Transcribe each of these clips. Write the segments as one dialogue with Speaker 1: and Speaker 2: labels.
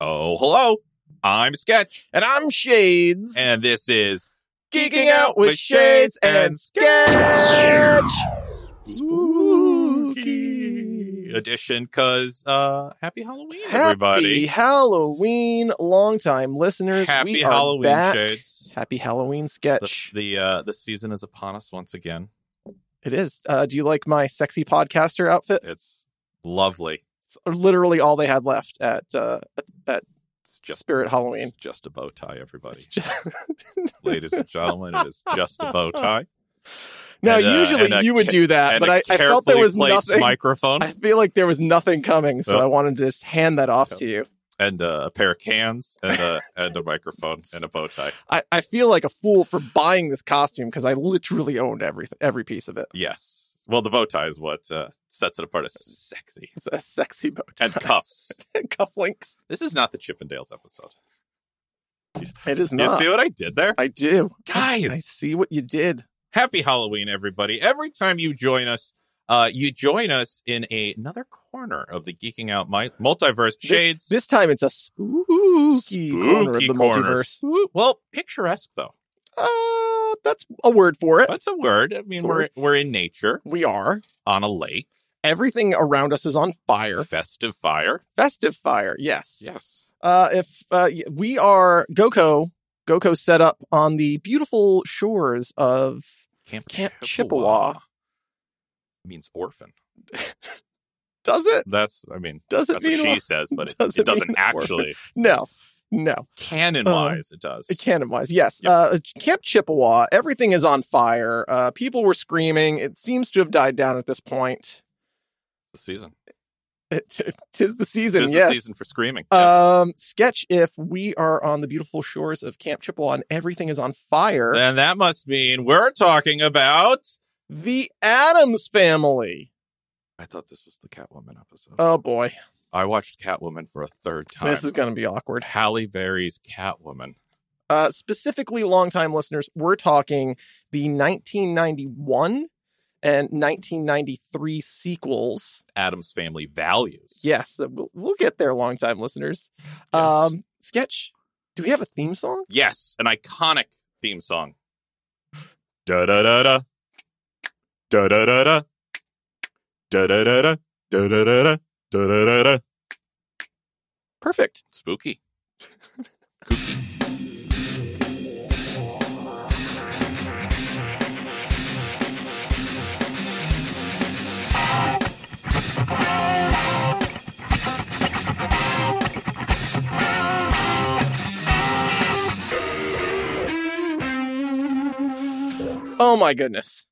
Speaker 1: Oh, hello. I'm Sketch,
Speaker 2: And I'm Shades.
Speaker 1: and this is
Speaker 2: geeking out with Shades and Sketch.
Speaker 1: Spooky Edition. Because uh, happy Halloween,
Speaker 2: Happy
Speaker 1: everybody!
Speaker 2: Halloween, longtime listeners.
Speaker 1: Happy
Speaker 2: we are
Speaker 1: Halloween,
Speaker 2: back.
Speaker 1: Shades.
Speaker 2: Happy Halloween
Speaker 1: The,
Speaker 2: sketch.
Speaker 1: the uh, the season is upon us once again.
Speaker 2: it is. Uh, do you like my sexy podcaster outfit?
Speaker 1: It's lovely.
Speaker 2: It's literally all they had left at uh, at, at
Speaker 1: It's just
Speaker 2: Spirit Halloween.
Speaker 1: it's just a bow tie, everybody,
Speaker 2: It's just-
Speaker 1: ladies and gentlemen. It is just a bow tie.
Speaker 2: now,
Speaker 1: And, uh,
Speaker 2: usually
Speaker 1: and a
Speaker 2: you would
Speaker 1: ca-
Speaker 2: do that,
Speaker 1: and
Speaker 2: Uh, but
Speaker 1: a
Speaker 2: I, I felt there
Speaker 1: carefully
Speaker 2: was
Speaker 1: placed
Speaker 2: nothing.
Speaker 1: Microphone
Speaker 2: I feel like there was nothing coming, so
Speaker 1: Oh.
Speaker 2: I wanted to just hand that off
Speaker 1: Oh.
Speaker 2: to you.
Speaker 1: and uh, a pair of cans and a and a microphone and a bow tie.
Speaker 2: I, I feel like a fool for buying this costume because I literally owned every every piece of it.
Speaker 1: Yes. Well, the bow tie is what uh, sets it apart as sexy
Speaker 2: It's a sexy bow tie
Speaker 1: and cuffs.
Speaker 2: cufflinks.
Speaker 1: this is not the Chippendales episode.
Speaker 2: It is
Speaker 1: You
Speaker 2: not.
Speaker 1: see what I did there?
Speaker 2: I do,
Speaker 1: Guys.
Speaker 2: I see what you did.
Speaker 1: Happy Halloween, everybody. Every time you join us, uh, you join us in a, another corner of the Geeking Out Mi- Multiverse
Speaker 2: This-
Speaker 1: Shades.
Speaker 2: This time it's a spooky, corner of
Speaker 1: Spooky
Speaker 2: the
Speaker 1: corner.
Speaker 2: multiverse.
Speaker 1: Ooh, well, picturesque, though.
Speaker 2: Uh, that's a word for it.
Speaker 1: That's a word. I
Speaker 2: Uh, It's
Speaker 1: mean,
Speaker 2: a
Speaker 1: we're,
Speaker 2: word.
Speaker 1: we're in nature
Speaker 2: We are.
Speaker 1: on a lake,
Speaker 2: Everything around us is on fire.
Speaker 1: festive fire.
Speaker 2: Festive fire. Yes.
Speaker 1: Yes.
Speaker 2: Uh, if uh, y- we are Goko, Goko set up on the beautiful shores of
Speaker 1: Camp,
Speaker 2: Camp Chippewa.
Speaker 1: means orphan.
Speaker 2: Does it?
Speaker 1: That's, I mean,
Speaker 2: Does it
Speaker 1: that's what
Speaker 2: mean
Speaker 1: she says, but it
Speaker 2: does
Speaker 1: it
Speaker 2: it mean
Speaker 1: doesn't
Speaker 2: orphan?
Speaker 1: actually.
Speaker 2: no? No.
Speaker 1: canon wise, it does.
Speaker 2: Canon wise, yes.
Speaker 1: Yep.
Speaker 2: Uh, Camp Chippewa, everything is on fire. Uh, people were screaming. It seems to have died down at this point.
Speaker 1: The season.
Speaker 2: It, tis the season,
Speaker 1: This is
Speaker 2: yes.
Speaker 1: the season for screaming.
Speaker 2: Um, sketch if we are on the beautiful shores of Camp Chippewa and everything is on fire.
Speaker 1: and that must mean we're talking about.
Speaker 2: the Adams Family.
Speaker 1: I thought this was the Catwoman episode.
Speaker 2: Oh boy,
Speaker 1: I watched Catwoman for a third time.
Speaker 2: this is going to be awkward.
Speaker 1: Halle Berry's Catwoman.
Speaker 2: Uh, specifically, longtime listeners, we're talking the 1991 and 1993 sequels.
Speaker 1: Adam's Family Values.
Speaker 2: Yes, uh, we'll, we'll get there, longtime listeners.
Speaker 1: Yes.
Speaker 2: Um, sketch. Do we have a theme song?
Speaker 1: Yes. An iconic theme song. Da da da da. Da da da da. Da da da da. Da da da da. Da da da da.
Speaker 2: Perfect.
Speaker 1: Spooky.
Speaker 2: Oh my goodness,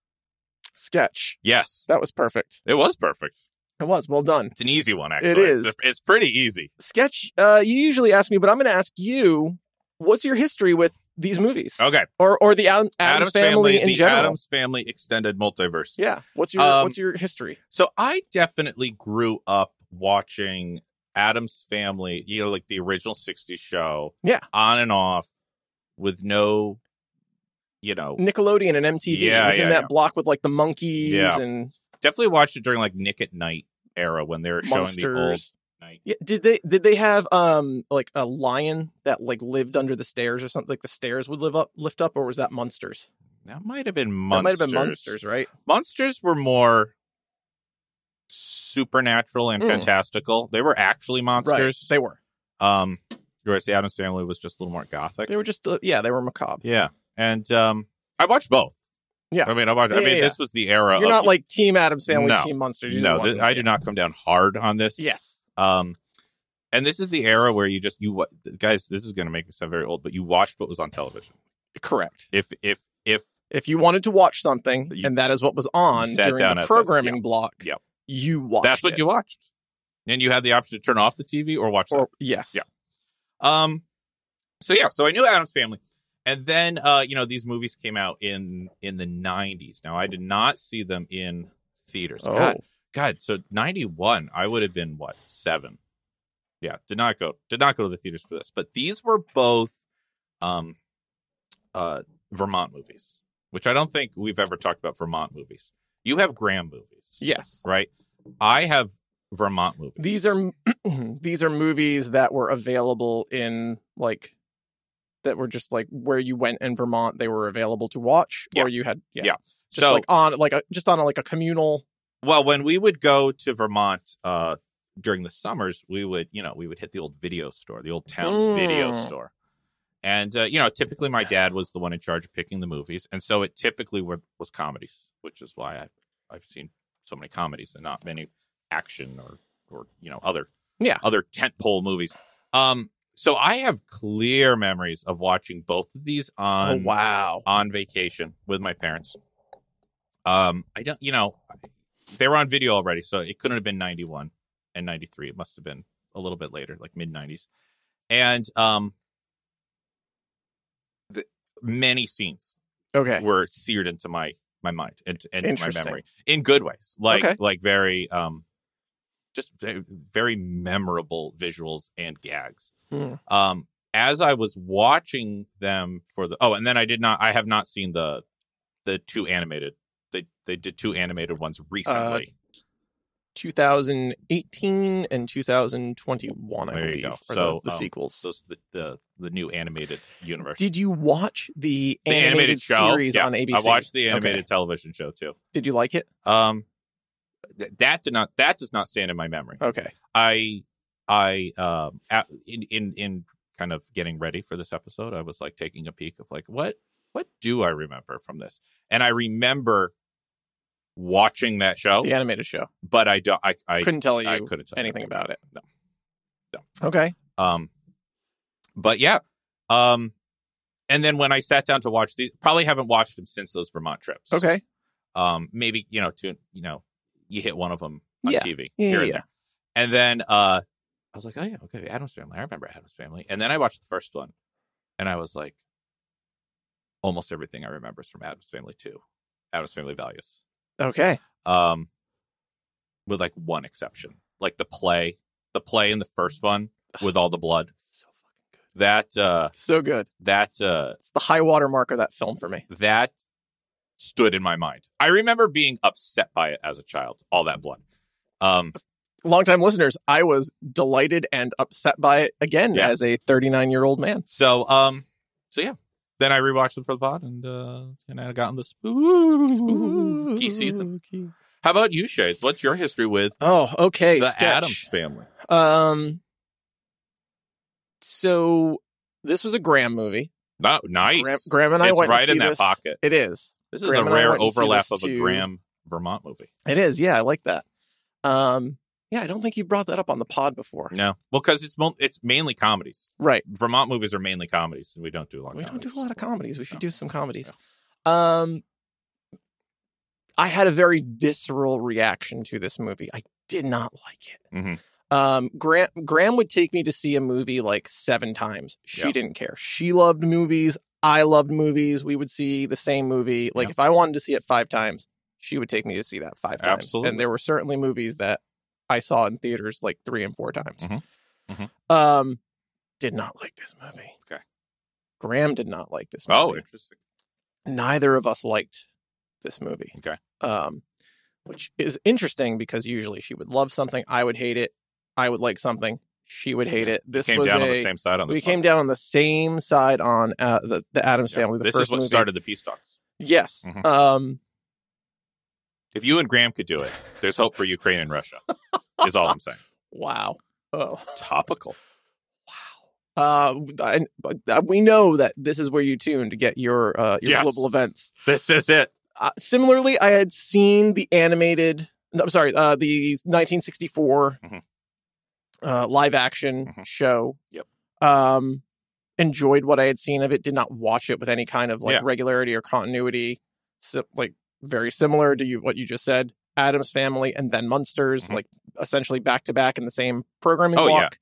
Speaker 2: sketch.
Speaker 1: Yes.
Speaker 2: That was perfect.
Speaker 1: It was perfect.
Speaker 2: It was well done.
Speaker 1: It's an easy one, actually.
Speaker 2: It is.
Speaker 1: It's, it's pretty easy.
Speaker 2: Sketch. Uh, you usually ask me, but I'm going to ask you. What's your history with these movies,
Speaker 1: Okay.
Speaker 2: or or the Adam, Adams, family, in
Speaker 1: Oh. the
Speaker 2: general?
Speaker 1: Adams Family extended multiverse.
Speaker 2: Yeah. What's your
Speaker 1: Um,
Speaker 2: What's your history?
Speaker 1: So I definitely grew up watching Adams Family, you know, like the original 60s show.
Speaker 2: Yeah.
Speaker 1: On and off with no, you know,
Speaker 2: Nickelodeon and MTV
Speaker 1: Yeah,
Speaker 2: it was
Speaker 1: yeah,
Speaker 2: in that
Speaker 1: yeah.
Speaker 2: block with like the monkeys
Speaker 1: Yeah.
Speaker 2: and
Speaker 1: definitely watched it during like Nick at Night era when they were showing the old
Speaker 2: monsters.
Speaker 1: night.
Speaker 2: Yeah, did they did they have um like a lion that like lived under the stairs or something like the stairs would live up lift up or was that monsters?
Speaker 1: That might have been
Speaker 2: That might
Speaker 1: monsters.
Speaker 2: have been monsters, right?
Speaker 1: Monsters were more supernatural and
Speaker 2: Mm.
Speaker 1: fantastical. They were actually monsters.
Speaker 2: Right. They were.
Speaker 1: Um, whereas the Adams Family was just a little more gothic.
Speaker 2: They were just uh, yeah, they were macabre.
Speaker 1: Yeah, and um, I watched both.
Speaker 2: Yeah.
Speaker 1: I mean, I watched. I
Speaker 2: Yeah,
Speaker 1: mean,
Speaker 2: yeah,
Speaker 1: this was the era.
Speaker 2: You're
Speaker 1: of,
Speaker 2: not like Team Adams Family,
Speaker 1: No.
Speaker 2: Team Monsters. You
Speaker 1: no,
Speaker 2: didn't want
Speaker 1: th-
Speaker 2: them.
Speaker 1: I do not come down hard on this.
Speaker 2: Yes.
Speaker 1: Um, and this is the era where you just you wa- guys. This is going to make me sound very old, but you watched what was on television.
Speaker 2: Correct.
Speaker 1: If if if
Speaker 2: If you wanted to watch something
Speaker 1: You-
Speaker 2: and that is what was on
Speaker 1: you sat
Speaker 2: during
Speaker 1: down at
Speaker 2: the
Speaker 1: the-
Speaker 2: programming
Speaker 1: yeah.
Speaker 2: block,
Speaker 1: Yeah.
Speaker 2: you watched
Speaker 1: that's what
Speaker 2: it.
Speaker 1: you watched, and you had the option to turn off the TV or watch
Speaker 2: or yes.
Speaker 1: Yeah. Um, so yeah, so I knew Adam's Family, and then uh, you know these movies came out in in the '90s. Now I did not see them in theaters.
Speaker 2: Oh.
Speaker 1: God, God, so '91, I would have been what seven? Yeah, did not go did not go to the theaters for this. But these were both um, uh, Vermont movies, which I don't think we've ever talked about Vermont movies. You have Graham movies,
Speaker 2: Yes.
Speaker 1: right? I have Vermont movies.
Speaker 2: These are these are movies that were available in like that were just like where you went in Vermont, they were available to watch,
Speaker 1: Yeah.
Speaker 2: or you had yeah,
Speaker 1: Yeah.
Speaker 2: just
Speaker 1: so
Speaker 2: like on like a just on a, like a communal.
Speaker 1: well when we would go to Vermont uh during the summers, we would you know we would hit the old video store, the old town video
Speaker 2: Mm.
Speaker 1: store, and uh, you know typically my dad was the one in charge of picking the movies, and so it typically were, was comedies, which is why I I've seen so many comedies and not many action or or you know other
Speaker 2: Yeah.
Speaker 1: other tentpole movies. Um, so I have clear memories of watching both of these on
Speaker 2: oh wow!
Speaker 1: on vacation with my parents. Um, I don't, you know, they were on video already, so it couldn't have been 91 and 93. It must have been a little bit later, like mid 90s. And um, the, many scenes
Speaker 2: Okay,
Speaker 1: were seared into my my mind and, and my
Speaker 2: Interesting.
Speaker 1: memory in good ways, like
Speaker 2: Okay.
Speaker 1: like very um, just ve- very memorable visuals and gags
Speaker 2: Hmm.
Speaker 1: um as i was watching them for the oh and then i did not i have not seen the the two animated they they did two animated
Speaker 2: Uh,
Speaker 1: ones recently
Speaker 2: 2018 and 2021. I
Speaker 1: There you
Speaker 2: believe,
Speaker 1: go.
Speaker 2: are
Speaker 1: So,
Speaker 2: the, the
Speaker 1: um,
Speaker 2: sequels.
Speaker 1: so it's the, the the new animated universe
Speaker 2: Did you watch the
Speaker 1: The
Speaker 2: animated,
Speaker 1: animated show?
Speaker 2: series
Speaker 1: Yeah,
Speaker 2: on ABC?
Speaker 1: i watched the animated
Speaker 2: Okay.
Speaker 1: television show too
Speaker 2: Did you like it?
Speaker 1: um th- that did not that does not stand in my memory
Speaker 2: Okay.
Speaker 1: I I um at, in in in kind of getting ready for this episode, I was like taking a peek of like what what do I remember from this? And I remember watching that show,
Speaker 2: The animated show.
Speaker 1: but I don't I Oh. I
Speaker 2: couldn't tell you
Speaker 1: I couldn't tell you
Speaker 2: anything about it.
Speaker 1: No.
Speaker 2: Okay.
Speaker 1: Um but yeah. Um and then when I sat down to watch these, probably haven't watched them since those Vermont trips.
Speaker 2: Okay.
Speaker 1: Um maybe, you know, to you know, you hit one of them on
Speaker 2: Yeah.
Speaker 1: TV.
Speaker 2: Yeah,
Speaker 1: here and
Speaker 2: yeah.
Speaker 1: there. And then uh, I was like, oh yeah, okay, Adam's Family. I remember Adam's Family. And then I watched the first one, and I was like, almost everything I remember is from Adam's Family too, Adam's Family Values,
Speaker 2: Okay.
Speaker 1: um, with like one exception, like the play, the play in the first one with all the blood.
Speaker 2: So fucking good.
Speaker 1: That uh,
Speaker 2: So good.
Speaker 1: that uh,
Speaker 2: It's the high water mark of that film for me.
Speaker 1: that stood in my mind. I remember being upset by it as a child. All that blood. Um,
Speaker 2: Longtime listeners, I was delighted and upset by it again
Speaker 1: Yeah.
Speaker 2: as a 39 year old man.
Speaker 1: So um so yeah. Then I rewatched them for the pod and uh and I got in the spooky season.
Speaker 2: Spooky.
Speaker 1: How about you, Shades? What's your history with
Speaker 2: Oh, okay.
Speaker 1: the
Speaker 2: sketch.
Speaker 1: Adams family?
Speaker 2: Um. So this was a Graham movie.
Speaker 1: No, nice.
Speaker 2: Graham, Graham and I
Speaker 1: it's
Speaker 2: went
Speaker 1: right
Speaker 2: to see
Speaker 1: in that
Speaker 2: this.
Speaker 1: pocket.
Speaker 2: It is.
Speaker 1: This is
Speaker 2: Graham
Speaker 1: a
Speaker 2: and I
Speaker 1: rare
Speaker 2: went and see
Speaker 1: overlap
Speaker 2: this
Speaker 1: of a
Speaker 2: to-
Speaker 1: Graham Vermont movie.
Speaker 2: It is. Yeah, I like that. Um. Yeah, I don't think you brought that up on the pod before.
Speaker 1: No, well, because it's mo- it's mainly comedies.
Speaker 2: Right.
Speaker 1: Vermont movies are mainly comedies, and we don't do a lot.
Speaker 2: We
Speaker 1: of
Speaker 2: don't do
Speaker 1: comedies.
Speaker 2: a lot of comedies. We should
Speaker 1: No.
Speaker 2: do some comedies. Um, I had a very visceral reaction to this movie. I did not like it.
Speaker 1: Mhm.
Speaker 2: Um, Graham, Graham would take me to see a movie like seven times. She
Speaker 1: Yeah.
Speaker 2: didn't care. She loved movies. I loved movies. We would see the same movie. Like
Speaker 1: Yeah.
Speaker 2: if I wanted to see it five times, she would take me to see that five times.
Speaker 1: Absolutely.
Speaker 2: And there were certainly movies that I saw in theaters like three and four times.
Speaker 1: Mhm. Mhm.
Speaker 2: Um, did not like this movie.
Speaker 1: Okay.
Speaker 2: Graham did not like this movie
Speaker 1: Oh, interesting.
Speaker 2: neither of us liked this movie.
Speaker 1: Okay.
Speaker 2: Um, which is interesting because usually she would love something, I would hate it, I would like something, she would hate it. This
Speaker 1: came
Speaker 2: was
Speaker 1: down
Speaker 2: a,
Speaker 1: on the same side on this.
Speaker 2: we came
Speaker 1: one.
Speaker 2: down on the same side on uh, the the Adams
Speaker 1: Yeah.
Speaker 2: Family. The
Speaker 1: this
Speaker 2: first
Speaker 1: is what
Speaker 2: movie.
Speaker 1: started the peace talks.
Speaker 2: Yes.
Speaker 1: Mhm.
Speaker 2: Um,
Speaker 1: If you and Graham could do it, there's hope for Ukraine and Russia. is all I'm saying.
Speaker 2: wow. Oh.
Speaker 1: Topical.
Speaker 2: Uh, and, uh, we know that this is where you tune to get your uh, your
Speaker 1: Yes.
Speaker 2: global events.
Speaker 1: This is it.
Speaker 2: Uh, similarly, I had seen the animated. no, I'm sorry, uh, the 1964
Speaker 1: Mhm.
Speaker 2: uh, live action
Speaker 1: Mhm.
Speaker 2: show.
Speaker 1: Yep.
Speaker 2: Um, enjoyed what I had seen of it. Did not watch it with any kind of like
Speaker 1: Yeah.
Speaker 2: regularity or continuity. So, like very similar to you what you just said. Adam's Family and then Munsters,
Speaker 1: Mhm.
Speaker 2: like essentially back to back in the same programming
Speaker 1: Oh, yeah.
Speaker 2: block.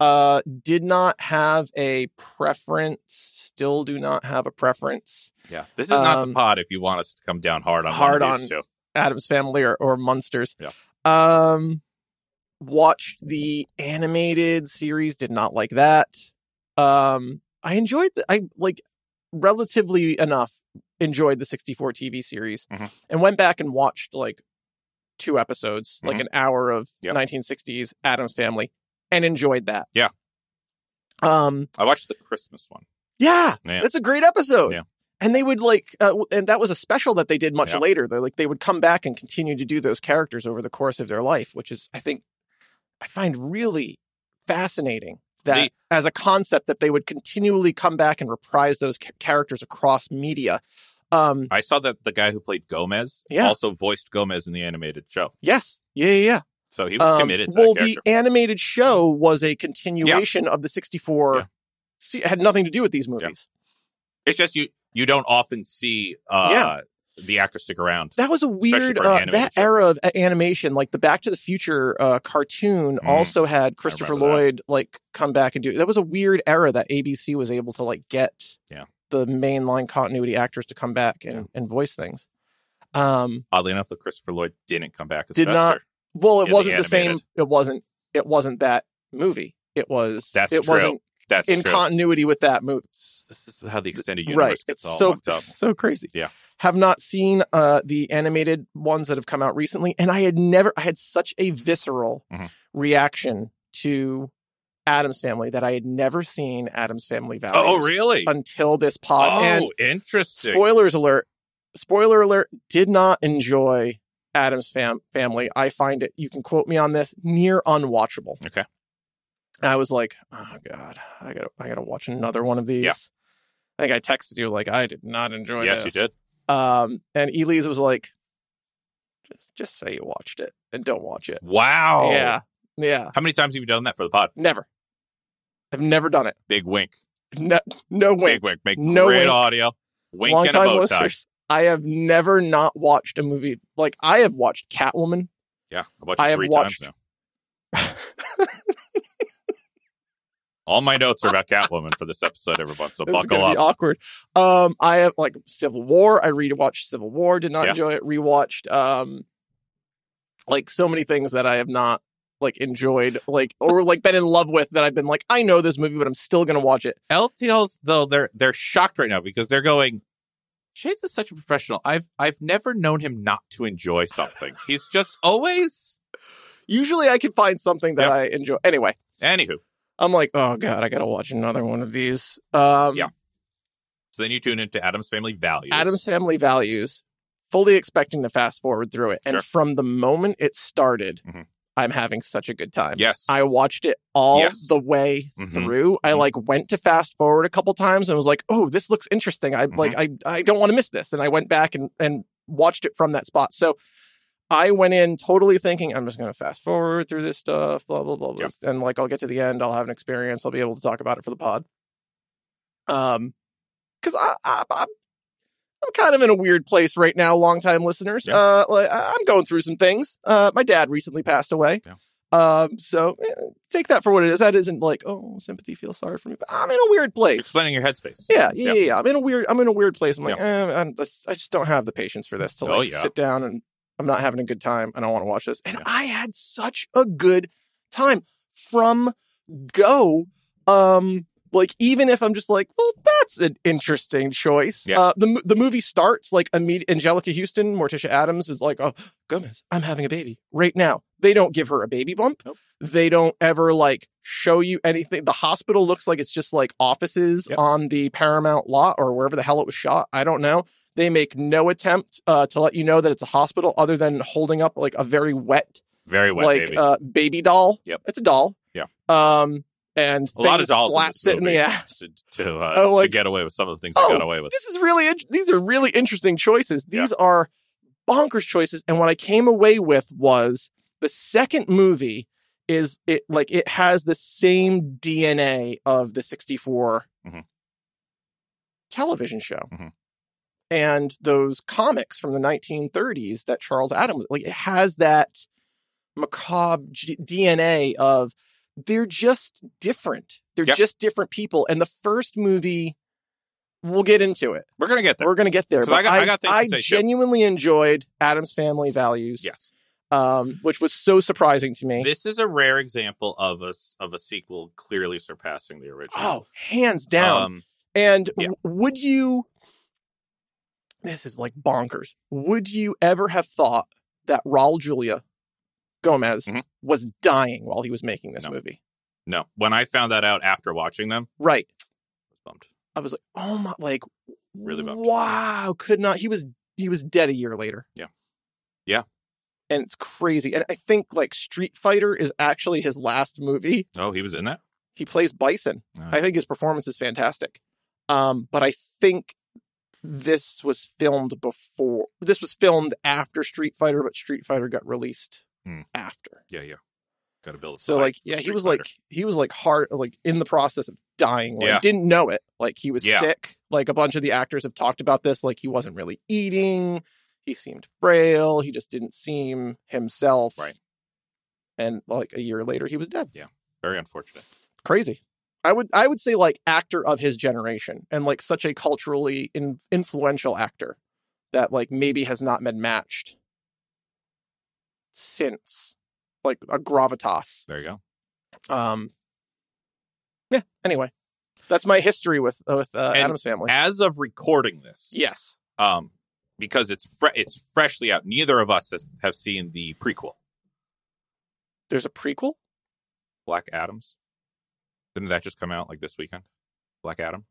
Speaker 2: Uh, did not have a preference. Still do not have a preference.
Speaker 1: Yeah. This is not
Speaker 2: Um,
Speaker 1: the pod if you want us to come down hard on hard
Speaker 2: hard
Speaker 1: on
Speaker 2: on-
Speaker 1: two.
Speaker 2: Adam's Family or, or Munsters.
Speaker 1: Yeah.
Speaker 2: Um, watched the animated series. Did not like that. Um, I enjoyed. The, I like relatively enough enjoyed the 64 TV series
Speaker 1: Mhm.
Speaker 2: and went back and watched like two episodes,
Speaker 1: Mm-hmm.
Speaker 2: like an hour of
Speaker 1: Yep.
Speaker 2: 1960s Adams Family, and enjoyed that.
Speaker 1: Yeah.
Speaker 2: Um.
Speaker 1: I watched the Christmas one.
Speaker 2: Yeah,
Speaker 1: Yeah.
Speaker 2: that's a great episode.
Speaker 1: Yeah.
Speaker 2: And they would like, uh, w- and that was a special that they did much
Speaker 1: Yeah.
Speaker 2: later. They're like, they would come back and continue to do those characters over the course of their life, which is, I think, I find really fascinating that
Speaker 1: They-
Speaker 2: as a concept that they would continually come back and reprise those ca- characters across media. Um,
Speaker 1: I saw that the guy who played Gomez
Speaker 2: Yeah.
Speaker 1: also voiced Gomez in the animated show.
Speaker 2: yes. Yeah. Yeah. yeah.
Speaker 1: So he was
Speaker 2: Um,
Speaker 1: committed to
Speaker 2: well,
Speaker 1: that character.
Speaker 2: the animated show was a continuation of the 64.
Speaker 1: Yeah.
Speaker 2: See, it had nothing to do with these movies.
Speaker 1: It's just you you don't often see uh the actor stick around.
Speaker 2: that was a
Speaker 1: Especially
Speaker 2: weird
Speaker 1: for an
Speaker 2: uh,
Speaker 1: animated
Speaker 2: that
Speaker 1: show.
Speaker 2: era of uh, animation like the back to the future uh, cartoon
Speaker 1: Mm.
Speaker 2: also had christopher
Speaker 1: remember that.
Speaker 2: lloyd like come back and do that was a weird era that abc was able to like get
Speaker 1: Yeah.
Speaker 2: the mainline continuity actors to come back and,
Speaker 1: Yeah.
Speaker 2: and voice things um
Speaker 1: Oddly enough, the Christopher Lloyd didn't come back as
Speaker 2: Did not-
Speaker 1: Fester.
Speaker 2: well it
Speaker 1: Yeah, the
Speaker 2: wasn't the, same
Speaker 1: animated.
Speaker 2: it wasn't it wasn't that movie it was
Speaker 1: That's
Speaker 2: it
Speaker 1: true.
Speaker 2: wasn't
Speaker 1: That's
Speaker 2: in
Speaker 1: true.
Speaker 2: continuity with that movie
Speaker 1: this is how the extended universe
Speaker 2: right
Speaker 1: gets
Speaker 2: it's
Speaker 1: all
Speaker 2: so
Speaker 1: fucked up.
Speaker 2: so crazy
Speaker 1: Yeah.
Speaker 2: have not seen uh the animated ones that have come out recently and i had never i had such a visceral
Speaker 1: Mhm.
Speaker 2: reaction to adam's family that i had never seen adam's family values
Speaker 1: Oh, really?
Speaker 2: until this pod
Speaker 1: Oh,
Speaker 2: and
Speaker 1: interesting.
Speaker 2: spoilers alert spoiler alert did not enjoy adam's fam- family i find it you can quote me on this near unwatchable
Speaker 1: Okay.
Speaker 2: i was like oh god i gotta i gotta watch another one of these
Speaker 1: Yeah.
Speaker 2: i think i texted you like i did not enjoy
Speaker 1: yes, you
Speaker 2: this.
Speaker 1: did.
Speaker 2: um and elise was like just just say you watched it and don't watch it
Speaker 1: Wow.
Speaker 2: yeah yeah
Speaker 1: How many times have you done that for the pod?
Speaker 2: never i've never done it
Speaker 1: Big wink.
Speaker 2: no, no way
Speaker 1: Big wink. Make
Speaker 2: No
Speaker 1: great
Speaker 2: wink.
Speaker 1: audio. Wink and a
Speaker 2: Long-time
Speaker 1: bow tie.
Speaker 2: I have never not watched a movie. Like I have watched Catwoman.
Speaker 1: Yeah, I watched it
Speaker 2: I have
Speaker 1: three
Speaker 2: watched-
Speaker 1: times now. All my notes are about Catwoman for this episode, everyone. So
Speaker 2: This is
Speaker 1: buckle
Speaker 2: gonna
Speaker 1: up.
Speaker 2: be awkward. Um, I have like Civil War. I rewatched Civil War. Did not
Speaker 1: Yeah.
Speaker 2: enjoy it. Rewatched um, like so many things that I have not like enjoyed, like or like been in love with that I've been like I know this movie, but I'm still gonna watch it.
Speaker 1: LTLs though they're they're shocked right now because they're going. Shades is such a professional. I've I've never known him not to enjoy something. He's just always.
Speaker 2: Usually, I can find something that
Speaker 1: Yep.
Speaker 2: I enjoy. Anyway,
Speaker 1: Anywho,
Speaker 2: I'm like, oh god, I gotta watch another one of these. Um,
Speaker 1: Yeah. so then you tune into Adam's Family Values.
Speaker 2: Adam's Family Values, fully expecting to fast forward through it. And
Speaker 1: Sure.
Speaker 2: from the moment it started,
Speaker 1: Mhm.
Speaker 2: I'm having such a good time.
Speaker 1: Yes.
Speaker 2: I watched it all
Speaker 1: Yes.
Speaker 2: the way
Speaker 1: Mhm.
Speaker 2: through. I
Speaker 1: Mhm.
Speaker 2: like went to fast forward a couple times and was like, "Oh, this looks interesting. I like I I don't want to miss this." And I went back and and watched it from that spot. So I went in totally thinking I'm just going to fast forward through this stuff, blah blah blah, blah. and like I'll get to the end, I'll have an experience, I'll be able to talk about it for the pod. Um, because I, I I'm I'm kind of in a weird place right now, longtime listeners.
Speaker 1: Yeah.
Speaker 2: Uh, like, I- I'm going through some things. Uh, my dad recently passed away.
Speaker 1: Yeah.
Speaker 2: Um, so eh, take that for what it is. That isn't like, oh, sympathy feels sorry for me, but I'm in a weird place.
Speaker 1: explaining your headspace.
Speaker 2: Yeah,
Speaker 1: Yeah.
Speaker 2: yeah, yeah, yeah. I'm in a weird, I'm in a weird place. I'm like, eh, I'm, that's- I just don't have the patience for this to like
Speaker 1: Oh, yeah.
Speaker 2: sit down and I'm not having a good time. I don't want to watch this. And
Speaker 1: Yeah.
Speaker 2: I had such a good time from go. Um, like even if I'm just like, well, that's an interesting choice.
Speaker 1: Yeah.
Speaker 2: Uh, the mo- the movie starts like immediate Angelica Houston, Morticia Adams is like, oh, Gomez, I'm having a baby right now. They don't give her a baby bump.
Speaker 1: Nope.
Speaker 2: They don't ever like show you anything. The hospital looks like it's just like offices
Speaker 1: Yep.
Speaker 2: on the Paramount lot or wherever the hell it was shot. I don't know. They make no attempt uh, to let you know that it's a hospital other than holding up like a very wet,
Speaker 1: very wet,
Speaker 2: like
Speaker 1: baby.
Speaker 2: Uh, baby doll.
Speaker 1: Yep.
Speaker 2: It's a doll.
Speaker 1: Yeah.
Speaker 2: Um, and
Speaker 1: a lot of
Speaker 2: things
Speaker 1: dolls in
Speaker 2: slaps
Speaker 1: this
Speaker 2: it in
Speaker 1: movie.
Speaker 2: the ass.
Speaker 1: to, to, uh,
Speaker 2: Oh, like-
Speaker 1: to get away with some of the things I
Speaker 2: Oh,
Speaker 1: got away with.
Speaker 2: This is really int- these are really interesting choices. These are bonkers choices. And what I came away with was the second movie is it like it has the same DNA of the 64
Speaker 1: Mhm.
Speaker 2: television show.
Speaker 1: Mhm.
Speaker 2: And those comics from the 1930s that Charles Adams like it has that macabre G- DNA of they're just different. They're
Speaker 1: Yeah.
Speaker 2: just different people. And the first movie, we'll get into it.
Speaker 1: We're gonna get there.
Speaker 2: We're gonna get there.
Speaker 1: 'Cause I
Speaker 2: but
Speaker 1: got- I got things to say, too.
Speaker 2: genuinely enjoyed Adam's Family Values,
Speaker 1: Yes,
Speaker 2: um, which was so surprising to me.
Speaker 1: this is a rare example of a s- of a sequel clearly surpassing the original.
Speaker 2: oh, hands down.
Speaker 1: Um,
Speaker 2: and
Speaker 1: yeah.
Speaker 2: w- would you? This is like bonkers. Would you ever have thought that Raul Julia Gomez
Speaker 1: Mhm.
Speaker 2: was dying while he was making this
Speaker 1: No.
Speaker 2: movie.
Speaker 1: No, when I found that out after watching them,
Speaker 2: Right.
Speaker 1: I was bummed.
Speaker 2: I was like, oh my, like,
Speaker 1: Really bummed.
Speaker 2: Wow, could not. He was he was dead a year later.
Speaker 1: Yeah. Yeah.
Speaker 2: and it's crazy. And I think like Street Fighter is actually his last movie.
Speaker 1: Oh, he was in that.
Speaker 2: He plays Bison.
Speaker 1: Uh,
Speaker 2: I think his performance is fantastic. Um, but I think this was filmed before. This was filmed after Street Fighter, but Street Fighter got released
Speaker 1: Hmm.
Speaker 2: after.
Speaker 1: yeah, yeah. Got to build. a
Speaker 2: So
Speaker 1: side
Speaker 2: like,
Speaker 1: for
Speaker 2: yeah, he
Speaker 1: Street
Speaker 2: was
Speaker 1: Fighter.
Speaker 2: like, he was like hard, like in the process of dying. Like,
Speaker 1: Yeah.
Speaker 2: didn't know it. Like he was
Speaker 1: Yeah.
Speaker 2: sick. Like a bunch of the actors have talked about this. Like he wasn't really eating. He seemed frail. He just didn't seem himself.
Speaker 1: Right.
Speaker 2: And like a year later, he was dead.
Speaker 1: very unfortunate.
Speaker 2: Crazy. I would, I would say like actor of his generation and like such a culturally in, influential actor that like maybe has not been matched since like a gravitas.
Speaker 1: There you go.
Speaker 2: Um. Yeah. Anyway, that's my history with with uh,
Speaker 1: And-
Speaker 2: Adam's family.
Speaker 1: As of recording this,
Speaker 2: yes.
Speaker 1: um, because it's fre- it's freshly out. Neither of us has, have seen the prequel,
Speaker 2: There's a prequel.
Speaker 1: Black Adams. Didn't that just come out like this weekend? Black Adam,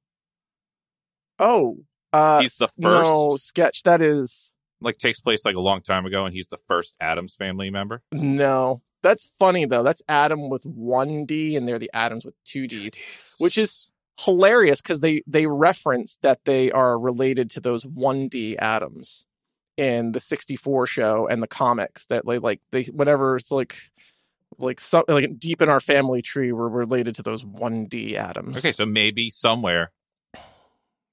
Speaker 2: Oh. Uh,
Speaker 1: He's the
Speaker 2: No
Speaker 1: first?
Speaker 2: sketch. That is
Speaker 1: like takes place like a long time ago, and he's the first Adams family member.
Speaker 2: no. That's funny though. That's Adam with one D, and they're the Adams with two Ds. Which is- Hilarious because they they reference that they are related to those one D Adams in the '64 show and the comics. That like like they whenever it's like like some like deep in our family tree, we're related to those one D Adams.
Speaker 1: okay. So maybe somewhere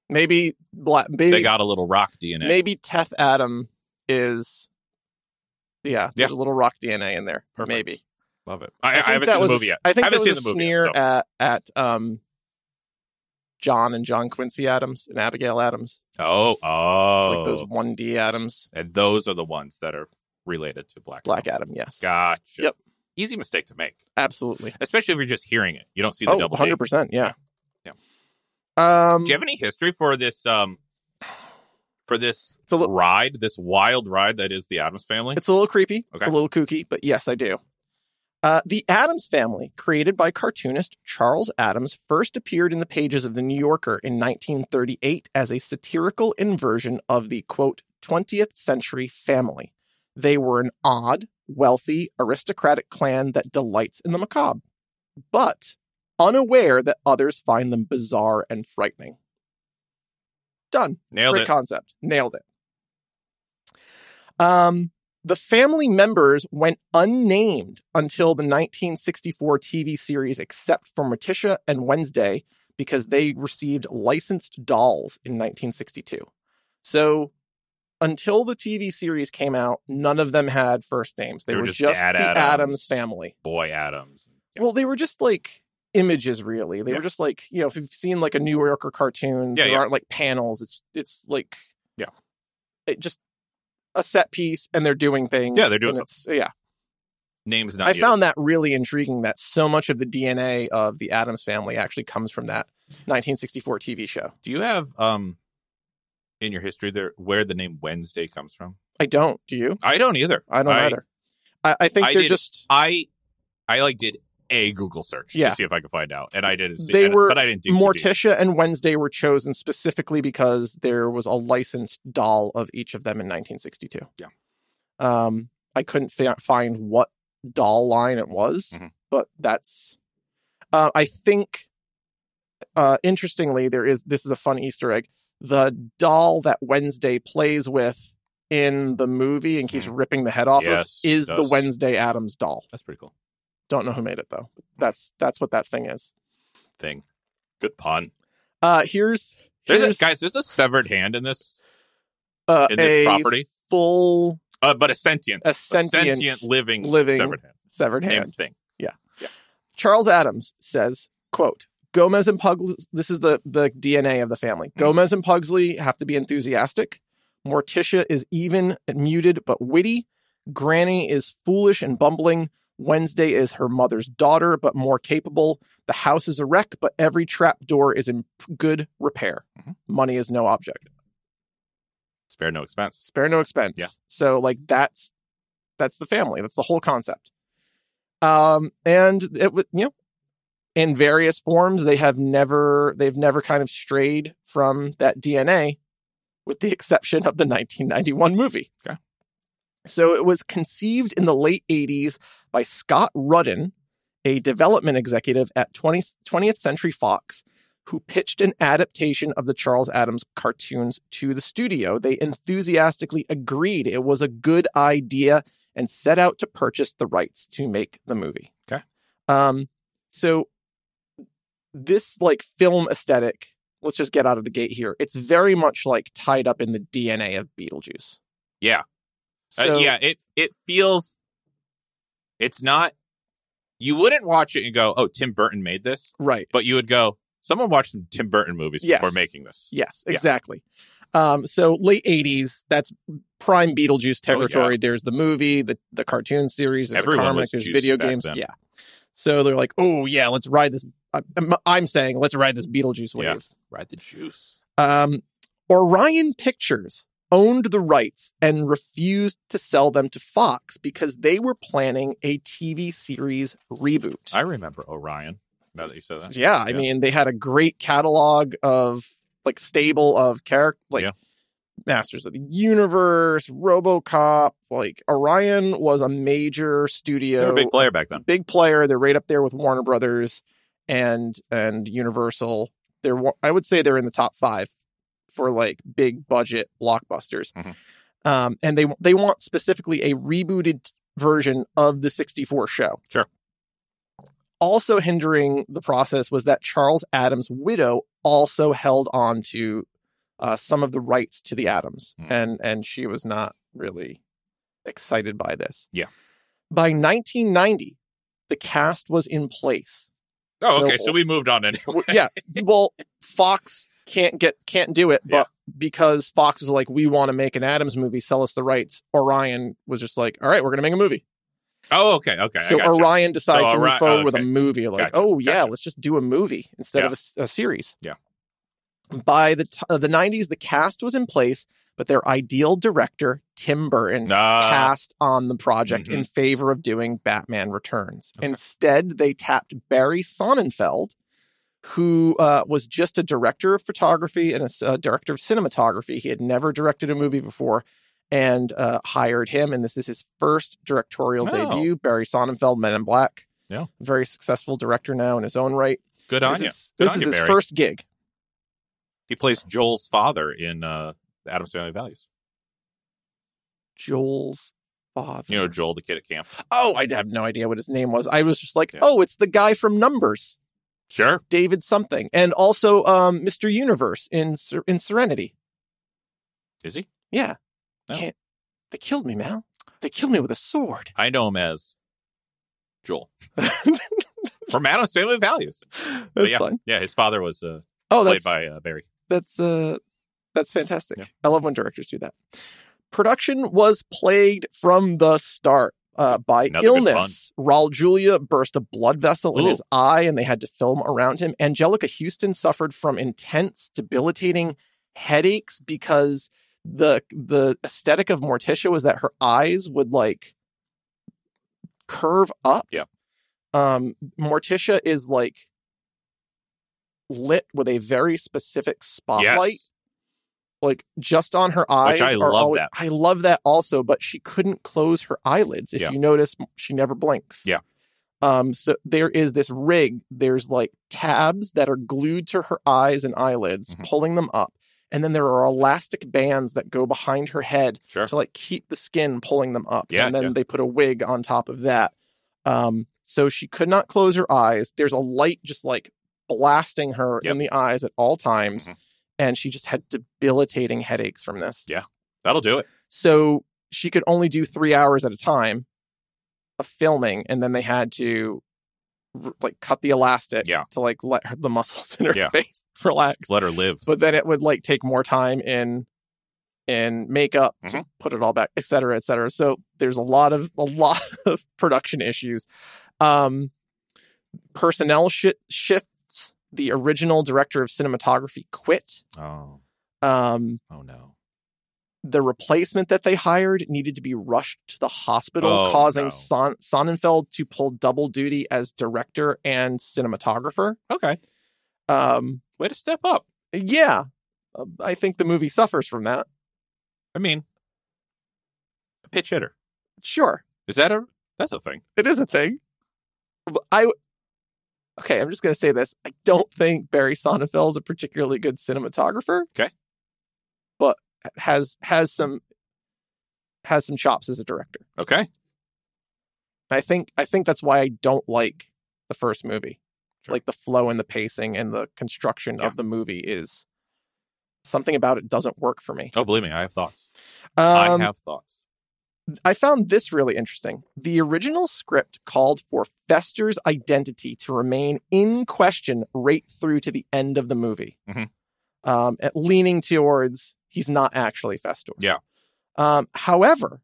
Speaker 2: Maybe black.
Speaker 1: they
Speaker 2: Maybe
Speaker 1: got a little rock DNA.
Speaker 2: maybe Teth Adam is. Yeah, there's a little rock DNA in there.
Speaker 1: Perfect.
Speaker 2: Maybe
Speaker 1: Love it. I, I,
Speaker 2: think
Speaker 1: haven't
Speaker 2: that
Speaker 1: seen
Speaker 2: was-
Speaker 1: the movie yet.
Speaker 2: I think
Speaker 1: haven't
Speaker 2: that
Speaker 1: seen
Speaker 2: was
Speaker 1: the
Speaker 2: a
Speaker 1: movie
Speaker 2: sneer
Speaker 1: yet. so-
Speaker 2: at at um, John and John Quincy Adams and Abigail Adams,
Speaker 1: Oh, oh,
Speaker 2: like those one D Adams,
Speaker 1: and those are the ones that are related to Black.
Speaker 2: Black
Speaker 1: Adam.
Speaker 2: Adam. Yes,
Speaker 1: Gotcha.
Speaker 2: Yep.
Speaker 1: Easy mistake to make,
Speaker 2: absolutely.
Speaker 1: especially if you're just hearing it. You don't see the
Speaker 2: Oh,
Speaker 1: double.
Speaker 2: 100
Speaker 1: 100
Speaker 2: percent. Yeah,
Speaker 1: Yeah.
Speaker 2: Um,
Speaker 1: Do you have any history for this? Um, for this
Speaker 2: it's a little
Speaker 1: ride, this wild ride that is the Adams family.
Speaker 2: It's a little creepy. It's
Speaker 1: Okay.
Speaker 2: a little kooky, but yes, I do. Uh, the Adams Family, created by cartoonist Charles Adams, first appeared in the pages of The New Yorker in 1938 as a satirical inversion of the quote, 20th century family. They were an odd, wealthy, aristocratic clan that delights in the macabre, but unaware that others find them bizarre and frightening. Done.
Speaker 1: Nailed
Speaker 2: Great
Speaker 1: it.
Speaker 2: concept. Nailed it. Um, the family members went unnamed until the 1964 TV series, except for Morticia and Wednesday, because they received licensed dolls in 1962. So until the TV series came out, none of them had first names. They, were, just,
Speaker 1: Dad
Speaker 2: the
Speaker 1: Adams.
Speaker 2: Adams family.
Speaker 1: Boy Adams. Yeah.
Speaker 2: Well, they were just like images, really. They
Speaker 1: Yeah.
Speaker 2: were just like you know, if you've seen like a New Yorker cartoon,
Speaker 1: Yeah,
Speaker 2: there
Speaker 1: yeah.
Speaker 2: aren't like panels. It's it's like
Speaker 1: Yeah.
Speaker 2: it just a set piece, and they're doing things.
Speaker 1: Yeah, they're doing
Speaker 2: and it's- Yeah,
Speaker 1: Name's not.
Speaker 2: I
Speaker 1: used.
Speaker 2: found that really intriguing. That so much of the DNA of the Adams family actually comes from that 1964 TV show.
Speaker 1: Do you have um, in your history there where the name Wednesday comes from?
Speaker 2: I don't. Do you?
Speaker 1: I don't either.
Speaker 2: I don't
Speaker 1: I-
Speaker 2: either. I, I think
Speaker 1: I
Speaker 2: they're
Speaker 1: did-
Speaker 2: just
Speaker 1: I I like did a Google search
Speaker 2: Yeah.
Speaker 1: to see if I could find out, and I didn't. See,
Speaker 2: They
Speaker 1: and-
Speaker 2: were
Speaker 1: but I didn't do
Speaker 2: Morticia and Wednesday were chosen specifically because there was a licensed doll of each of them in 1962.
Speaker 1: Yeah.
Speaker 2: Um, I couldn't fi- find what doll line it was,
Speaker 1: Mhm.
Speaker 2: but that's. Uh, I think, uh, interestingly, there is this is a fun Easter egg. The doll that Wednesday plays with in the movie and keeps ripping the head off
Speaker 1: Mm-hmm. Yes,
Speaker 2: of is the
Speaker 1: does.
Speaker 2: Wednesday Adams doll.
Speaker 1: That's pretty cool
Speaker 2: Don't know who made it though.
Speaker 1: Hmm.
Speaker 2: That's that's what that thing is.
Speaker 1: thing. Good pun.
Speaker 2: Uh, here's
Speaker 1: There's a,
Speaker 2: here's-
Speaker 1: guys. There's a severed hand in this,
Speaker 2: uh,
Speaker 1: in this
Speaker 2: a
Speaker 1: property?
Speaker 2: full
Speaker 1: uh, but a sentient,
Speaker 2: a sentient,
Speaker 1: a sentient living,
Speaker 2: living
Speaker 1: severed hand,
Speaker 2: severed hand.
Speaker 1: named thing.
Speaker 2: Charles Adams says, "quote Gomez and Pugsley. This is the the DNA of the family.
Speaker 1: Hmm.
Speaker 2: Gomez and Pugsley have to be enthusiastic. Morticia is even and muted but witty. Granny is foolish and bumbling." Wednesday is her mother's daughter, but more capable. The house is a wreck, but every trap door is in p- good repair.
Speaker 1: Mhm.
Speaker 2: Money is no object.
Speaker 1: Spare no expense.
Speaker 2: spare no expense.
Speaker 1: Yeah.
Speaker 2: So like that's That's the family. That's the whole concept. Um, and it was you know, in various forms, they have never they've never kind of strayed from that DNA, with the exception of the 1991 movie.
Speaker 1: Okay.
Speaker 2: So it was conceived in the late 80s by Scott Rudden, a development executive at 20, 20th Century Fox, who pitched an adaptation of the Charles Adams cartoons to the studio. They enthusiastically agreed it was a good idea and set out to purchase the rights to make the movie.
Speaker 1: Okay.
Speaker 2: Um, so this like film aesthetic, let's just get out of the gate here. It's very much like tied up in the DNA of Beetlejuice.
Speaker 1: Yeah. Uh,
Speaker 2: So,
Speaker 1: yeah, it it feels it's not you wouldn't watch it and go, "Oh, Tim Burton made this,"
Speaker 2: Right.
Speaker 1: but you would go, "Someone watched some Tim Burton movies
Speaker 2: Yes.
Speaker 1: before making this."
Speaker 2: Yes,
Speaker 1: Yeah.
Speaker 2: exactly. Um, so late '80s, that's prime Beetlejuice
Speaker 1: Oh, yeah.
Speaker 2: territory. There's the movie, the the cartoon series, there's
Speaker 1: Everyone
Speaker 2: the
Speaker 1: was
Speaker 2: comic, there's
Speaker 1: juiced
Speaker 2: video
Speaker 1: back
Speaker 2: games.
Speaker 1: then.
Speaker 2: Yeah. So they're like, oh yeah, let's ride this. I'm, I'm saying let's ride this Beetlejuice
Speaker 1: Yeah.
Speaker 2: wave.
Speaker 1: Ride the juice.
Speaker 2: Um, Orion Pictures owned the rights and refused to sell them to Fox because they were planning a TV series reboot.
Speaker 1: I remember Orion. Now that you said that,
Speaker 2: Yeah, I
Speaker 1: Yeah.
Speaker 2: mean, they had a great catalog of like stable of character, like
Speaker 1: Yeah.
Speaker 2: Masters of the Universe, RoboCop. Like Orion was a major
Speaker 1: they were
Speaker 2: studio,
Speaker 1: a big player back then.
Speaker 2: big player. They're right up there with Warner Brothers and and Universal. They're wa- I would say they're in the top five for like big budget blockbusters.
Speaker 1: Mhm.
Speaker 2: Um, and they they want specifically a rebooted version of the '64 show.
Speaker 1: Sure.
Speaker 2: Also hindering the process was that Charles Adams' widow also held on to uh, some of the rights to the Adams,
Speaker 1: Mm.
Speaker 2: and and she was not really excited by this.
Speaker 1: Yeah.
Speaker 2: By 1990, the cast was in place.
Speaker 1: Oh,
Speaker 2: So-
Speaker 1: okay. So we moved on anyway.
Speaker 2: Well, yeah. Well, Fox can't get can't do it, but because Fox was like, we want to make an Adams movie, sell us the rights. Orion was just like, all right, we're gonna make a movie.
Speaker 1: Oh, okay. Okay.
Speaker 2: so
Speaker 1: I gotcha.
Speaker 2: Orion decided
Speaker 1: So
Speaker 2: to move
Speaker 1: Ori-
Speaker 2: forward with a
Speaker 1: okay.
Speaker 2: movie. Like,
Speaker 1: Gotcha,
Speaker 2: oh yeah,
Speaker 1: gotcha.
Speaker 2: let's just do a movie instead
Speaker 1: Yeah.
Speaker 2: of a s- a, series.
Speaker 1: Yeah.
Speaker 2: By the t- uh, the 90s, the cast was in place, but their ideal director, Tim Burton,
Speaker 1: Ah,
Speaker 2: passed on the project
Speaker 1: mhm.
Speaker 2: in favor of doing Batman Returns.
Speaker 1: Okay.
Speaker 2: Instead, they tapped Barry Sonnenfeld, who uh, was just a director of photography and a s- a director of cinematography. He had never directed a movie before and uh, hired him. And this is his first directorial
Speaker 1: Oh.
Speaker 2: debut. Barry Sonnenfeld, Men in Black.
Speaker 1: Yeah.
Speaker 2: Very successful director now in his own right.
Speaker 1: good on
Speaker 2: this
Speaker 1: you.
Speaker 2: is,
Speaker 1: Good
Speaker 2: this
Speaker 1: on
Speaker 2: is
Speaker 1: you,
Speaker 2: his
Speaker 1: Barry.
Speaker 2: first gig.
Speaker 1: He plays Joel's father in uh, the Adams Family Values.
Speaker 2: Joel's father.
Speaker 1: You know, Joel, the kid at camp.
Speaker 2: oh, I have no idea what his name was. I was just like,
Speaker 1: Yeah.
Speaker 2: oh, it's the guy from Numbers.
Speaker 1: Sure.
Speaker 2: David something, and also um, Mr. Universe in Ser- in Serenity.
Speaker 1: Is he?
Speaker 2: Yeah,
Speaker 1: Oh.
Speaker 2: can't. They killed me, Mal. They killed me with a sword.
Speaker 1: I know him as Joel from Adams Family Values.
Speaker 2: that's
Speaker 1: yeah.
Speaker 2: fun.
Speaker 1: Yeah, his father was uh,
Speaker 2: Oh,
Speaker 1: played
Speaker 2: that's
Speaker 1: by uh, Barry.
Speaker 2: that's uh, that's fantastic.
Speaker 1: Yeah.
Speaker 2: I love when directors do that. Production was plagued from the start. Uh, by
Speaker 1: Another good
Speaker 2: illness, Raul Julia burst a blood vessel in
Speaker 1: Ooh.
Speaker 2: his eye, and they had to film around him. Angelica Houston suffered from intense, debilitating headaches because the the aesthetic of Morticia was that her eyes would like curve up.
Speaker 1: Yeah.
Speaker 2: Um Morticia is like lit with a very specific spotlight
Speaker 1: Yes.
Speaker 2: like just on her eyes
Speaker 1: I
Speaker 2: are
Speaker 1: love
Speaker 2: always-
Speaker 1: that.
Speaker 2: I love that also, but she couldn't close her eyelids. If
Speaker 1: Yeah.
Speaker 2: you notice, she never blinks.
Speaker 1: Yeah.
Speaker 2: Um so there is this rig, there's like tabs that are glued to her eyes and eyelids,
Speaker 1: Mhm.
Speaker 2: pulling them up, and then there are elastic bands that go behind her head
Speaker 1: Sure.
Speaker 2: to like keep the skin pulling them up.
Speaker 1: Yeah,
Speaker 2: and then
Speaker 1: yeah.
Speaker 2: they put a wig on top of that. Um, so she could not close her eyes. There's a light just like blasting her
Speaker 1: Yep.
Speaker 2: in the eyes at all times.
Speaker 1: Mhm.
Speaker 2: And she just had debilitating headaches from this.
Speaker 1: That'll do it.
Speaker 2: So she could only do three hours at a time of filming. And then they had to r- like cut the elastic
Speaker 1: Yeah.
Speaker 2: to like let her, the muscles in her
Speaker 1: Yeah.
Speaker 2: face relax
Speaker 1: Let her live.
Speaker 2: but then it would like take more time in in makeup to
Speaker 1: Mm-hmm.
Speaker 2: put it all back et cetera et cetera so there's a lot of a lot of production issues um personnel shi shifts the original director of cinematography quit
Speaker 1: Oh,
Speaker 2: um
Speaker 1: oh no.
Speaker 2: the replacement that they hired needed to be rushed to the hospital,
Speaker 1: Oh,
Speaker 2: causing
Speaker 1: no.
Speaker 2: Son- Sonnenfeld to pull double duty as director and cinematographer.
Speaker 1: Okay.
Speaker 2: Um,
Speaker 1: Way to step up.
Speaker 2: yeah, Uh, I think the movie suffers from that.
Speaker 1: I mean, a pitch hitter.
Speaker 2: Sure,
Speaker 1: Is that a that's a thing.
Speaker 2: it is a thing. But I okay, I'm just gonna say this. I don't think Barry Sonnenfeld is a particularly good cinematographer.
Speaker 1: Okay.
Speaker 2: but has has some has some chops as a director.
Speaker 1: Okay.
Speaker 2: And I think I think that's why I don't like the first movie.
Speaker 1: Sure.
Speaker 2: Like the flow and the pacing and the construction
Speaker 1: Yeah.
Speaker 2: of the movie is something about it doesn't work for me.
Speaker 1: Oh, believe me, I have thoughts.
Speaker 2: Um,
Speaker 1: I have thoughts.
Speaker 2: I found this really interesting. The original script called for Fester's identity to remain in question right through to the end of the movie,
Speaker 1: Mhm.
Speaker 2: um, at leaning towards he's not actually Fester.
Speaker 1: Yeah.
Speaker 2: Um, however,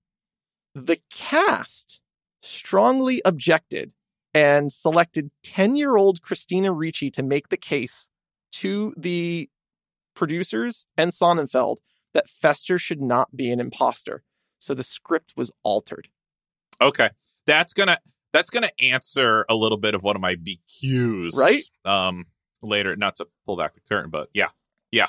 Speaker 2: the cast strongly objected and selected 10 year old Christina Ricci to make the case to the producers and Sonnenfeld that Fester should not be an imposter so the script was altered.
Speaker 1: Okay. That's gonna that's gonna answer a little bit of one of my BQs.
Speaker 2: Right?
Speaker 1: Um later, not to pull back the curtain, but yeah. Yeah.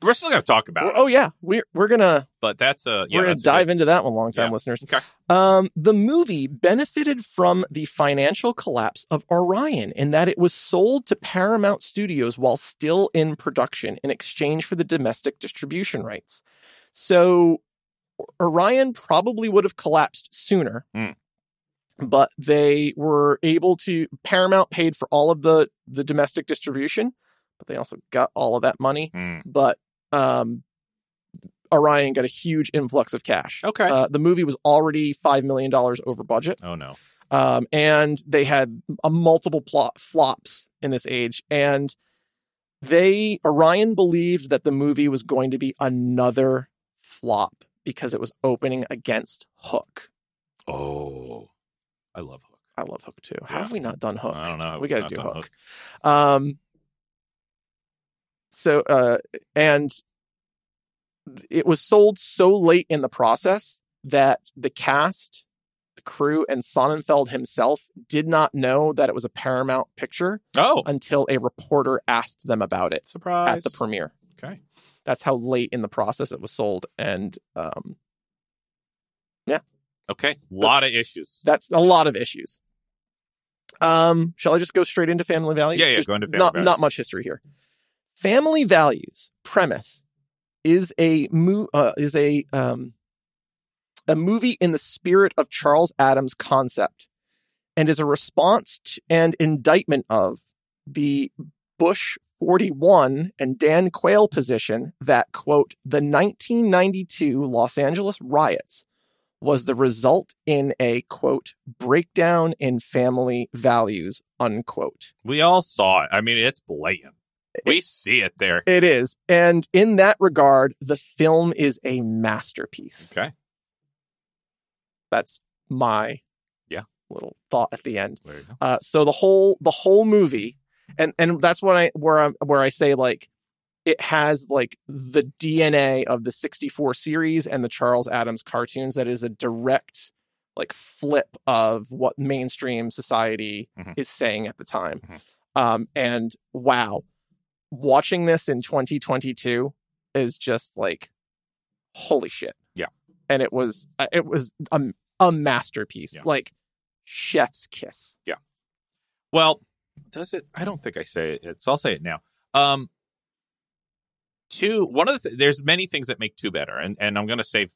Speaker 1: We're still gonna talk about it.
Speaker 2: Oh yeah, we're we're gonna
Speaker 1: But that's a yeah,
Speaker 2: we're gonna
Speaker 1: that's a good-
Speaker 2: dive into that one, long time
Speaker 1: Yeah.
Speaker 2: listeners.
Speaker 1: Okay.
Speaker 2: Um, the movie benefited from the financial collapse of Orion in that it was sold to Paramount Studios while still in production in exchange for the domestic distribution rights. So Orion probably would have collapsed sooner.
Speaker 1: Mm.
Speaker 2: But they were able to Paramount paid for all of the the domestic distribution, but they also got all of that money.
Speaker 1: Hmm.
Speaker 2: but um, Orion got a huge influx of cash.
Speaker 1: Okay.
Speaker 2: Uh, the movie was already five million dollars over budget,
Speaker 1: oh no.
Speaker 2: um, and they had a multiple plot flops in this age, and they Orion believed that the movie was going to be another flop because it was opening against Hook.
Speaker 1: Oh. I love Hook.
Speaker 2: I love Hook too. How
Speaker 1: Yeah.
Speaker 2: have we not done Hook?
Speaker 1: I don't know.
Speaker 2: We gotta
Speaker 1: Not
Speaker 2: do
Speaker 1: done
Speaker 2: Hook. Um, so, uh, and it was sold so late in the process that the cast, the crew, and Sonnenfeld himself did not know that it was a Paramount picture
Speaker 1: Oh,
Speaker 2: until a reporter asked them about it
Speaker 1: surprise!
Speaker 2: at the premiere.
Speaker 1: okay,
Speaker 2: That's how late in the process it was sold. And um,
Speaker 1: okay, lot of issues.
Speaker 2: that's a lot of issues. Um, shall I just go straight into Family Values?
Speaker 1: yeah, yeah,
Speaker 2: Just
Speaker 1: going to family
Speaker 2: not
Speaker 1: values.
Speaker 2: not much history here. Family values premise is a mo- uh, is a um, a movie in the spirit of Charles Adams' concept, and is a response to, and indictment of the Bush 41 and Dan Quayle position that quote the 1992 Los Angeles riots was the result in a quote breakdown in family values unquote.
Speaker 1: We all saw it. I mean, it's blatant. We see it there.
Speaker 2: It is. And in that regard, the film is a masterpiece.
Speaker 1: Okay,
Speaker 2: That's my
Speaker 1: Yeah.
Speaker 2: little thought at the end.
Speaker 1: there you go.
Speaker 2: Uh, so the whole the whole movie, and and that's what I where I am where I say like it has like the DNA of the '64 series and the Charles Adams cartoons. That is a direct like flip of what mainstream society
Speaker 1: Mhm.
Speaker 2: is saying at the time.
Speaker 1: Mhm.
Speaker 2: Um, and wow, watching this in 2022 is just like holy shit.
Speaker 1: Yeah.
Speaker 2: and it was uh, it was a, a masterpiece.
Speaker 1: Yeah.
Speaker 2: Like chef's kiss.
Speaker 1: Well, does it? I don't think I say it. So I'll say it now. Um, two. One of the th- there's many things that make two better, and and I'm going to save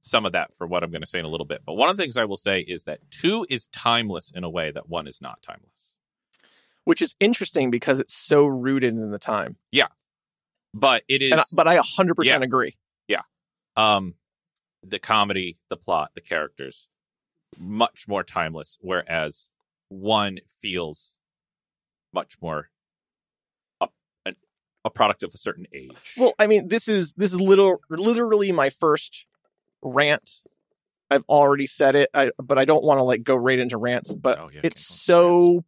Speaker 1: some of that for what I'm going to say in a little bit. But one of the things I will say is that two is timeless in a way that one is not timeless.
Speaker 2: which is interesting because it's so rooted in the time.
Speaker 1: But it is.
Speaker 2: And I, but I 100% agree.
Speaker 1: um the comedy the plot the characters much more timeless whereas one feels much more a, an, a product of a certain age
Speaker 2: Well, I mean, this is this is little literally my first rant. I've already said it, I, but I don't want to like go right into rants, but
Speaker 1: Oh, yeah,
Speaker 2: uh, it's
Speaker 1: can't go into
Speaker 2: so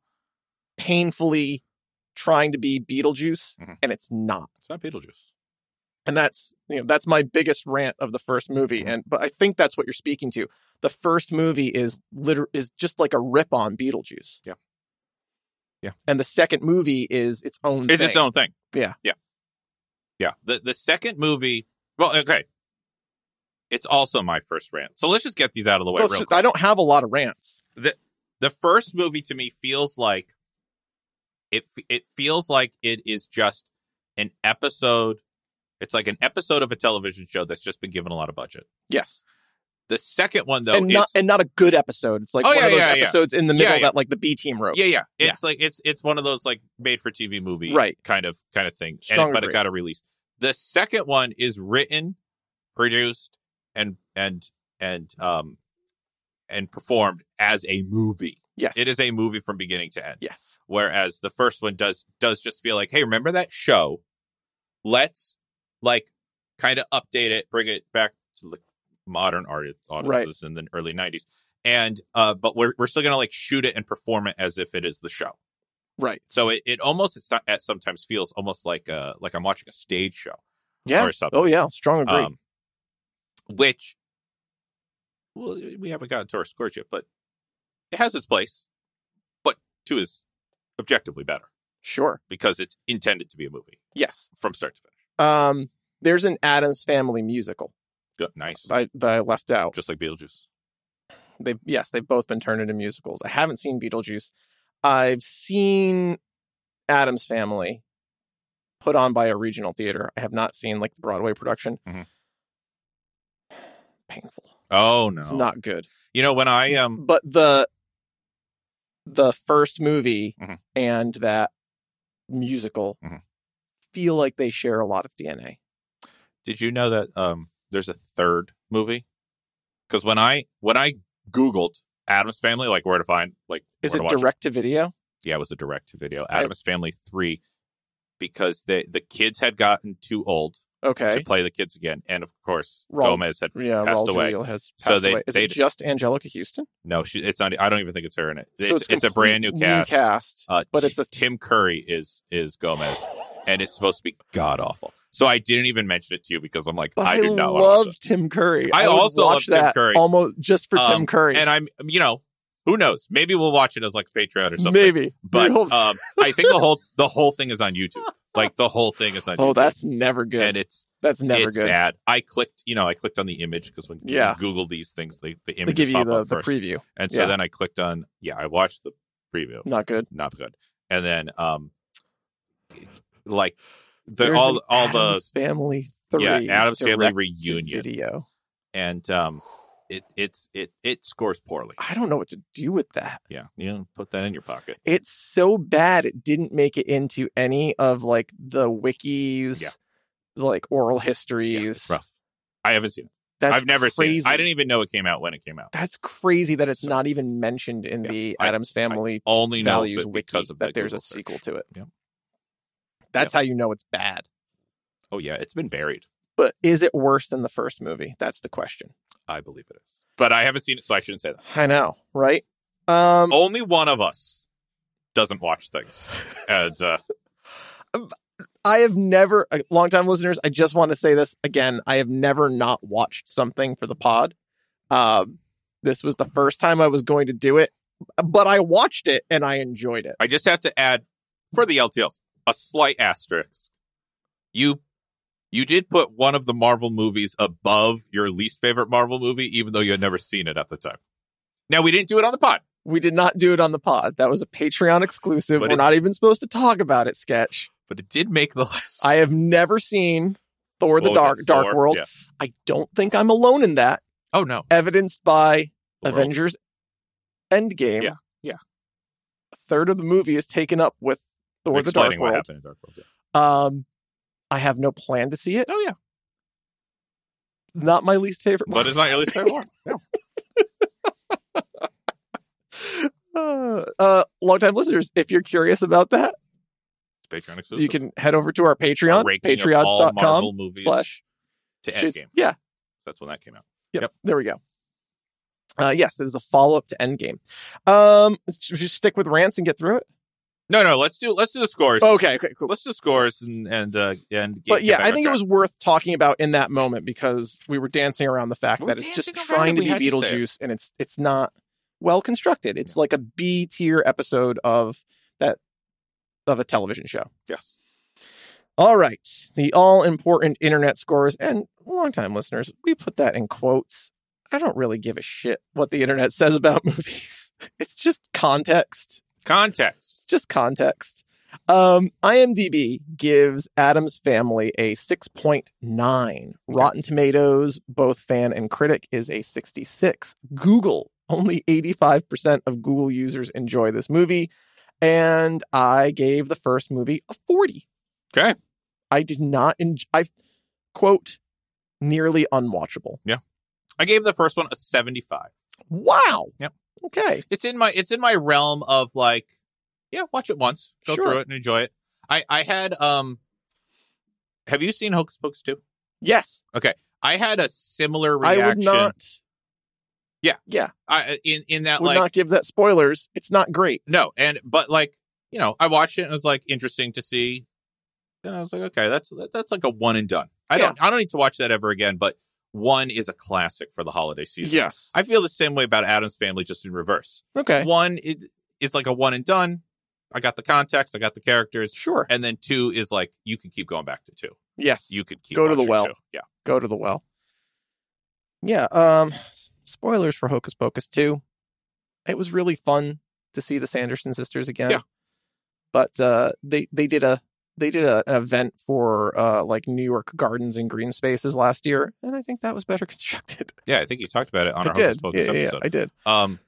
Speaker 2: painfully trying to be Beetlejuice
Speaker 1: Mhm.
Speaker 2: and it's not.
Speaker 1: it's not beetlejuice
Speaker 2: and that's you know that's my biggest rant of the first
Speaker 1: Mm-hmm.
Speaker 2: movie and but i think that's what you're speaking to the first movie is liter- is just like a rip on beetlejuice
Speaker 1: Yeah. Yeah.
Speaker 2: and the second movie is its own
Speaker 1: It's
Speaker 2: thing.
Speaker 1: its own thing.
Speaker 2: Mm, Yeah.
Speaker 1: Yeah. Yeah. The the second movie, well, okay. It's also my first rant. So let's just get these out of the way
Speaker 2: So it's
Speaker 1: real
Speaker 2: just-
Speaker 1: quick.
Speaker 2: i don't have a lot of rants
Speaker 1: The first movie to me feels like it it feels like it is just an episode it's like an episode of a television show that's just been given a lot of budget.
Speaker 2: yes
Speaker 1: The second one though
Speaker 2: and
Speaker 1: is
Speaker 2: not and not a good episode it's like
Speaker 1: Oh,
Speaker 2: one
Speaker 1: yeah,
Speaker 2: of those
Speaker 1: yeah, yeah.
Speaker 2: episodes in the middle
Speaker 1: Yeah, yeah.
Speaker 2: that like the b team wrote
Speaker 1: Yeah, yeah.
Speaker 2: Yeah.
Speaker 1: It's like it's it's one of those like made for TV movie
Speaker 2: Right.
Speaker 1: kind of kind of thing. And
Speaker 2: Strong
Speaker 1: it, but it
Speaker 2: agree.
Speaker 1: got a release. The second one is written, produced, and and and um and performed as a movie.
Speaker 2: yes
Speaker 1: It is a movie from beginning to end.
Speaker 2: yes
Speaker 1: Whereas the first one does does just feel like, hey, remember that show? Let's like kind of update it, bring it back to like modern arti- audiences in the early '90s, and uh, but we're we're still gonna like shoot it and perform it as if it is the show.
Speaker 2: right
Speaker 1: So it, it almost it's not, it sometimes feels almost like uh like I'm watching a stage show
Speaker 2: yeah
Speaker 1: or something.
Speaker 2: oh yeah strong agree
Speaker 1: Um, which well we haven't gotten to our score yet, but it has its place. But two is objectively better
Speaker 2: sure
Speaker 1: because it's intended to be a movie
Speaker 2: yes
Speaker 1: from start to finish.
Speaker 2: um there's an adams family musical
Speaker 1: Good, nice,
Speaker 2: that I, that I left out
Speaker 1: just like Beetlejuice. Mhm.
Speaker 2: Painful.
Speaker 1: Oh no,
Speaker 2: It's not good.
Speaker 1: You know when I um
Speaker 2: But the the first movie
Speaker 1: Mhm.
Speaker 2: and that musical
Speaker 1: Mhm.
Speaker 2: feel like they share a lot of DNA.
Speaker 1: did you know that um there's a third movie? Because when I when I Googled Adam's Family, like where to find like
Speaker 2: Is
Speaker 1: where to
Speaker 2: it
Speaker 1: watch
Speaker 2: direct to video?
Speaker 1: yeah, it was a direct to video.
Speaker 2: I-
Speaker 1: Adam's Family Three, because the the kids had gotten too old to
Speaker 2: Okay.
Speaker 1: play the kids again, and of course
Speaker 2: Raul-
Speaker 1: Gomez had
Speaker 2: Yeah,
Speaker 1: passed
Speaker 2: Raul
Speaker 1: away.
Speaker 2: Juliel has
Speaker 1: So
Speaker 2: passed
Speaker 1: they-
Speaker 2: away. Is
Speaker 1: they
Speaker 2: it
Speaker 1: just-
Speaker 2: just Angelica Houston?
Speaker 1: no, she, it's not. I don't even think it's her in it. It's
Speaker 2: So
Speaker 1: it's, a brand new
Speaker 2: complete
Speaker 1: cast.
Speaker 2: cast.
Speaker 1: Uh,
Speaker 2: but
Speaker 1: T-
Speaker 2: it's a-
Speaker 1: Tim Curry is is Gomez, and it's supposed to be god awful. So I didn't even mention it to you because I'm like
Speaker 2: But
Speaker 1: I,
Speaker 2: I,
Speaker 1: did not wanna watch
Speaker 2: love
Speaker 1: it.
Speaker 2: Tim Curry.
Speaker 1: I
Speaker 2: would
Speaker 1: also
Speaker 2: watch
Speaker 1: love Tim
Speaker 2: that
Speaker 1: Curry.
Speaker 2: almost just for
Speaker 1: Um,
Speaker 2: Tim Curry.
Speaker 1: and I'm you know who knows maybe we'll watch it as like Patreon or something.
Speaker 2: Maybe,
Speaker 1: But
Speaker 2: Maybe we'll-
Speaker 1: um, I think the whole the whole thing is on YouTube. Like the whole thing is on YouTube.
Speaker 2: oh, that's never
Speaker 1: and
Speaker 2: good.
Speaker 1: it's
Speaker 2: That's never
Speaker 1: it's
Speaker 2: good.
Speaker 1: bad. I clicked, you know, I clicked on the image because when
Speaker 2: Yeah.
Speaker 1: you Google these things, they, the
Speaker 2: They
Speaker 1: images
Speaker 2: give you
Speaker 1: pop
Speaker 2: the,
Speaker 1: up
Speaker 2: the
Speaker 1: first.
Speaker 2: preview.
Speaker 1: and so
Speaker 2: yeah.
Speaker 1: then I clicked on, yeah, I watched the preview.
Speaker 2: Not good.
Speaker 1: Not good. And then, um, like the
Speaker 2: There's
Speaker 1: all
Speaker 2: an
Speaker 1: all
Speaker 2: Addams Family three.
Speaker 1: Yeah, Addams Family
Speaker 2: direct to
Speaker 1: reunion.
Speaker 2: video.
Speaker 1: the and um, it it's it it scores poorly.
Speaker 2: I don't know what to do with that.
Speaker 1: Yeah, you know, put that in your pocket.
Speaker 2: It's so bad it didn't make it into any of like the wikis,
Speaker 1: Yeah.
Speaker 2: like oral
Speaker 1: Yeah,
Speaker 2: histories.
Speaker 1: it's rough. I haven't seen it.
Speaker 2: That's
Speaker 1: I've never
Speaker 2: crazy.
Speaker 1: seen. It. I didn't even know it came out when it came out.
Speaker 2: That's crazy that it's
Speaker 1: So-
Speaker 2: not even mentioned in
Speaker 1: Yeah,
Speaker 2: the
Speaker 1: I-
Speaker 2: Adams Family
Speaker 1: Only know
Speaker 2: values
Speaker 1: of it
Speaker 2: wiki
Speaker 1: because of
Speaker 2: that,
Speaker 1: the
Speaker 2: there's a
Speaker 1: Google search.
Speaker 2: sequel to it.
Speaker 1: Yep.
Speaker 2: That's how you know it's bad.
Speaker 1: Oh yeah, it's been buried.
Speaker 2: But is it worse than the first movie? That's the question.
Speaker 1: I believe it is, but I haven't seen it, so I shouldn't say that.
Speaker 2: I know, right? Um
Speaker 1: only one of us doesn't watch things. And uh,
Speaker 2: I have never uh, longtime listeners, I just want to say this again. I have never not watched something for the pod. Um this was the first time I was going to do it, but I watched it and I enjoyed it.
Speaker 1: I just have to add for the LTLs a slight asterisk. You you did put one of the Marvel movies above your least favorite Marvel movie, even though you had never seen it at the time. Now we didn't do it on the pod.
Speaker 2: We did not do it on the pod. That was a Patreon exclusive.
Speaker 1: But
Speaker 2: We're
Speaker 1: it-
Speaker 2: not even supposed to talk about it, sketch.
Speaker 1: But it did make the list.
Speaker 2: I have never seen Thor:
Speaker 1: What
Speaker 2: The
Speaker 1: was it,
Speaker 2: Dark Dark
Speaker 1: Thor?
Speaker 2: World.
Speaker 1: Yeah.
Speaker 2: I don't think I'm alone in that,
Speaker 1: Oh no.
Speaker 2: evidenced by
Speaker 1: The world.
Speaker 2: Avengers Endgame.
Speaker 1: Yeah, yeah.
Speaker 2: A third of the movie is taken up with Thor: The Dark
Speaker 1: Explaining what
Speaker 2: World.
Speaker 1: happened in Dark World. yeah.
Speaker 2: Um, I have no plan to see it.
Speaker 1: Oh yeah.
Speaker 2: Not my least favorite.
Speaker 1: But it's not your least favorite one. No.
Speaker 2: uh, uh, longtime listeners, if you're curious about that,
Speaker 1: It's Patreon exclusive.
Speaker 2: you can head over to our Patreon,
Speaker 1: Ranking of all Marvel
Speaker 2: patreon.com
Speaker 1: movies
Speaker 2: slash
Speaker 1: to
Speaker 2: She's-
Speaker 1: Endgame.
Speaker 2: Yeah,
Speaker 1: That's when that came out.
Speaker 2: there we go. Uh, yes, this is a follow up to Endgame. Um, should we just stick with rants and get through it?
Speaker 1: No, no. Let's do let's do the scores.
Speaker 2: Okay, okay, cool.
Speaker 1: Let's do scores and and uh, and. Get,
Speaker 2: But
Speaker 1: get
Speaker 2: yeah,
Speaker 1: back
Speaker 2: I
Speaker 1: on
Speaker 2: think it
Speaker 1: track.
Speaker 2: was worth talking about in that moment because we were dancing around the fact
Speaker 1: We were
Speaker 2: that it's just
Speaker 1: dancing around
Speaker 2: trying
Speaker 1: it.
Speaker 2: to
Speaker 1: We
Speaker 2: be
Speaker 1: had to say it.
Speaker 2: Beetlejuice and it's it's not well constructed. It's like a B tier episode of that of a television show.
Speaker 1: Yes.
Speaker 2: All right. The all important internet scores and longtime listeners, we put that in quotes. I don't really give a shit what the internet says about movies. It's just context.
Speaker 1: Context.
Speaker 2: It's just context. Um, IMDb gives Adam's Family a 6.9. Rotten Tomatoes, both fan and critic, is a 66. Google, only 85% of Google users enjoy this movie. And I gave the first movie a 40.
Speaker 1: Okay.
Speaker 2: I did not enjoy. I quote nearly unwatchable.
Speaker 1: I gave the first one a seventy-five.
Speaker 2: Wow.
Speaker 1: Yep.
Speaker 2: Okay.
Speaker 1: It's in my it's in my realm of like, yeah, watch it once, go
Speaker 2: Sure.
Speaker 1: through it and enjoy it. I I had um. Have you seen Hocus Pocus two?
Speaker 2: Yes.
Speaker 1: I had a similar reaction.
Speaker 2: I would not
Speaker 1: I, uh, in in that
Speaker 2: would
Speaker 1: like
Speaker 2: not give that spoilers. It's not great.
Speaker 1: no and but like you know I watched it and it was like interesting to see. And I was like, okay, that's that, that's like a one and done. I
Speaker 2: Yeah.
Speaker 1: don't I don't need to watch that ever again. But one is a classic for the holiday season.
Speaker 2: Yes.
Speaker 1: I feel the same way about Adam's Family, just in reverse.
Speaker 2: Okay.
Speaker 1: One it, is like a one and done. I got the context, I got the characters,
Speaker 2: Sure.
Speaker 1: and then two is like you could keep going back to two.
Speaker 2: Yes.
Speaker 1: You could keep
Speaker 2: Go to the
Speaker 1: watching
Speaker 2: well.
Speaker 1: two. Yeah,
Speaker 2: go to the well. Yeah. Um. Spoilers for Hocus Pocus two. It was really fun to see the Sanderson sisters again.
Speaker 1: Yeah.
Speaker 2: But uh, they they did a they did a, an event for uh like New York gardens and green spaces last year, and I think that was better constructed.
Speaker 1: yeah. I think you talked about it on
Speaker 2: I
Speaker 1: our
Speaker 2: did.
Speaker 1: Hocus Pocus
Speaker 2: yeah, yeah, yeah,
Speaker 1: episode.
Speaker 2: I did.
Speaker 1: Um,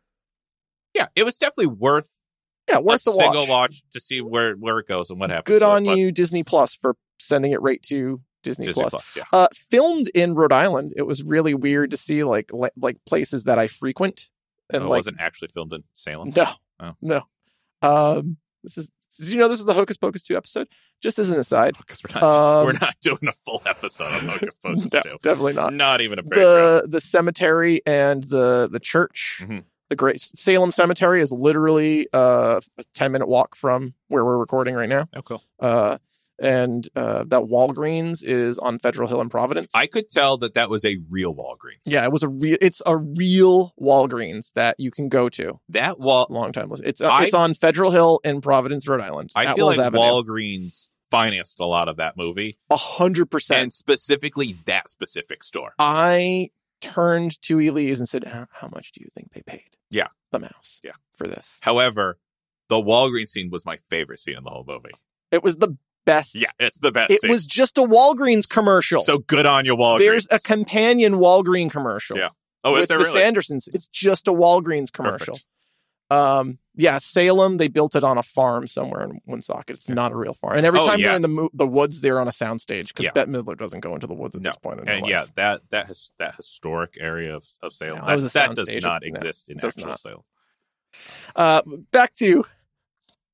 Speaker 1: yeah, it was definitely worth
Speaker 2: Yeah, worth
Speaker 1: a
Speaker 2: the watch.
Speaker 1: single watch. to see where where it goes and what happens.
Speaker 2: Good
Speaker 1: to it,
Speaker 2: on
Speaker 1: but
Speaker 2: you, Disney Plus, for sending it right to Disney,
Speaker 1: Disney
Speaker 2: Plus.
Speaker 1: Plus. Yeah,
Speaker 2: Uh, filmed in Rhode Island, it was really weird to see like la- like places that I frequent and
Speaker 1: Oh, it
Speaker 2: like
Speaker 1: wasn't actually filmed in Salem.
Speaker 2: No.
Speaker 1: Oh.
Speaker 2: No. Um, this is did you know this was the Hocus Pocus 2 episode? Just as an aside.
Speaker 1: because we're not
Speaker 2: Um,
Speaker 1: we're not doing a full episode on Hocus Pocus
Speaker 2: No,
Speaker 1: two.
Speaker 2: definitely not.
Speaker 1: Not even a paragraph.
Speaker 2: The the cemetery and the the church.
Speaker 1: Mhm.
Speaker 2: The great Salem Cemetery is literally uh, a 10 minute walk from where we're recording right now.
Speaker 1: Oh, cool.
Speaker 2: Uh, and uh, that Walgreens is on Federal Hill in Providence.
Speaker 1: I could tell that that was a real Walgreens.
Speaker 2: yeah, it was a real. It's a real Walgreens that you can go to.
Speaker 1: that Wal.
Speaker 2: Long time listen. It's uh,
Speaker 1: I-
Speaker 2: it's on Federal Hill in Providence, Rhode Island.
Speaker 1: I
Speaker 2: at
Speaker 1: feel
Speaker 2: Wells
Speaker 1: like
Speaker 2: Avenue.
Speaker 1: Walgreens financed a lot of that movie
Speaker 2: A hundred percent.
Speaker 1: and specifically that specific store.
Speaker 2: I turned to Elise and said, "How how much do you think they paid?"
Speaker 1: Yeah.
Speaker 2: the mouse.
Speaker 1: Yeah.
Speaker 2: for this,
Speaker 1: However, the Walgreens scene was my favorite scene in the whole movie.
Speaker 2: it was the best.
Speaker 1: Yeah, it's the best.
Speaker 2: it
Speaker 1: scene.
Speaker 2: was just a Walgreens commercial.
Speaker 1: so good on you, Walgreens.
Speaker 2: there's a companion Walgreen commercial.
Speaker 1: Yeah. oh, is
Speaker 2: with
Speaker 1: there
Speaker 2: the
Speaker 1: really?
Speaker 2: Sandersons. It's just a Walgreens commercial. Um, yeah, Salem. They built it on a farm somewhere in Woonsocket. It's
Speaker 1: Yeah.
Speaker 2: not a real farm. And every
Speaker 1: Oh,
Speaker 2: time
Speaker 1: yeah.
Speaker 2: they're in the mo- the woods, they're on a soundstage because
Speaker 1: Yeah.
Speaker 2: Bette Midler doesn't go into the woods at
Speaker 1: No.
Speaker 2: this point. In her
Speaker 1: and
Speaker 2: life.
Speaker 1: yeah, that that has that historic area of, of Salem
Speaker 2: No, it
Speaker 1: that,
Speaker 2: was a
Speaker 1: that does
Speaker 2: soundstage.
Speaker 1: not
Speaker 2: No,
Speaker 1: exist in
Speaker 2: it does
Speaker 1: actual
Speaker 2: not.
Speaker 1: Salem.
Speaker 2: Uh, back to back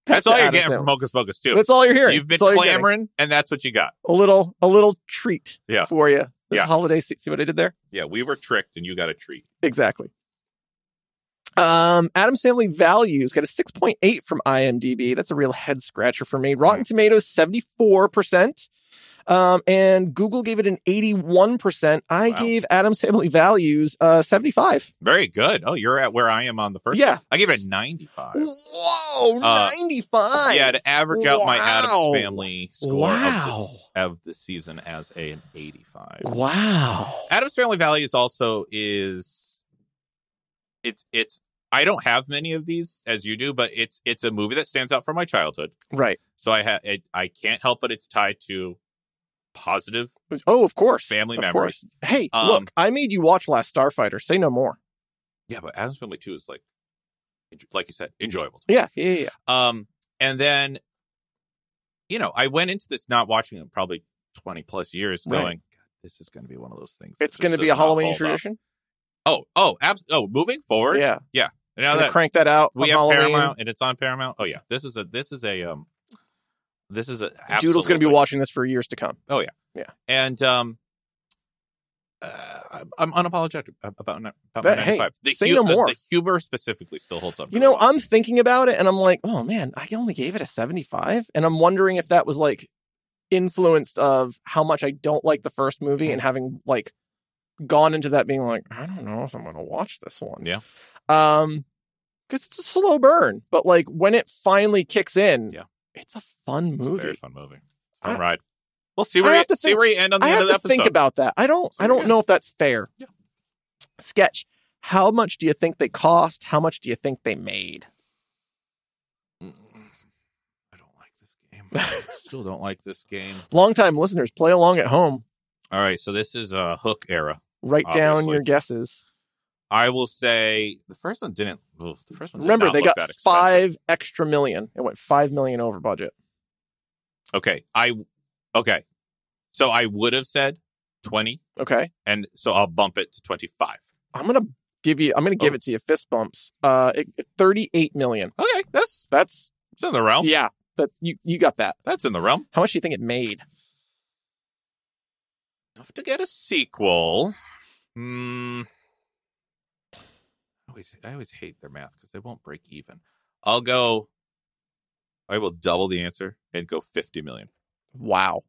Speaker 1: That's
Speaker 2: to
Speaker 1: all you're
Speaker 2: Adam's
Speaker 1: getting
Speaker 2: Family.
Speaker 1: from Hocus Pocus too.
Speaker 2: That's all you're hearing.
Speaker 1: You've been
Speaker 2: That's all you're getting.
Speaker 1: clamoring, and that's what you got.
Speaker 2: a little a little treat
Speaker 1: Yeah.
Speaker 2: for you this
Speaker 1: Yeah.
Speaker 2: holiday se- see what i did there
Speaker 1: Yeah, we were tricked, and you got a treat.
Speaker 2: exactly um adam's family values got a 6.8 from imdb that's a real head scratcher for me rotten tomatoes 74% um, and Google gave it an 81%. I
Speaker 1: Wow.
Speaker 2: gave Adam's Family Values uh 75.
Speaker 1: Very good. Oh, you're at where I am on the first.
Speaker 2: Yeah.
Speaker 1: I gave it a 95.
Speaker 2: Whoa,
Speaker 1: Uh,
Speaker 2: 95.
Speaker 1: Yeah, to average out my
Speaker 2: Wow.
Speaker 1: Adams Family score of,
Speaker 2: Wow.
Speaker 1: this, of the season as a, an 85.
Speaker 2: Wow.
Speaker 1: Adams Family Values also is it's it's I don't have many of these as you do, but it's it's a movie that stands out from my childhood.
Speaker 2: Right.
Speaker 1: So I had I can't help but it's tied to positive
Speaker 2: Oh, of course.
Speaker 1: family
Speaker 2: of
Speaker 1: memories.
Speaker 2: course. Hey,
Speaker 1: Um,
Speaker 2: look, I made you watch Last Starfighter. Say no more.
Speaker 1: Yeah, but Adams Family Two is like enj- like you said, enjoyable.
Speaker 2: Yeah, yeah, yeah.
Speaker 1: Um, and then, you know, I went into this not watching it probably twenty plus years,
Speaker 2: Right.
Speaker 1: going, God, "This is going to be one of those things." that
Speaker 2: It's
Speaker 1: just
Speaker 2: going to be
Speaker 1: does
Speaker 2: a
Speaker 1: not
Speaker 2: Halloween
Speaker 1: hold up."
Speaker 2: tradition.
Speaker 1: Oh, oh, abs- oh, moving forward,
Speaker 2: Yeah,
Speaker 1: Now
Speaker 2: gonna
Speaker 1: that
Speaker 2: crank that out.
Speaker 1: we
Speaker 2: on
Speaker 1: have
Speaker 2: Halloween.
Speaker 1: Paramount and it's on Paramount, oh yeah, this is a this is a um, this is a
Speaker 2: Doodle's going to be
Speaker 1: absolutely-
Speaker 2: watching this for years to come.
Speaker 1: and um, uh, I'm- I'm unapologetic about about my
Speaker 2: That- hey,
Speaker 1: 95. the,
Speaker 2: say
Speaker 1: hu-
Speaker 2: no
Speaker 1: the-
Speaker 2: more.
Speaker 1: The, humor specifically still holds up.
Speaker 2: You know,
Speaker 1: really well.
Speaker 2: I'm thinking about it and I'm like, oh man, I only gave it a 75. And I'm wondering if that was like influenced of how much I don't like the first movie and having like gone into that being like, I don't know if I'm going to watch this one.
Speaker 1: Yeah.
Speaker 2: Um, because it's a slow burn, but like when it finally kicks in,
Speaker 1: Yeah.
Speaker 2: it's a
Speaker 1: It's
Speaker 2: fun
Speaker 1: a
Speaker 2: movie.
Speaker 1: very fun movie. Fun
Speaker 2: I-
Speaker 1: ride. We'll see
Speaker 2: I
Speaker 1: where, you,
Speaker 2: have to
Speaker 1: see
Speaker 2: think-
Speaker 1: where you end on the
Speaker 2: I
Speaker 1: end
Speaker 2: have
Speaker 1: of the
Speaker 2: to
Speaker 1: episode.
Speaker 2: think about that. I don't.
Speaker 1: So
Speaker 2: I
Speaker 1: yeah.
Speaker 2: don't know if that's fair.
Speaker 1: Yeah.
Speaker 2: Sketch. How much do you think they cost? How much do you think they made?
Speaker 1: Mm. I don't like this game. I still don't like this game.
Speaker 2: Longtime listeners, play along at home.
Speaker 1: All right, so this is uh, Hook era.
Speaker 2: Write down
Speaker 1: Obviously.
Speaker 2: your guesses.
Speaker 1: I will say the first one didn't. ugh, the first one. did
Speaker 2: Remember,
Speaker 1: not
Speaker 2: they
Speaker 1: look
Speaker 2: got
Speaker 1: that expensive.
Speaker 2: five extra million. It went five million over budget.
Speaker 1: Okay, I. Okay, so I would have said twenty,
Speaker 2: Okay,
Speaker 1: and so I'll bump it to twenty-five.
Speaker 2: I'm gonna give you. I'm gonna give
Speaker 1: Oh.
Speaker 2: it to you. Fist bumps. Uh, it, it- 38 million.
Speaker 1: Okay, that's
Speaker 2: That's
Speaker 1: it's in the realm.
Speaker 2: yeah. That you you got that.
Speaker 1: That's in the realm.
Speaker 2: How much do you think it made?
Speaker 1: Enough to get a sequel. Hmm. I always, I always hate their math because they won't break even. I'll go. I will double the answer and go fifty million.
Speaker 2: Wow,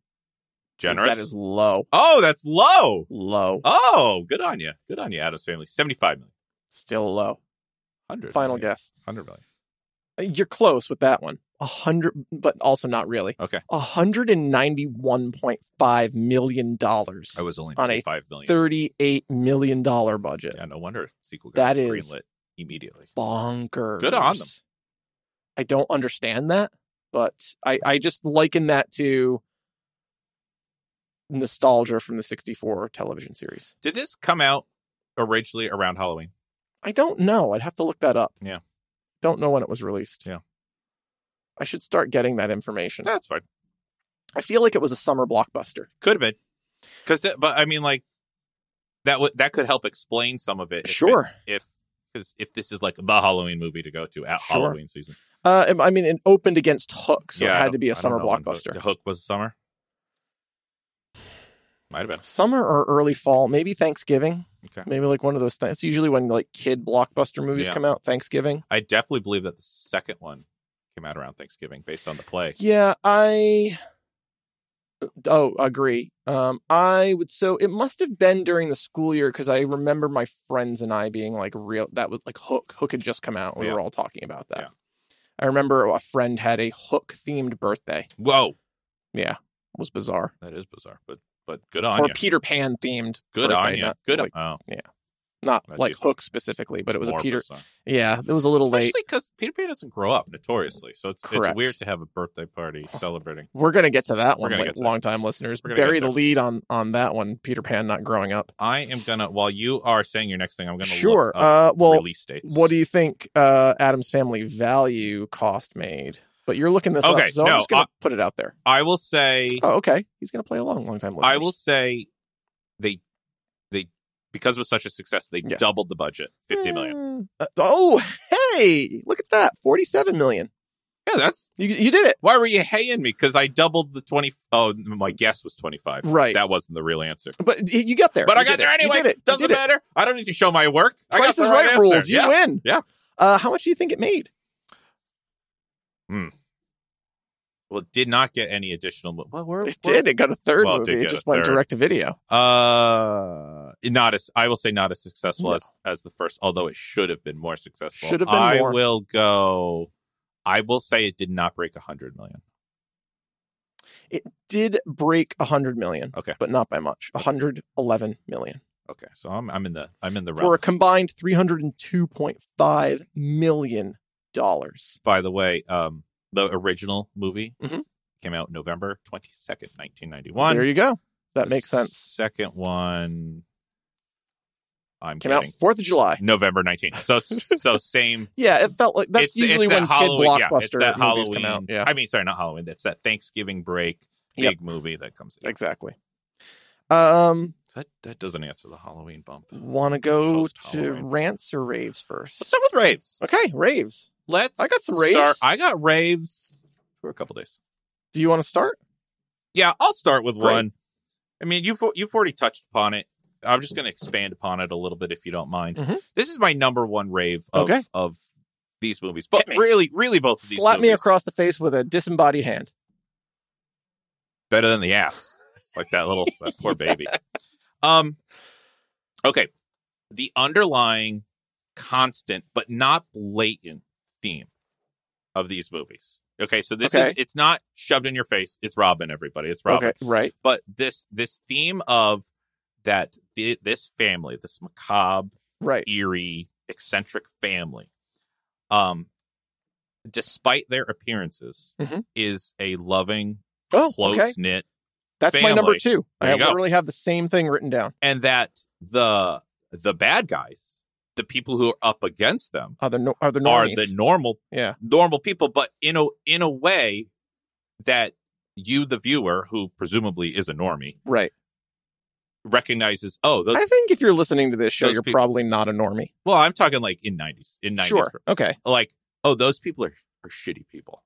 Speaker 1: Generous.
Speaker 2: That is low,
Speaker 1: oh, that's low.
Speaker 2: low,
Speaker 1: Oh, good on you. Good on you, Adam's family. Seventy-five million.
Speaker 2: still low.
Speaker 1: Hundred.
Speaker 2: Final guess.
Speaker 1: Hundred million.
Speaker 2: You're close with that one. A hundred, but also not really.
Speaker 1: Okay.
Speaker 2: A hundred and ninety-one point five million dollars
Speaker 1: I was only
Speaker 2: on a
Speaker 1: five million.
Speaker 2: thirty-eight million dollar budget.
Speaker 1: Yeah, no wonder sequel got
Speaker 2: That is-
Speaker 1: greenlit immediately.
Speaker 2: Bonkers.
Speaker 1: Good on them.
Speaker 2: I don't understand that, but I I just liken that to nostalgia from the '64 television series.
Speaker 1: Did this come out originally around Halloween?
Speaker 2: I don't know. I'd have to look that up.
Speaker 1: Yeah.
Speaker 2: Don't know when it was released.
Speaker 1: Yeah.
Speaker 2: I should start getting that information.
Speaker 1: That's fine.
Speaker 2: I feel like it was a summer blockbuster.
Speaker 1: Could have been. Because, but I mean, like that would that could help explain some of it. if it-
Speaker 2: Sure.
Speaker 1: if because if this is like the Halloween movie to go to at
Speaker 2: Sure.
Speaker 1: Halloween season,
Speaker 2: Uh, I mean, it opened against Hook, so
Speaker 1: Yeah, I
Speaker 2: it
Speaker 1: don't-
Speaker 2: had to be
Speaker 1: I
Speaker 2: a
Speaker 1: don't
Speaker 2: summer
Speaker 1: know when Hook-
Speaker 2: blockbuster.
Speaker 1: The Hook was summer. Might have been.
Speaker 2: Summer or early fall, maybe Thanksgiving.
Speaker 1: Okay.
Speaker 2: Maybe like one of those things. It's usually when like kid blockbuster movies
Speaker 1: Yeah.
Speaker 2: come out, Thanksgiving.
Speaker 1: I definitely believe that the second one came out around Thanksgiving based on the play.
Speaker 2: Yeah, I. Oh, agree. Um, I would so it must have been during the school year because I remember my friends and I being like real. That was like Hook. Hook had just come out. We
Speaker 1: Yeah.
Speaker 2: were all talking about that.
Speaker 1: Yeah.
Speaker 2: I remember a friend had a Hook themed birthday.
Speaker 1: Whoa,
Speaker 2: It was bizarre.
Speaker 1: that is bizarre, but but good on
Speaker 2: or
Speaker 1: you.
Speaker 2: Peter Pan themed.
Speaker 1: Good on you. Good.
Speaker 2: Like,
Speaker 1: on, oh,
Speaker 2: not
Speaker 1: That's
Speaker 2: like
Speaker 1: useful.
Speaker 2: Hook specifically, but it was
Speaker 1: more
Speaker 2: a Peter.
Speaker 1: bizarre.
Speaker 2: Yeah, it was a little late.
Speaker 1: Especially because Peter Pan doesn't grow up notoriously, so it's, it's
Speaker 2: Correct. Oh.
Speaker 1: weird to have a birthday party celebrating.
Speaker 2: We're gonna get to that
Speaker 1: We're
Speaker 2: one,
Speaker 1: gonna
Speaker 2: like,
Speaker 1: get to that.
Speaker 2: long time listeners.
Speaker 1: We're gonna
Speaker 2: Bury
Speaker 1: get
Speaker 2: the
Speaker 1: there.
Speaker 2: lead on on that one. Peter Pan not growing up.
Speaker 1: I am gonna while you are saying your next thing, I'm gonna
Speaker 2: Sure.
Speaker 1: Look up
Speaker 2: Uh, well,
Speaker 1: release dates.
Speaker 2: What do you think? Uh, Adam's family value cost made. But you're looking this
Speaker 1: Okay,
Speaker 2: up, so
Speaker 1: no, uh
Speaker 2: I'm just gonna
Speaker 1: I-
Speaker 2: put it out there.
Speaker 1: I will say.
Speaker 2: Oh, okay. He's gonna play along, long time.
Speaker 1: I will say they they because it was such a success, they
Speaker 2: Yes. Eh.
Speaker 1: doubled the budget, fifty million.
Speaker 2: oh, hey, look at that, forty-seven million.
Speaker 1: Yeah, that's
Speaker 2: You you did it.
Speaker 1: why were you haying me? Because I doubled the twenty. Oh, my guess was twenty five.
Speaker 2: Right.
Speaker 1: that wasn't the real answer.
Speaker 2: But y- you got there.
Speaker 1: But
Speaker 2: You
Speaker 1: I got
Speaker 2: did
Speaker 1: there
Speaker 2: it. You
Speaker 1: anyway.
Speaker 2: did it. You
Speaker 1: Doesn't
Speaker 2: did it.
Speaker 1: matter. I don't need to show my work. I got
Speaker 2: Price
Speaker 1: the
Speaker 2: is right,
Speaker 1: answer.
Speaker 2: rules. You
Speaker 1: Yeah.
Speaker 2: win.
Speaker 1: Yeah.
Speaker 2: Uh, how much do you think it made?
Speaker 1: Well, it did not get any additional. mo- Well, we're,
Speaker 2: It
Speaker 1: we're-
Speaker 2: did. It got a third
Speaker 1: Well, it did
Speaker 2: movie. It
Speaker 1: get a
Speaker 2: just went
Speaker 1: third.
Speaker 2: direct to video.
Speaker 1: Uh, not as I will say, not as successful
Speaker 2: No.
Speaker 1: as as the first. Although it should have been more successful.
Speaker 2: Should have been
Speaker 1: I
Speaker 2: more.
Speaker 1: will go. I will say it did not break a hundred million.
Speaker 2: Did break 100 million.
Speaker 1: Okay.
Speaker 2: But not by much. 111 million.
Speaker 1: Okay, so I'm I'm in the I'm in the
Speaker 2: For
Speaker 1: realm.
Speaker 2: a combined 302.5 million dollars.
Speaker 1: By the way, um, the original movie
Speaker 2: Mhm.
Speaker 1: came out November twenty second, nineteen ninety
Speaker 2: There
Speaker 1: one.
Speaker 2: you go. That makes sense.
Speaker 1: Second one, I'm
Speaker 2: Came out
Speaker 1: kidding.
Speaker 2: 4th of July.
Speaker 1: November nineteenth. So so same.
Speaker 2: Yeah, it felt like that's
Speaker 1: it's,
Speaker 2: usually
Speaker 1: it's that
Speaker 2: when
Speaker 1: Halloween,
Speaker 2: kid
Speaker 1: yeah, it's
Speaker 2: blockbuster
Speaker 1: that
Speaker 2: movies
Speaker 1: Halloween,
Speaker 2: come out. Yeah.
Speaker 1: I mean, sorry, not Halloween. That's that Thanksgiving break big
Speaker 2: Yep.
Speaker 1: movie that comes. yeah.
Speaker 2: Exactly. Um,
Speaker 1: That that doesn't answer the Halloween bump.
Speaker 2: want to go to
Speaker 1: Post-Halloween.
Speaker 2: rants or raves first?
Speaker 1: Let's start with raves.
Speaker 2: Okay, raves.
Speaker 1: let's.
Speaker 2: I got some raves.
Speaker 1: Start, I got raves for a couple days.
Speaker 2: Do you want to start?
Speaker 1: Yeah, I'll start with
Speaker 2: Great.
Speaker 1: one. I mean, you've you've already touched upon it. I'm just going to expand upon it a little bit if you don't mind.
Speaker 2: Mhm.
Speaker 1: This is my number one rave of
Speaker 2: Okay.
Speaker 1: of these movies, but
Speaker 2: Hit me.
Speaker 1: really, really both of these.
Speaker 2: Slap me
Speaker 1: movies.
Speaker 2: across the face with a disembodied hand.
Speaker 1: better than the ass, like that little that poor baby. Um, okay, the underlying constant but not blatant theme of these movies. Okay, so this is
Speaker 2: Okay.
Speaker 1: it's not shoved in your face. It's Robin, everybody. It's Robin.
Speaker 2: Okay, right.
Speaker 1: But this this theme of that thi- this family, this macabre
Speaker 2: Right.
Speaker 1: eerie, eccentric family. Um, despite their appearances,
Speaker 2: Mhm.
Speaker 1: is a loving,
Speaker 2: Oh, okay.
Speaker 1: close knit,
Speaker 2: That's my number
Speaker 1: family.
Speaker 2: two.
Speaker 1: There
Speaker 2: I
Speaker 1: you go.
Speaker 2: literally have the same thing written down.
Speaker 1: and that the the bad guys, the people who are up against them,
Speaker 2: Are the no- are the
Speaker 1: are
Speaker 2: normies.
Speaker 1: the normal
Speaker 2: yeah.
Speaker 1: normal people, but in a in a way that you, the viewer, who presumably is a normie,
Speaker 2: Right.
Speaker 1: recognizes. Oh, those.
Speaker 2: I think if you're listening to this show,
Speaker 1: those
Speaker 2: you're
Speaker 1: people-
Speaker 2: probably not a normie.
Speaker 1: well, I'm talking like in nineties, in nineties,
Speaker 2: Sure. Okay.
Speaker 1: like oh, those people are are shitty people.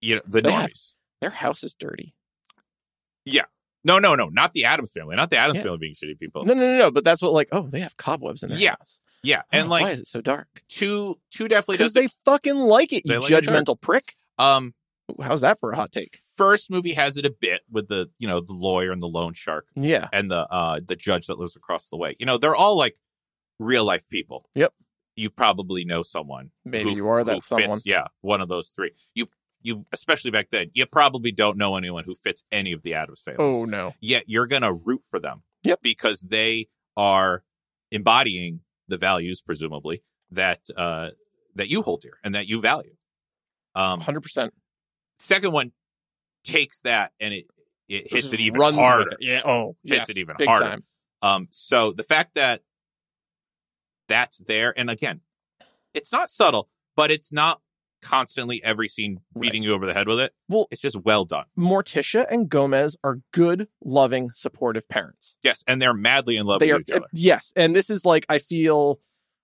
Speaker 1: You know the
Speaker 2: They
Speaker 1: normies.
Speaker 2: have- Their house is dirty.
Speaker 1: No, no, no, not the Adams family, not the Adams
Speaker 2: Yeah.
Speaker 1: family being shitty people.
Speaker 2: No, no, no, no. But that's what like. Oh, they have cobwebs in their
Speaker 1: Oh. Yeah.
Speaker 2: house.
Speaker 1: Yeah,
Speaker 2: Oh,
Speaker 1: and
Speaker 2: why
Speaker 1: like
Speaker 2: is it so dark?
Speaker 1: two, two definitely
Speaker 2: Because
Speaker 1: does.
Speaker 2: they fucking like it.
Speaker 1: They
Speaker 2: You
Speaker 1: like it dark.
Speaker 2: judgmental prick.
Speaker 1: um,
Speaker 2: Ooh, how's that for a hot take?
Speaker 1: first movie has it a bit with the you know the lawyer and the loan shark
Speaker 2: Yeah.
Speaker 1: and the uh the judge that lives across the way. You know, they're all like real life people.
Speaker 2: Yep.
Speaker 1: You probably know someone.
Speaker 2: Maybe
Speaker 1: who-
Speaker 2: you are
Speaker 1: who
Speaker 2: that
Speaker 1: fits-
Speaker 2: someone.
Speaker 1: yeah, one of those three. You you especially back then, you probably don't know anyone who fits any of the Adams families.
Speaker 2: Oh no.
Speaker 1: yet you're going to root for them.
Speaker 2: Yep.
Speaker 1: Because they are embodying the values, presumably that uh, that you hold dear and that you value. Um,
Speaker 2: Hundred percent.
Speaker 1: second one takes that and it it hits it even harder.
Speaker 2: Yeah. Oh,
Speaker 1: Hits
Speaker 2: yes,
Speaker 1: it even
Speaker 2: big
Speaker 1: harder.
Speaker 2: Time.
Speaker 1: Um, so the fact that that's there, and again, it's not subtle, but it's not constantly every scene beating you over the head with it.
Speaker 2: Well-
Speaker 1: it's just well done.
Speaker 2: Morticia and Gomez are good, loving, supportive parents.
Speaker 1: Yes, and they're madly in love
Speaker 2: they
Speaker 1: with
Speaker 2: are
Speaker 1: each other.
Speaker 2: yes and this is like i feel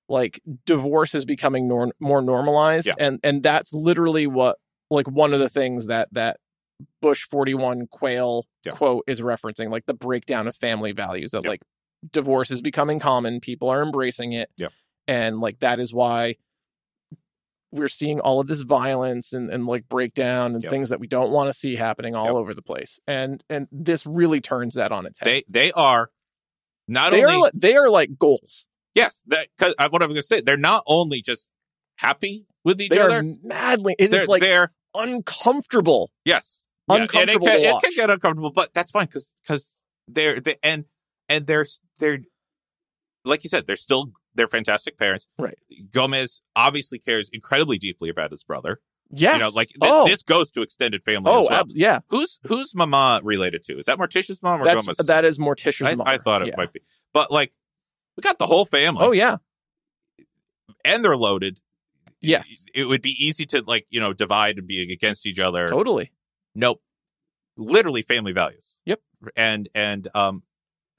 Speaker 2: like divorce is becoming nor- more normalized
Speaker 1: Yeah.
Speaker 2: and and that's literally what like one of the things that that bush 41 quail
Speaker 1: Yeah.
Speaker 2: quote is referencing like the breakdown of family values that
Speaker 1: Yeah.
Speaker 2: like divorce is becoming common people are embracing it
Speaker 1: Yeah.
Speaker 2: and like that is why we're seeing all of this violence and, and like breakdown and
Speaker 1: Yeah.
Speaker 2: things that we don't want to see happening all
Speaker 1: Yeah.
Speaker 2: over the place and and this really turns that on its head
Speaker 1: They they are not
Speaker 2: they
Speaker 1: only
Speaker 2: are li- they are like goals
Speaker 1: Yes, that because what I'm going to say, they're not only just happy with each
Speaker 2: they
Speaker 1: other.
Speaker 2: are madly. It
Speaker 1: they're,
Speaker 2: is like
Speaker 1: they're
Speaker 2: uncomfortable.
Speaker 1: yes, and it
Speaker 2: uncomfortable
Speaker 1: can,
Speaker 2: to
Speaker 1: it
Speaker 2: watch.
Speaker 1: can get uncomfortable, but that's fine because because they're they, and and they're they're like you said, they're still they're fantastic parents.
Speaker 2: Right.
Speaker 1: Gomez obviously cares incredibly deeply about his brother.
Speaker 2: Yes.
Speaker 1: You know, like thi-
Speaker 2: oh,
Speaker 1: this goes to extended family.
Speaker 2: oh,
Speaker 1: as well.
Speaker 2: ab- yeah.
Speaker 1: who's who's Mama related to? Is that Morticia's mom or
Speaker 2: That's
Speaker 1: Gomez?
Speaker 2: that is Morticia's
Speaker 1: I,
Speaker 2: mom.
Speaker 1: I thought it
Speaker 2: Yeah.
Speaker 1: might be, but like we got the whole family.
Speaker 2: Oh yeah.
Speaker 1: and they're loaded.
Speaker 2: Yes.
Speaker 1: it would be easy to like you know divide and be against each other.
Speaker 2: Totally.
Speaker 1: Nope, literally family values.
Speaker 2: Yep.
Speaker 1: and and um,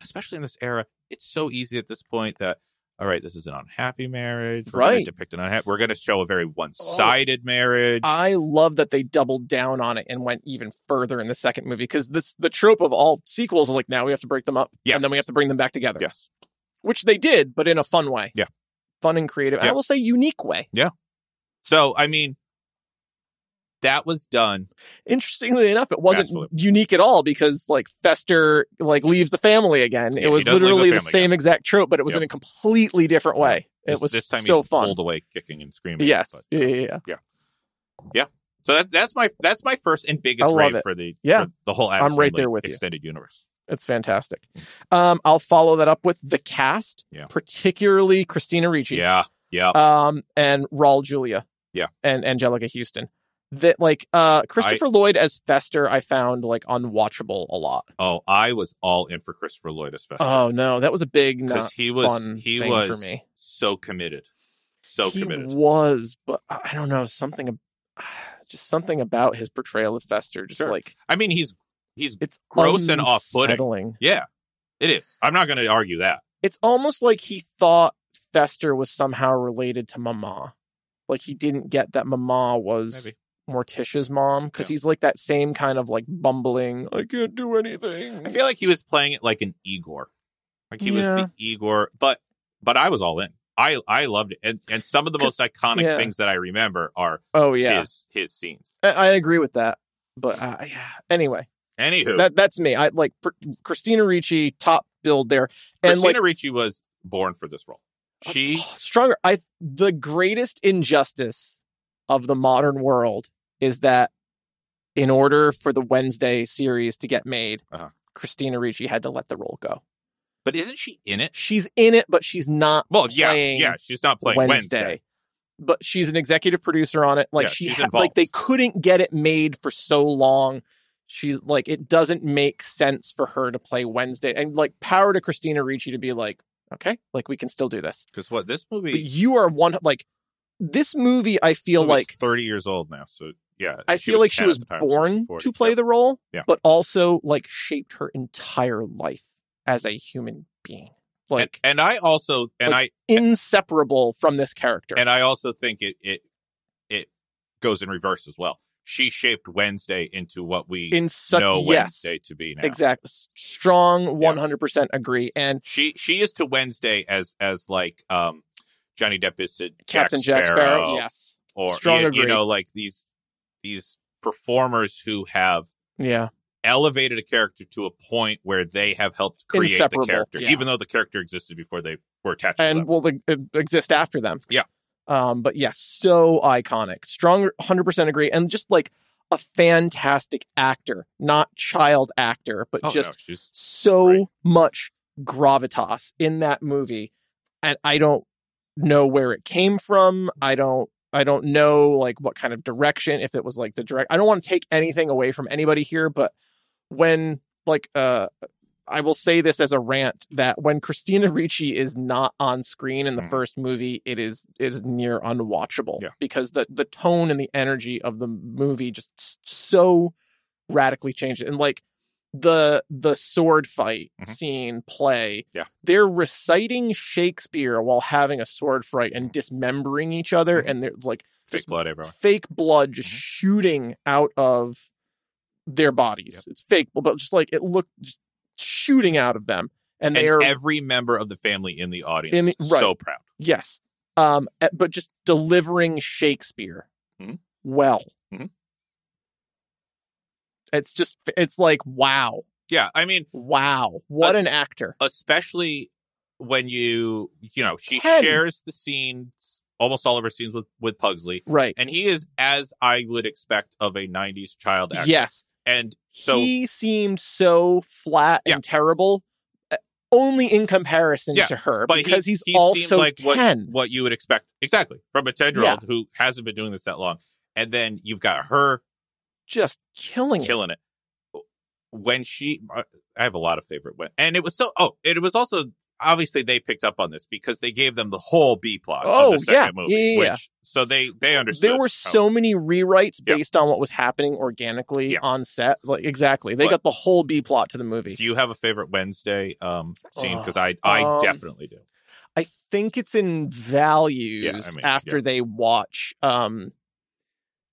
Speaker 1: especially in this era, it's so easy at this point that all right, this is an unhappy marriage. We're going
Speaker 2: Right.
Speaker 1: to
Speaker 2: Oh.
Speaker 1: depict an unhappy. We're going to show a very one-sided marriage.
Speaker 2: I love that they doubled down on it and went even further in the second movie because this the trope of all sequels like now we have to break them up
Speaker 1: Yes.
Speaker 2: and then we have to bring them back together,
Speaker 1: yes,
Speaker 2: which they did, but in a fun way.
Speaker 1: Yeah.
Speaker 2: Fun and creative.
Speaker 1: Yeah.
Speaker 2: I will say unique way.
Speaker 1: so I mean, that was done.
Speaker 2: Interestingly enough, it wasn't
Speaker 1: Absolutely.
Speaker 2: unique at all because like Fester like leaves the family again.
Speaker 1: Yeah,
Speaker 2: it was
Speaker 1: he does leave the
Speaker 2: literally the,
Speaker 1: family
Speaker 2: same exact trope, but it was
Speaker 1: Yep.
Speaker 2: in a completely different way.
Speaker 1: This-
Speaker 2: It was
Speaker 1: this time
Speaker 2: so
Speaker 1: he's
Speaker 2: fun.
Speaker 1: pulled away, kicking and screaming.
Speaker 2: Yes,
Speaker 1: but, uh,
Speaker 2: yeah, yeah, yeah.
Speaker 1: So that, that's my that's my first and biggest
Speaker 2: I love
Speaker 1: rave
Speaker 2: it.
Speaker 1: for the
Speaker 2: Yeah.
Speaker 1: for the whole.
Speaker 2: I'm
Speaker 1: Adams
Speaker 2: right
Speaker 1: Family
Speaker 2: there with you.
Speaker 1: extended universe.
Speaker 2: it's fantastic. Um, I'll follow that up with the cast,
Speaker 1: Yeah.
Speaker 2: particularly Christina Ricci,
Speaker 1: Yeah, yeah.
Speaker 2: um, and Raul Julia,
Speaker 1: Yeah.
Speaker 2: and Angelica Houston. That like uh, Christopher Lloyd as Fester, I found like unwatchable a lot.
Speaker 1: Oh, I was all in for Christopher Lloyd as Fester
Speaker 2: Oh no, that was a big
Speaker 1: because
Speaker 2: no.
Speaker 1: he was
Speaker 2: fun
Speaker 1: he
Speaker 2: thing
Speaker 1: was
Speaker 2: for me.
Speaker 1: so committed, so
Speaker 2: he
Speaker 1: committed.
Speaker 2: was, but I I don't know something, ab- just something about his portrayal of Fester, just
Speaker 1: Sure.
Speaker 2: like
Speaker 1: I mean, he's he's
Speaker 2: it's
Speaker 1: Gross and off-putting.
Speaker 2: unsettling.
Speaker 1: yeah, it is. I'm not going to argue that.
Speaker 2: it's almost like he thought Fester was somehow related to Mama. Like he didn't get that Mama was
Speaker 1: Maybe.
Speaker 2: Morticia's mom because
Speaker 1: Yeah.
Speaker 2: he's like that same kind of like bumbling. I can't do anything.
Speaker 1: I feel like he was playing it like an Igor. Like he was the Igor, but but I was all in. I I loved it, and and some of the most iconic
Speaker 2: yeah.
Speaker 1: things that I remember are
Speaker 2: Oh yeah,
Speaker 1: his his scenes.
Speaker 2: I, I agree with that. But uh, yeah. Anyway,
Speaker 1: Anywho,
Speaker 2: that that's me. I like pr- Christina Ricci top build there, and
Speaker 1: Christina
Speaker 2: like
Speaker 1: Ricci was born for this role. She
Speaker 2: oh, stronger. I the greatest injustice of the modern world is that in order for the Wednesday series to get made,
Speaker 1: Uh-huh.
Speaker 2: Christina Ricci had to let the role go.
Speaker 1: but isn't she in it?
Speaker 2: She's in it, but she's not
Speaker 1: Well, yeah,
Speaker 2: Playing
Speaker 1: yeah, she's not playing
Speaker 2: Wednesday.
Speaker 1: Wednesday.
Speaker 2: But she's an executive producer on it. Like
Speaker 1: Yeah,
Speaker 2: she
Speaker 1: she's
Speaker 2: had,
Speaker 1: involved.
Speaker 2: like they couldn't get it made for so long. She's like it doesn't make sense for her to play Wednesday. And like power to Christina Ricci to be like, okay, like we can still do this.
Speaker 1: Because what this
Speaker 2: But
Speaker 1: movie
Speaker 2: you are one like this movie I feel
Speaker 1: movie's
Speaker 2: like
Speaker 1: thirty years old now, so yeah,
Speaker 2: I feel like she
Speaker 1: 10 at
Speaker 2: was
Speaker 1: the time, so
Speaker 2: born
Speaker 1: she's 40.
Speaker 2: to play
Speaker 1: Yep.
Speaker 2: the role,
Speaker 1: Yeah.
Speaker 2: but also like shaped her entire life as a human being. Like
Speaker 1: and, and I also and I
Speaker 2: inseparable from this character.
Speaker 1: And I also think it it it goes in reverse as well. She shaped Wednesday into what we
Speaker 2: in such
Speaker 1: know
Speaker 2: yes,
Speaker 1: Wednesday to be now.
Speaker 2: exactly strong 100% agree and
Speaker 1: She she is to Wednesday as as like um Johnny Depp is to
Speaker 2: captain jack sparrow, yes
Speaker 1: or
Speaker 2: Strong
Speaker 1: you,
Speaker 2: agree.
Speaker 1: you know like these these performers who have
Speaker 2: yeah
Speaker 1: elevated a character to a point where they have helped create the
Speaker 2: Inseparable,
Speaker 1: character,
Speaker 2: yeah.
Speaker 1: even though the character existed before they were attached to
Speaker 2: and
Speaker 1: them.
Speaker 2: will e- exist after them
Speaker 1: Yeah.
Speaker 2: um but yes so iconic strong 100% agree and just like a fantastic actor not child actor but
Speaker 1: Oh, no,
Speaker 2: just
Speaker 1: she's
Speaker 2: so
Speaker 1: Right.
Speaker 2: much gravitas in that movie and i don't know where it came from i don't i don't know like what kind of direction if it was like the direct i don't want to take anything away from anybody here but when like uh i will say this as a rant that when christina ricci is not on screen in the
Speaker 1: Mhm.
Speaker 2: first movie it is it is near unwatchable
Speaker 1: Yeah.
Speaker 2: because the the tone and the energy of the movie just s- so radically changed and like the the sword fight
Speaker 1: Mhm.
Speaker 2: scene play
Speaker 1: Yeah.
Speaker 2: they're reciting shakespeare while having a sword fight and dismembering each other
Speaker 1: Mhm.
Speaker 2: and they're like
Speaker 1: fake
Speaker 2: just
Speaker 1: blood everywhere.
Speaker 2: fake blood just
Speaker 1: Mhm.
Speaker 2: shooting out of their bodies it's fake but just like it looked just shooting out of them and,
Speaker 1: And
Speaker 2: they're
Speaker 1: every member of the family in the audience
Speaker 2: In the- right.
Speaker 1: so proud.
Speaker 2: yes um eh, but just delivering shakespeare
Speaker 1: Mhm.
Speaker 2: well
Speaker 1: Mhm.
Speaker 2: it's just it's like wow
Speaker 1: Yeah, I mean,
Speaker 2: wow what
Speaker 1: Us-
Speaker 2: an actor
Speaker 1: especially when you you know she
Speaker 2: Ten.
Speaker 1: shares the scenes almost all of her scenes with with Pugsley
Speaker 2: Right.
Speaker 1: and he is as I would expect of a 90s child actor
Speaker 2: Yes.
Speaker 1: and so
Speaker 2: he seemed so flat
Speaker 1: Yeah.
Speaker 2: and terrible uh, only in comparison
Speaker 1: Yeah,
Speaker 2: to her
Speaker 1: but he-
Speaker 2: because he's
Speaker 1: he seemed
Speaker 2: also
Speaker 1: like what-
Speaker 2: 10.
Speaker 1: what you would expect exactly from a 10 year old who hasn't been doing this that long and then you've got her
Speaker 2: just killing it.
Speaker 1: killing it when she uh, I have a lot of favorite when and it was so oh it was also obviously they picked up on this because they gave them the whole B plot
Speaker 2: Oh,
Speaker 1: of the
Speaker 2: yeah.
Speaker 1: second movie
Speaker 2: Yeah, yeah, yeah.
Speaker 1: which so they they understood
Speaker 2: There were
Speaker 1: how-
Speaker 2: so many rewrites
Speaker 1: Yeah.
Speaker 2: based on what was happening organically
Speaker 1: Yeah.
Speaker 2: on set. Like exactly. They
Speaker 1: But-
Speaker 2: got the whole B plot to the movie.
Speaker 1: Do you have a favorite Wednesday um, scene? Because I,
Speaker 2: Oh,
Speaker 1: I
Speaker 2: um,
Speaker 1: definitely do.
Speaker 2: I think it's in values
Speaker 1: mean,
Speaker 2: after
Speaker 1: yeah.
Speaker 2: they watch um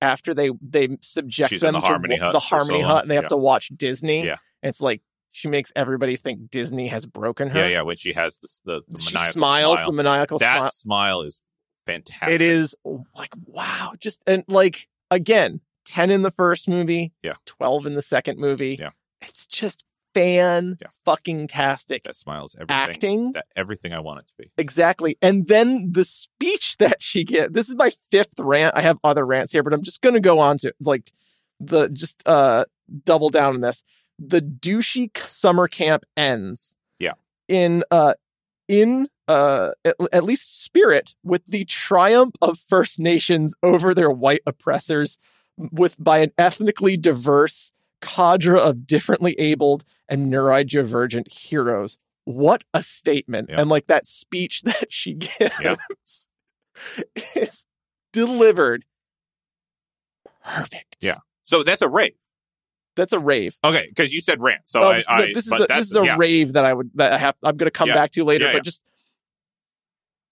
Speaker 2: after they they subject
Speaker 1: She's in
Speaker 2: them
Speaker 1: the
Speaker 2: to
Speaker 1: Harmony
Speaker 2: wa-
Speaker 1: Hut
Speaker 2: the
Speaker 1: for so
Speaker 2: Harmony
Speaker 1: long.
Speaker 2: Hut and they have
Speaker 1: Yeah.
Speaker 2: to watch Disney.
Speaker 1: Yeah.
Speaker 2: It's like she makes everybody think Disney has broken her.
Speaker 1: Yeah, yeah. When she has this, the, the
Speaker 2: she
Speaker 1: maniacal
Speaker 2: smiles
Speaker 1: smile.
Speaker 2: the maniacal
Speaker 1: that
Speaker 2: smile.
Speaker 1: smile is fantastic.
Speaker 2: It is like wow, just and like again, 10 in the first movie,
Speaker 1: Yeah.
Speaker 2: 12 in the second movie.
Speaker 1: Yeah.
Speaker 2: It's just fan fucking tastic
Speaker 1: That smile is everything.
Speaker 2: acting.
Speaker 1: That everything I want it to be.
Speaker 2: Exactly. And then the speech that she get. This is my fifth rant. I have other rants here, but I'm just going to go on to like the just uh double down on this. The douchey c- summer camp ends.
Speaker 1: Yeah.
Speaker 2: In uh in uh at, at least spirit with the triumph of First Nations over their white oppressors with by an ethnically diverse cadre of differently abled and neurodivergent heroes. What a statement.
Speaker 1: Yeah.
Speaker 2: And like that speech that she gives
Speaker 1: Yeah.
Speaker 2: is delivered perfect.
Speaker 1: Yeah. So that's a rave.
Speaker 2: That's a rave.
Speaker 1: Okay, because you said rant. So
Speaker 2: Oh,
Speaker 1: I, I
Speaker 2: this is
Speaker 1: but
Speaker 2: a,
Speaker 1: that's,
Speaker 2: this is a
Speaker 1: yeah,
Speaker 2: rave that I would that I have I'm going to come
Speaker 1: Yeah.
Speaker 2: back to later
Speaker 1: Yeah,
Speaker 2: but
Speaker 1: yeah.
Speaker 2: just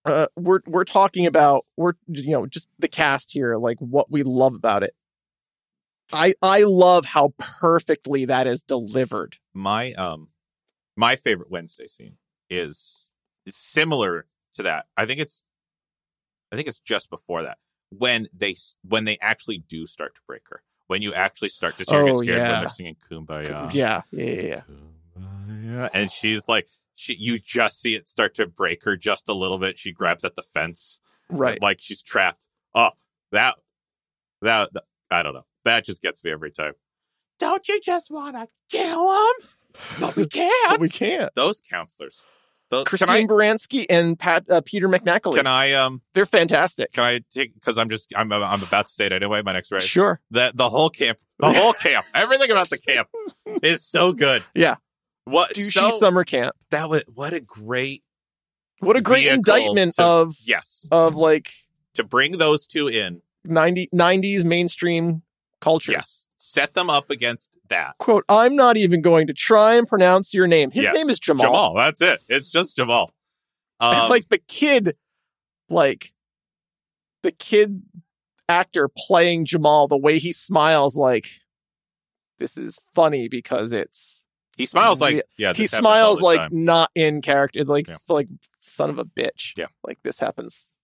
Speaker 2: uh, we're we're talking about we're you know just the cast here like what we love about it. I I love how perfectly that is delivered.
Speaker 1: my um my favorite Wednesday scene is, is similar to that. I think it's I think it's just before that when they when they actually do start to break her. When you actually start to start to get
Speaker 2: Oh,
Speaker 1: scared when
Speaker 2: yeah.
Speaker 1: they're singing Kumbaya.
Speaker 2: yeah, yeah, yeah, yeah.
Speaker 1: Kumbaya. And she's like she, you just see it start to break her just a little bit. She grabs at the fence
Speaker 2: Right.
Speaker 1: like she's trapped. Oh, that, that, that- I don't know. That just gets me every time. Don't you just want to kill him? But we can't.
Speaker 2: But we can't.
Speaker 1: Those counselors. Those, can
Speaker 2: Christine
Speaker 1: I?
Speaker 2: Baranski and Pat uh, Peter McNackley.
Speaker 1: Can I? Um.
Speaker 2: They're fantastic.
Speaker 1: Can I take? Because I'm just. I'm. I'm about to say it anyway. My next race.
Speaker 2: Sure.
Speaker 1: The the whole camp. The whole camp. Everything about the camp is so good.
Speaker 2: Yeah.
Speaker 1: What?
Speaker 2: Douchey
Speaker 1: So,
Speaker 2: summer camp.
Speaker 1: that was what a great
Speaker 2: What a great
Speaker 1: vehicle
Speaker 2: indictment
Speaker 1: to-
Speaker 2: of
Speaker 1: yes
Speaker 2: of like
Speaker 1: to bring those two in.
Speaker 2: 90, 90s mainstream culture.
Speaker 1: Yes. Set them up against that.
Speaker 2: Quote, I'm not even going to try and pronounce your name. His
Speaker 1: Yes.
Speaker 2: name is Jamal.
Speaker 1: Jamal. That's it. It's just Jamal. Um,
Speaker 2: like the kid, like the kid actor playing Jamal, the way he smiles, like this is funny because it's
Speaker 1: he smiles like yeah.
Speaker 2: he
Speaker 1: this happens all
Speaker 2: smiles
Speaker 1: the
Speaker 2: like
Speaker 1: time.
Speaker 2: not in character. It's like
Speaker 1: Yeah.
Speaker 2: like son of a bitch.
Speaker 1: Yeah.
Speaker 2: like this happens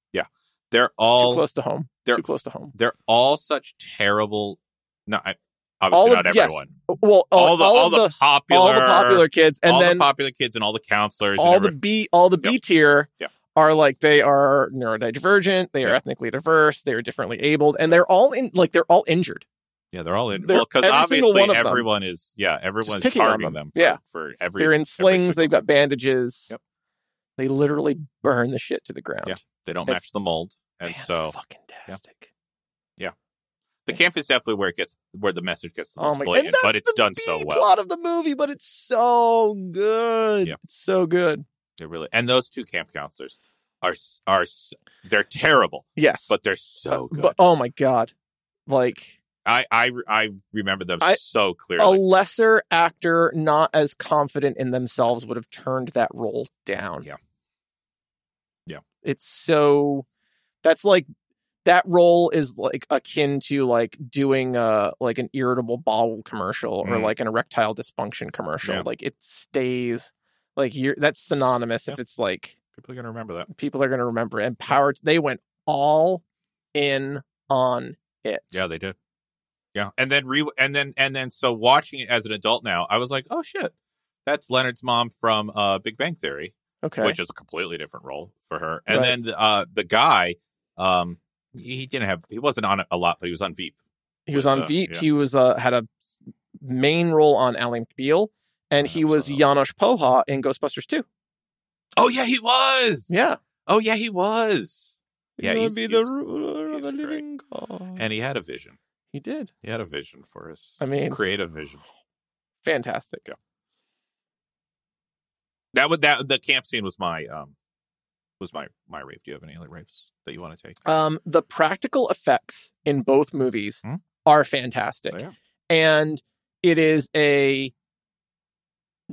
Speaker 1: they're
Speaker 2: too
Speaker 1: all
Speaker 2: close to home.
Speaker 1: they're-
Speaker 2: Too close to home.
Speaker 1: they're all such terrible. No, I, obviously
Speaker 2: All
Speaker 1: not
Speaker 2: of- yes.
Speaker 1: everyone.
Speaker 2: Well, all,
Speaker 1: all, the all,
Speaker 2: of
Speaker 1: the,
Speaker 2: the,
Speaker 1: popular
Speaker 2: all the popular kids, and
Speaker 1: all
Speaker 2: then
Speaker 1: the popular kids and all the counselors.
Speaker 2: all
Speaker 1: and
Speaker 2: the
Speaker 1: every-
Speaker 2: B all the B tier
Speaker 1: Yep.
Speaker 2: are like they are neurodivergent, they are
Speaker 1: Yeah.
Speaker 2: ethnically diverse, they are differently abled, and they're all in like they're all injured.
Speaker 1: yeah, they're all in.
Speaker 2: they're-
Speaker 1: Well, because
Speaker 2: every single
Speaker 1: obviously
Speaker 2: one of them.
Speaker 1: everyone is yeah, everyone's
Speaker 2: picking on
Speaker 1: targeting
Speaker 2: them.
Speaker 1: them. for,
Speaker 2: Yeah.
Speaker 1: for every
Speaker 2: They're in
Speaker 1: every
Speaker 2: slings.
Speaker 1: single-
Speaker 2: They've got bandages.
Speaker 1: Yep.
Speaker 2: They literally burn the shit to the ground.
Speaker 1: Yeah, they don't
Speaker 2: It's-
Speaker 1: match the mold, and
Speaker 2: Man,
Speaker 1: so
Speaker 2: fucking tastic.
Speaker 1: the camp is definitely where it gets where the message gets the
Speaker 2: Oh
Speaker 1: most
Speaker 2: my god!
Speaker 1: blatant,
Speaker 2: And that's
Speaker 1: but it's
Speaker 2: the
Speaker 1: done so well.
Speaker 2: plot of the movie, but it's so good.
Speaker 1: Yeah.
Speaker 2: It's so good.
Speaker 1: They really and those two camp counselors are s- are s- they're terrible,
Speaker 2: Yes,
Speaker 1: but they're so good.
Speaker 2: but oh my god, like
Speaker 1: I I I remember them
Speaker 2: I-
Speaker 1: so
Speaker 2: a
Speaker 1: clearly.
Speaker 2: lesser actor, not as confident in themselves, would have turned that role down.
Speaker 1: Yeah. Yeah.
Speaker 2: it's so. That's like that role is like akin to like doing a like an irritable bowel commercial or
Speaker 1: Mm.
Speaker 2: like an erectile dysfunction commercial.
Speaker 1: Yeah.
Speaker 2: Like it stays like you're that's synonymous if
Speaker 1: Yeah.
Speaker 2: it's like
Speaker 1: People are gonna remember that.
Speaker 2: people are going to remember it. and power they went all in on it
Speaker 1: Yeah, they did. Yeah, and then re and then and then so watching it as an adult now, I was like, oh shit, that's Leonard's mom from uh, Big Bang Theory,
Speaker 2: okay
Speaker 1: which is a completely different role for her. And
Speaker 2: Right.
Speaker 1: then the, uh, the guy, um, he he didn't have he wasn't on it a lot, but he was on Veep.
Speaker 2: he was on
Speaker 1: uh,
Speaker 2: veep
Speaker 1: yeah.
Speaker 2: he was uh, had a main role on ally mcbeal and
Speaker 1: I
Speaker 2: he
Speaker 1: never
Speaker 2: was
Speaker 1: saw that.
Speaker 2: Janosch Poha in Ghostbusters 2.
Speaker 1: Oh yeah, he was.
Speaker 2: Yeah.
Speaker 1: Oh yeah, he was. Yeah,
Speaker 2: You'll
Speaker 1: he's-
Speaker 2: be
Speaker 1: he's-
Speaker 2: the ruler of
Speaker 1: he's
Speaker 2: the
Speaker 1: great.
Speaker 2: living God.
Speaker 1: And he had a vision.
Speaker 2: he did.
Speaker 1: He had a vision for us.
Speaker 2: I mean-
Speaker 1: creative vision.
Speaker 2: Fantastic.
Speaker 1: That would that the camp scene was my um was my my rape. Do you have any other rapes that you want to take?
Speaker 2: Um, the practical effects in both movies
Speaker 1: Hmm? Oh,
Speaker 2: are fantastic.
Speaker 1: They are.
Speaker 2: and it is a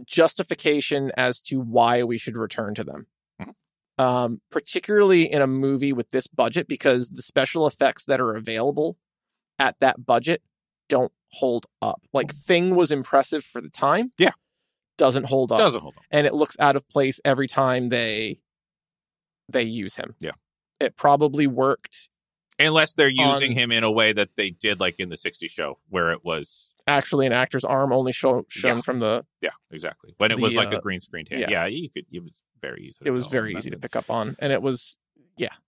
Speaker 2: justification as to why we should return to them.
Speaker 1: Mhm.
Speaker 2: Um, particularly in a movie with this budget, because the special effects that are available at that budget don't hold up. Like, Thing was impressive for the time.
Speaker 1: Hmm. Yeah.
Speaker 2: Doesn't hold up
Speaker 1: Doesn't hold up.
Speaker 2: and it looks out of place every time they they use him.
Speaker 1: Yeah.
Speaker 2: It probably worked
Speaker 1: unless they're using
Speaker 2: on-
Speaker 1: him in a way that they did like in the 60s show where it was
Speaker 2: actually an actor's arm only show, shown
Speaker 1: Yeah.
Speaker 2: from the
Speaker 1: yeah exactly when it
Speaker 2: The,
Speaker 1: was like
Speaker 2: uh,
Speaker 1: a green screen hand
Speaker 2: yeah.
Speaker 1: yeah. you could it was very easy to
Speaker 2: it was
Speaker 1: tell
Speaker 2: very
Speaker 1: that
Speaker 2: easy to
Speaker 1: movie.
Speaker 2: pick up on and it was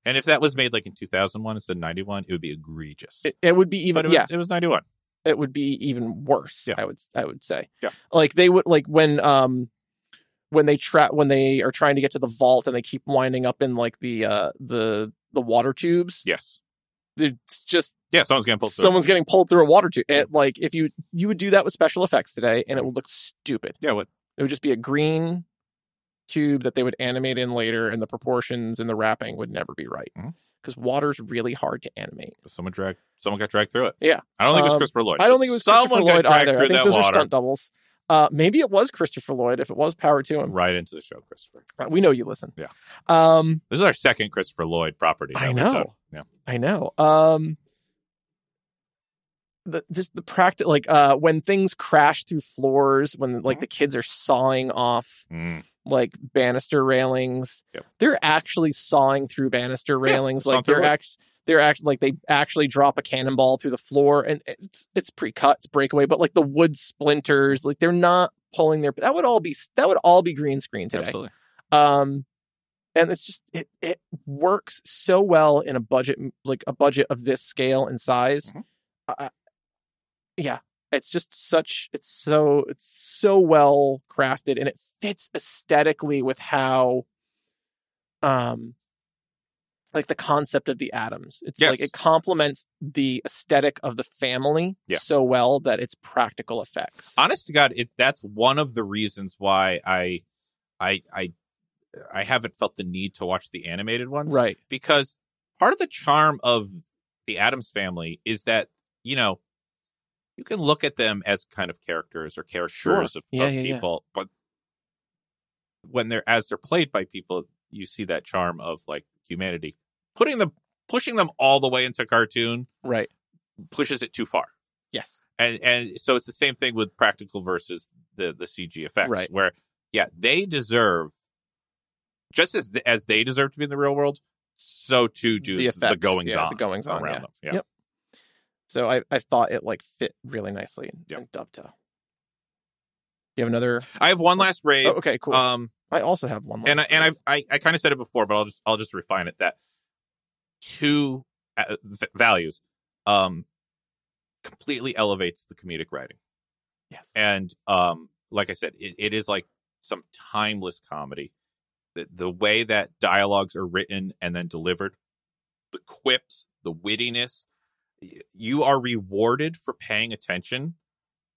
Speaker 1: and if that was made like in 2001 instead of 91 it would be egregious
Speaker 2: it, it would be
Speaker 1: but
Speaker 2: even
Speaker 1: it was,
Speaker 2: yeah
Speaker 1: it was 91
Speaker 2: it would be even worse
Speaker 1: Yeah.
Speaker 2: i would i would say
Speaker 1: Yeah.
Speaker 2: like they would like when um when they trap when they are trying to get to the vault and they keep winding up in like the uh the the water tubes
Speaker 1: yes
Speaker 2: it's just
Speaker 1: yeah someone's gonna pull through.
Speaker 2: someone's getting pulled through a water tube and like if you you would do that with special effects today and it would look stupid
Speaker 1: yeah what
Speaker 2: It would just be a green tube that they would animate in later, and the proportions and the wrapping would never be right
Speaker 1: Mhm.
Speaker 2: because water's really hard to animate.
Speaker 1: someone dragged someone got dragged through it
Speaker 2: Yeah.
Speaker 1: i don't think it was
Speaker 2: Um,
Speaker 1: christopher lloyd
Speaker 2: I don't think it was
Speaker 1: someone
Speaker 2: Christopher Lloyd
Speaker 1: got dragged
Speaker 2: either. I
Speaker 1: through
Speaker 2: think
Speaker 1: that
Speaker 2: those
Speaker 1: water
Speaker 2: are stunt doubles. Uh, maybe it was Christopher Lloyd. If it was, power to him.
Speaker 1: right into the show christopher
Speaker 2: We know you listen.
Speaker 1: Yeah.
Speaker 2: Um,
Speaker 1: this is our second christopher lloyd property
Speaker 2: I
Speaker 1: that we've
Speaker 2: know.
Speaker 1: done. yeah
Speaker 2: I know. Um, the this the practice like uh when things crash through floors when
Speaker 1: Mm-hmm.
Speaker 2: like the kids are sawing off
Speaker 1: Mm.
Speaker 2: like banister railings
Speaker 1: Yep.
Speaker 2: they're actually sawing through banister
Speaker 1: Yeah,
Speaker 2: railings
Speaker 1: saw
Speaker 2: like
Speaker 1: through
Speaker 2: they're
Speaker 1: wood.
Speaker 2: actually they're actually like they actually drop a cannonball through the floor and it's it's pre-cut it's breakaway but like the wood splinters like they're not pulling their that would all be that would all be green screen today
Speaker 1: Absolutely.
Speaker 2: um and it's just it it works so well in a budget like a budget of this scale and size
Speaker 1: Mhm.
Speaker 2: I- I- yeah it's just such it's so it's so well crafted and it fits aesthetically with how um like the concept of the atoms it's
Speaker 1: Yes.
Speaker 2: like it complements the aesthetic of the family
Speaker 1: Yeah.
Speaker 2: so well that it's practical effects
Speaker 1: honest to god it that's one of the reasons why i i i i haven't felt the need to watch the animated ones
Speaker 2: right
Speaker 1: because part of the charm of the adams family is that you know you can look at them as kind of characters or caricatures of,
Speaker 2: Yeah,
Speaker 1: of
Speaker 2: yeah, yeah.
Speaker 1: people but when they're as they're played by people you see that charm of like humanity putting them pushing them all the way into cartoon
Speaker 2: right
Speaker 1: pushes it too far
Speaker 2: yes
Speaker 1: and and so it's the same thing with practical versus the the CG effects,
Speaker 2: Right.
Speaker 1: where yeah, they deserve just as th- as they deserve to be in the real world, so too do
Speaker 2: The
Speaker 1: the,
Speaker 2: effects,
Speaker 1: goings
Speaker 2: yeah,
Speaker 1: on,
Speaker 2: the goings on,
Speaker 1: around
Speaker 2: yeah.
Speaker 1: them. Yeah,
Speaker 2: Yep. So I, I thought it like fit really nicely and,
Speaker 1: Yep.
Speaker 2: and dovetail. You have another?
Speaker 1: I have one last rave.
Speaker 2: Oh, okay, cool.
Speaker 1: Um,
Speaker 2: I also have one.
Speaker 1: and I,
Speaker 2: last
Speaker 1: and
Speaker 2: one.
Speaker 1: I've, I I kind of said it before, but I'll just I'll just refine it that two uh, v- values, um, completely elevates the comedic writing.
Speaker 2: yes.
Speaker 1: and um like i said it, it is like some timeless comedy the, the way that dialogues are written and then delivered the quips the wittiness y- you are rewarded for paying attention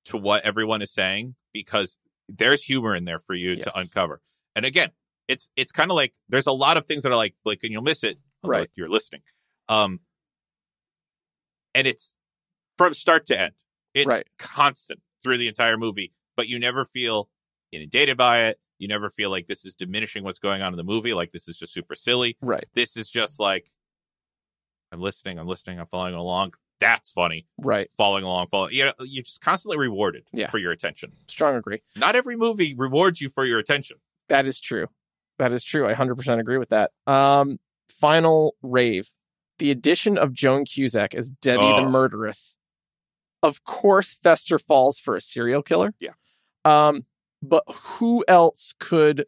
Speaker 1: to what everyone is saying because there's humor in there for you
Speaker 2: Yes.
Speaker 1: to uncover and again it's it's kind of like there's a lot of things that are like like and you'll miss it although
Speaker 2: Right.
Speaker 1: you're listening um and it's from start to end it's
Speaker 2: Right.
Speaker 1: constant through the entire movie but you never feel inundated by it you never feel like this is diminishing what's going on in the movie like this is just super silly
Speaker 2: right,
Speaker 1: this is just like i'm listening i'm listening i'm following along that's funny
Speaker 2: right.
Speaker 1: following along following you know you're just constantly rewarded
Speaker 2: Yeah.
Speaker 1: for your attention
Speaker 2: Strong agree.
Speaker 1: not every movie rewards you for your attention
Speaker 2: That is true. That is true. I 100% agree with that. Um, final rave. The addition of Joan Cusack as Debbie
Speaker 1: Oh.
Speaker 2: the murderess. Of course, Fester falls for a serial killer.
Speaker 1: Yeah.
Speaker 2: Um, but who else could?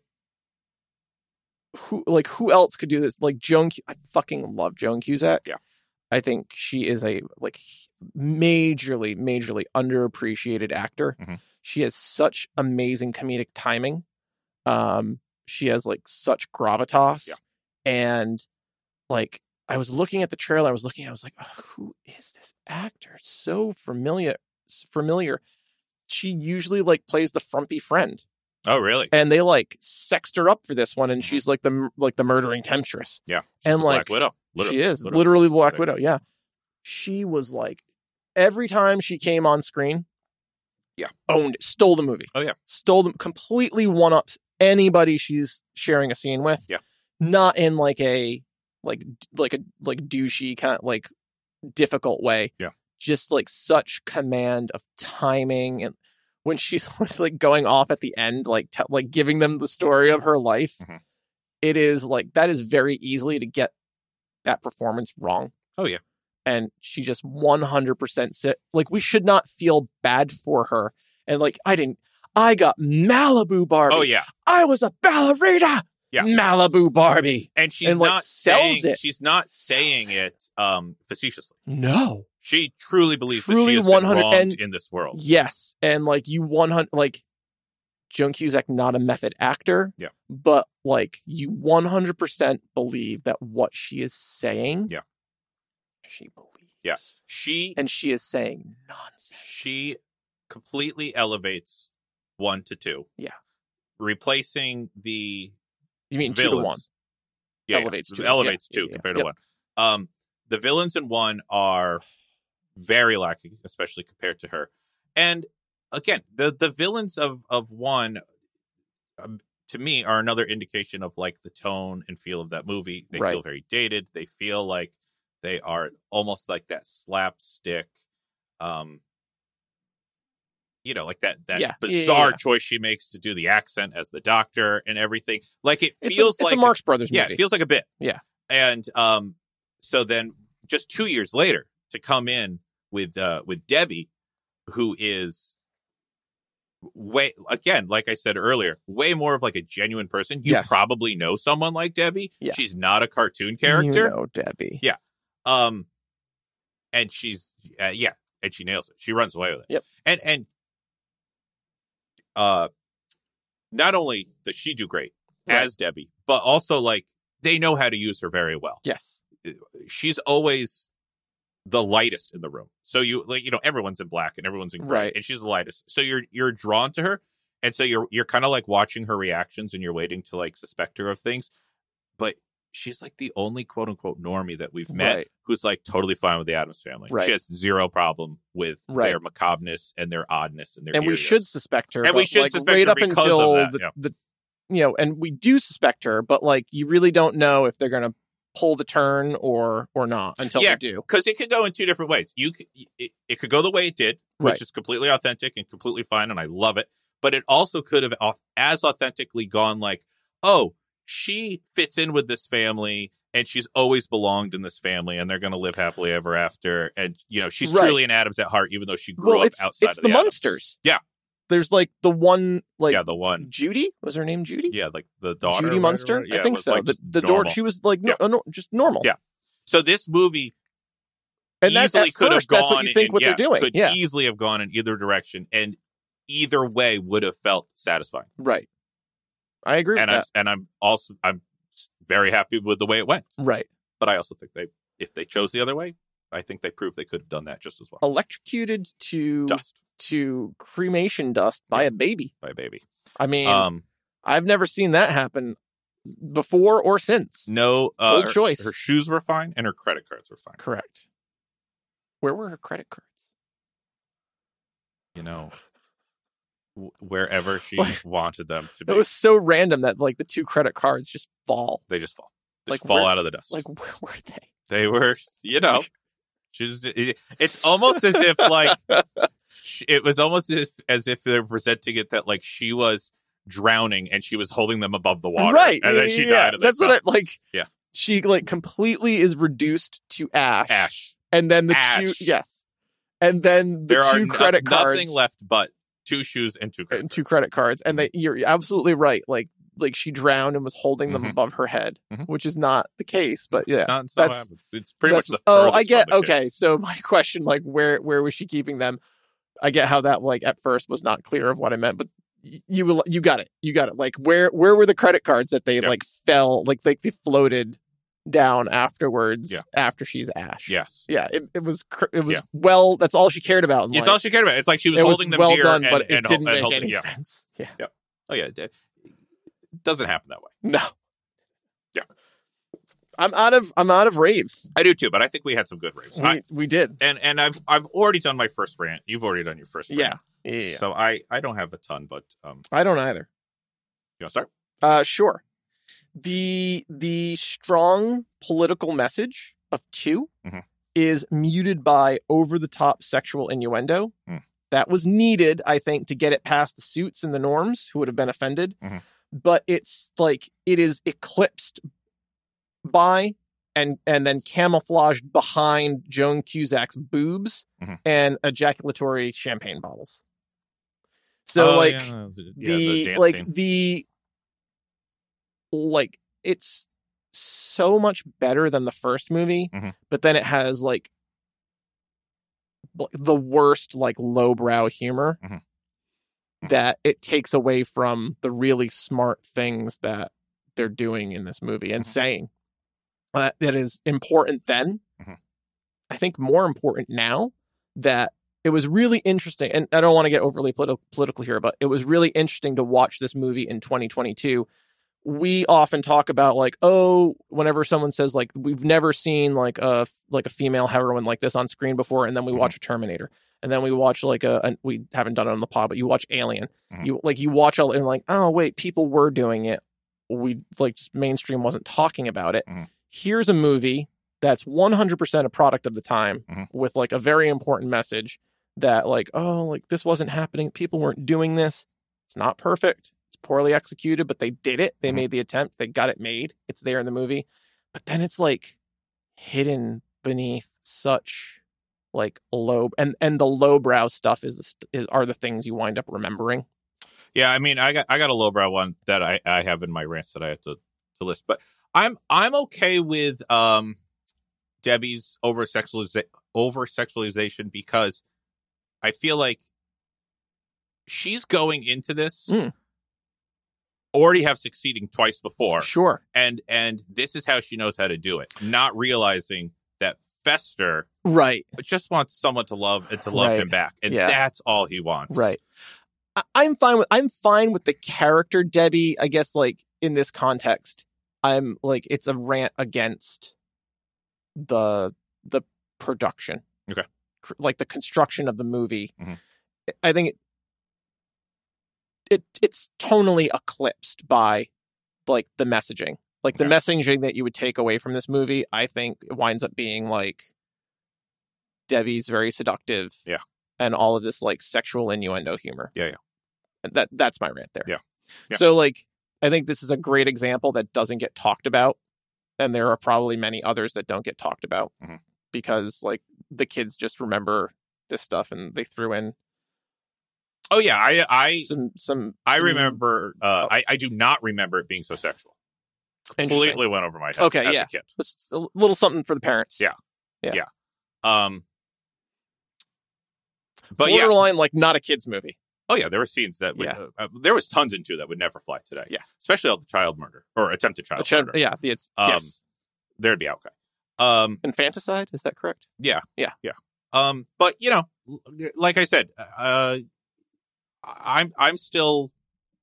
Speaker 2: Who like who else could do this? Like Joan, Cu- I fucking love Joan Cusack.
Speaker 1: Yeah.
Speaker 2: I think she is a like majorly, majorly underappreciated actor.
Speaker 1: Mhm.
Speaker 2: She has such amazing comedic timing. Um, she has like such gravitas,
Speaker 1: Yeah.
Speaker 2: and like I was looking at the trailer, I was looking, I was like, "Ugh, who is this actor? So familiar, familiar. She usually like plays the frumpy friend,
Speaker 1: oh really
Speaker 2: and they like sexed her up for this one, and
Speaker 1: Mhm.
Speaker 2: she's like the like the murdering temptress.
Speaker 1: yeah
Speaker 2: And,
Speaker 1: the
Speaker 2: like,
Speaker 1: black widow
Speaker 2: She is literally, the Black
Speaker 1: Like-
Speaker 2: Widow. Yeah, she was like every time she came on screen,
Speaker 1: Yeah.
Speaker 2: owned, it, stole the movie.
Speaker 1: Oh, yeah.
Speaker 2: stole them completely. One ups anybody she's sharing a scene with.
Speaker 1: Yeah.
Speaker 2: not in like a like like a like douchey kind of like difficult way.
Speaker 1: Yeah.
Speaker 2: just like such command of timing and. When she's like going off at the end, like te- like giving them the story of her life,
Speaker 1: Mhm.
Speaker 2: it is like that is very easily to get that performance wrong.
Speaker 1: Oh, yeah.
Speaker 2: And she just 100% sit. Like we should not feel bad for her. And like I didn't I got Malibu Barbie.
Speaker 1: oh yeah
Speaker 2: I was a ballerina.
Speaker 1: Yeah.
Speaker 2: Malibu Barbie.
Speaker 1: and she's
Speaker 2: And, like,
Speaker 1: not
Speaker 2: sells
Speaker 1: saying
Speaker 2: it.
Speaker 1: she's not
Speaker 2: Sells
Speaker 1: saying it um facetiously
Speaker 2: No.
Speaker 1: she truly believes that
Speaker 2: Truly
Speaker 1: she has
Speaker 2: 100
Speaker 1: been wronged
Speaker 2: and-
Speaker 1: in this world
Speaker 2: Yes. And like you 100 like Joan Cusack not a method actor.
Speaker 1: Yeah.
Speaker 2: But like you 100% believe that what she is saying.
Speaker 1: Yeah.
Speaker 2: She believes.
Speaker 1: Yeah. she
Speaker 2: And she is saying nonsense.
Speaker 1: she completely elevates one to two
Speaker 2: Yeah.
Speaker 1: replacing the
Speaker 2: You mean two to
Speaker 1: villains.
Speaker 2: one.
Speaker 1: Yeah,
Speaker 2: Elevates
Speaker 1: yeah.
Speaker 2: two.
Speaker 1: Elevates
Speaker 2: Yeah,
Speaker 1: two
Speaker 2: yeah, yeah.
Speaker 1: compared
Speaker 2: Yep.
Speaker 1: to one. Um, the villains in one are very lacking, especially compared to her. And again, the the villains of of one, um, to me, are another indication of like the tone and feel of that movie. They
Speaker 2: Right.
Speaker 1: feel very dated. They feel like they are almost like that slapstick um you know like that that
Speaker 2: Yeah. Yeah, yeah,
Speaker 1: bizarre
Speaker 2: yeah.
Speaker 1: choice she makes to do the accent as the doctor and everything like it
Speaker 2: It's,
Speaker 1: feels
Speaker 2: a,
Speaker 1: like
Speaker 2: it's a Marx Brothers
Speaker 1: yeah
Speaker 2: movie.
Speaker 1: it feels like a bit
Speaker 2: Yeah.
Speaker 1: and um so then just two years later to come in with uh with debbie who is way again like i said earlier way more of like a genuine person you
Speaker 2: Yes.
Speaker 1: probably know someone like debbie
Speaker 2: Yeah.
Speaker 1: she's not a cartoon
Speaker 2: You
Speaker 1: character
Speaker 2: know, Debbie.
Speaker 1: Yeah. um and she's uh, yeah and she nails it she runs away with it
Speaker 2: Yep.
Speaker 1: and and uh not only does she do great
Speaker 2: Right.
Speaker 1: as debbie but also like they know how to use her very well
Speaker 2: Yes.
Speaker 1: she's always the lightest in the room so you like you know everyone's in black and everyone's in gray
Speaker 2: Right.
Speaker 1: and she's the lightest so you're you're drawn to her and so you're you're kind of like watching her reactions and you're waiting to like suspect her of things but she's like the only quote unquote normie that we've met
Speaker 2: Right.
Speaker 1: who's like totally fine with the Adams family.
Speaker 2: Right.
Speaker 1: She has zero problem with
Speaker 2: Right.
Speaker 1: their macabreness and their oddness and their.
Speaker 2: and we
Speaker 1: eeriness.
Speaker 2: should suspect her.
Speaker 1: And we
Speaker 2: but,
Speaker 1: should
Speaker 2: like,
Speaker 1: suspect
Speaker 2: right
Speaker 1: her
Speaker 2: up
Speaker 1: because of
Speaker 2: until
Speaker 1: that,
Speaker 2: the,
Speaker 1: yeah.
Speaker 2: the, you know, and we do suspect her, but like you really don't know if they're gonna pull the turn or or not until
Speaker 1: Yeah.
Speaker 2: they do.
Speaker 1: because it could go in two different ways. You c- it, it could go the way it did, which
Speaker 2: Right.
Speaker 1: is completely authentic and completely fine, and I love it. But it also could have au- as authentically gone like, oh, she fits in with this family. And she's always belonged in this family, and they're going to live happily ever after. And you know, she's
Speaker 2: Right.
Speaker 1: truly an Adams at heart, even though she grew
Speaker 2: Well,
Speaker 1: up
Speaker 2: it's
Speaker 1: outside
Speaker 2: it's
Speaker 1: of
Speaker 2: the,
Speaker 1: the, Addams.
Speaker 2: monsters.
Speaker 1: Yeah.
Speaker 2: There's like the one like
Speaker 1: yeah, the one,
Speaker 2: Judy was her name Judy.
Speaker 1: yeah, like the daughter,
Speaker 2: Judy
Speaker 1: or
Speaker 2: Munster.
Speaker 1: whatever. Yeah,
Speaker 2: I
Speaker 1: it
Speaker 2: think
Speaker 1: was,
Speaker 2: so.
Speaker 1: like,
Speaker 2: the
Speaker 1: just
Speaker 2: the dork.
Speaker 1: normal.
Speaker 2: She was like no,
Speaker 1: Yeah.
Speaker 2: uh, no, just normal.
Speaker 1: Yeah. So this movie
Speaker 2: And that
Speaker 1: easily
Speaker 2: at
Speaker 1: could
Speaker 2: first,
Speaker 1: have gone.
Speaker 2: that's what you think
Speaker 1: in-
Speaker 2: what
Speaker 1: yeah,
Speaker 2: they're doing.
Speaker 1: Could
Speaker 2: Yeah.
Speaker 1: easily have gone in either direction, and either way would have felt satisfying.
Speaker 2: Right. I agree
Speaker 1: And
Speaker 2: with
Speaker 1: I'm and I'm also I'm very happy with the way it went.
Speaker 2: that. Right.
Speaker 1: But I also think they if they chose the other way, I think they proved they could have done that just as well.
Speaker 2: Oh. Electrocuted to
Speaker 1: Dust
Speaker 2: to cremation dust by a baby.
Speaker 1: by baby.
Speaker 2: I mean
Speaker 1: Um,
Speaker 2: I've never seen that happen before or since.
Speaker 1: no, uh,
Speaker 2: Bold
Speaker 1: her-
Speaker 2: choice.
Speaker 1: Her, shoes were fine and her credit cards were fine.
Speaker 2: Correct. Where were her credit cards?
Speaker 1: You know, w- wherever she
Speaker 2: Like-
Speaker 1: wanted them to be,
Speaker 2: That was so random that like the two credit cards just fall.
Speaker 1: they just fall, they just
Speaker 2: Like,
Speaker 1: fall
Speaker 2: where-
Speaker 1: out of the dust.
Speaker 2: Like where were they?
Speaker 1: they were, you know. She was, it- it's almost as if like sh- it was almost as if, as if they're presenting it that like she was drowning and she was holding them above the water,
Speaker 2: right.
Speaker 1: And then she
Speaker 2: yeah,
Speaker 1: died. and they
Speaker 2: That's what
Speaker 1: fell.
Speaker 2: I like.
Speaker 1: Yeah.
Speaker 2: She like completely is reduced to ash.
Speaker 1: Ash.
Speaker 2: And then the two
Speaker 1: Ash.
Speaker 2: yes. And then the
Speaker 1: there
Speaker 2: two
Speaker 1: are no-
Speaker 2: credit cards
Speaker 1: nothing left but two shoes and two credit
Speaker 2: and two
Speaker 1: cards.
Speaker 2: credit cards. And they you're absolutely right. Like like she drowned and was holding them
Speaker 1: Mhm.
Speaker 2: above her head,
Speaker 1: Mhm.
Speaker 2: which is not the case, but yeah.
Speaker 1: It's not- it's not what
Speaker 2: that's-
Speaker 1: happens. It's pretty much
Speaker 2: That's-
Speaker 1: the.
Speaker 2: oh
Speaker 1: furthest
Speaker 2: i
Speaker 1: from
Speaker 2: get
Speaker 1: the
Speaker 2: okay
Speaker 1: case.
Speaker 2: so my question like where where was she keeping them i get how that like at first was not clear of what i meant but y- you will- you got it you got it like where where were the credit cards that they
Speaker 1: Yeah.
Speaker 2: like fell like like they floated down afterwards
Speaker 1: Yeah.
Speaker 2: after she's ash
Speaker 1: Yes.
Speaker 2: yeah it, it was cr- it was
Speaker 1: Yeah.
Speaker 2: well that's all she cared about in
Speaker 1: It's
Speaker 2: life.
Speaker 1: all she cared about. It's like she was
Speaker 2: it was
Speaker 1: holding them
Speaker 2: well
Speaker 1: dear
Speaker 2: done
Speaker 1: and,
Speaker 2: but it
Speaker 1: and, hol-
Speaker 2: didn't
Speaker 1: and
Speaker 2: make
Speaker 1: holding-
Speaker 2: any
Speaker 1: yeah.
Speaker 2: sense yeah
Speaker 1: Oh yeah, it it doesn't happen that way.
Speaker 2: no
Speaker 1: Yeah.
Speaker 2: i'm out of i'm out of raves
Speaker 1: I do too, but I think we had some good raves.
Speaker 2: we,
Speaker 1: I,
Speaker 2: we did
Speaker 1: and and I've I've already done my first rant. You've already done your first rant.
Speaker 2: yeah yeah, yeah.
Speaker 1: So I I don't have a ton, but um,
Speaker 2: i don't either
Speaker 1: you want to start?
Speaker 2: Uh, sure. The the strong political message of 2
Speaker 1: Mhm.
Speaker 2: is muted by over the top sexual innuendo.
Speaker 1: Mm.
Speaker 2: That was needed, I think, to get it past the suits and the norms who would have been offended.
Speaker 1: Mhm.
Speaker 2: But it's like it is eclipsed by and and then camouflaged behind Joan Cusack's boobs
Speaker 1: Mhm.
Speaker 2: and ejaculatory champagne bottles. So
Speaker 1: Oh,
Speaker 2: like
Speaker 1: yeah, no, the, yeah,
Speaker 2: the,
Speaker 1: dance
Speaker 2: like
Speaker 1: scene.
Speaker 2: the like it's so much better than the first movie
Speaker 1: Mhm.
Speaker 2: but then it has like bl- the worst like lowbrow humor
Speaker 1: Mhm. Mhm.
Speaker 2: that it takes away from the really smart things that they're doing in this movie and
Speaker 1: Mhm.
Speaker 2: saying that, that is important then
Speaker 1: Mhm.
Speaker 2: i think more important now that it was really interesting and i don't want to get overly politi- political here but it was really interesting to watch this movie in 2022 we often talk about like oh whenever someone says like we've never seen like a like a female heroine like this on screen before and then we
Speaker 1: Mhm.
Speaker 2: watch a terminator and then we watch like a, an- we haven't done it on the pod but you watch alien
Speaker 1: Mhm.
Speaker 2: you like you watch all and like oh wait people were doing it we like just mainstream wasn't talking about it
Speaker 1: Mhm.
Speaker 2: here's a movie that's 100% a product of the time
Speaker 1: Mhm.
Speaker 2: with like a very important message that like oh like this wasn't happening people weren't doing this it's not perfect it's poorly executed but they did it they
Speaker 1: Mhm.
Speaker 2: made the attempt they got it made it's there in the movie but then it's like hidden beneath such like low and and the lowbrow stuff is the st- is, are the things you wind up remembering
Speaker 1: Yeah, I mean, I got I got a lowbrow one that I I have in my rants that I have to to list, but I'm I'm okay with um Debbie's over sexualiza- over sexualization because I feel like she's going into this
Speaker 2: Mm.
Speaker 1: already have succeeding twice before,
Speaker 2: sure
Speaker 1: and and this is how she knows how to do it, not realizing that Fester
Speaker 2: right
Speaker 1: just wants someone to love and to love
Speaker 2: Right.
Speaker 1: him back, and
Speaker 2: Yeah.
Speaker 1: that's all he wants,
Speaker 2: Right. I- I'm fine with I'm fine with the character Debbie. I guess like in this context, I'm like it's a rant against the the production.
Speaker 1: Okay.
Speaker 2: Cr- Like the construction of the movie.
Speaker 1: Mhm.
Speaker 2: I think it, it it's tonally eclipsed by like the messaging. Like the
Speaker 1: Yeah.
Speaker 2: messaging that you would take away from this movie, I think it winds up being like Debbie's very seductive and all of this like sexual innuendo humor.
Speaker 1: Yeah, yeah.
Speaker 2: And That that's my rant there.
Speaker 1: Yeah. Yeah.
Speaker 2: So like I think this is a great example that doesn't get talked about and there are probably many others that don't get talked about
Speaker 1: Mhm.
Speaker 2: because like the kids just remember this stuff and they threw in
Speaker 1: Oh yeah, I I
Speaker 2: some some
Speaker 1: I
Speaker 2: some
Speaker 1: remember. Uh, I I do not remember it being so sexual.
Speaker 2: Oh. interesting-
Speaker 1: Completely went over my head.
Speaker 2: Okay,
Speaker 1: as
Speaker 2: yeah.
Speaker 1: a kid.
Speaker 2: just a little something for the parents.
Speaker 1: Yeah. Um, but yeah,
Speaker 2: Borderline like not a kids movie.
Speaker 1: oh yeah, there were scenes that would,
Speaker 2: Yeah.
Speaker 1: uh, there was tons in two that would never fly today.
Speaker 2: Yeah.
Speaker 1: especially all the child murder or attempted child
Speaker 2: Which I-
Speaker 1: murder.
Speaker 2: yeah, the, it's,
Speaker 1: Oh, Um,
Speaker 2: yes.
Speaker 1: There'd be outcry. Um,
Speaker 2: Infanticide, is that correct?
Speaker 1: Um, but you know, l- like I said, uh, I'm I'm still.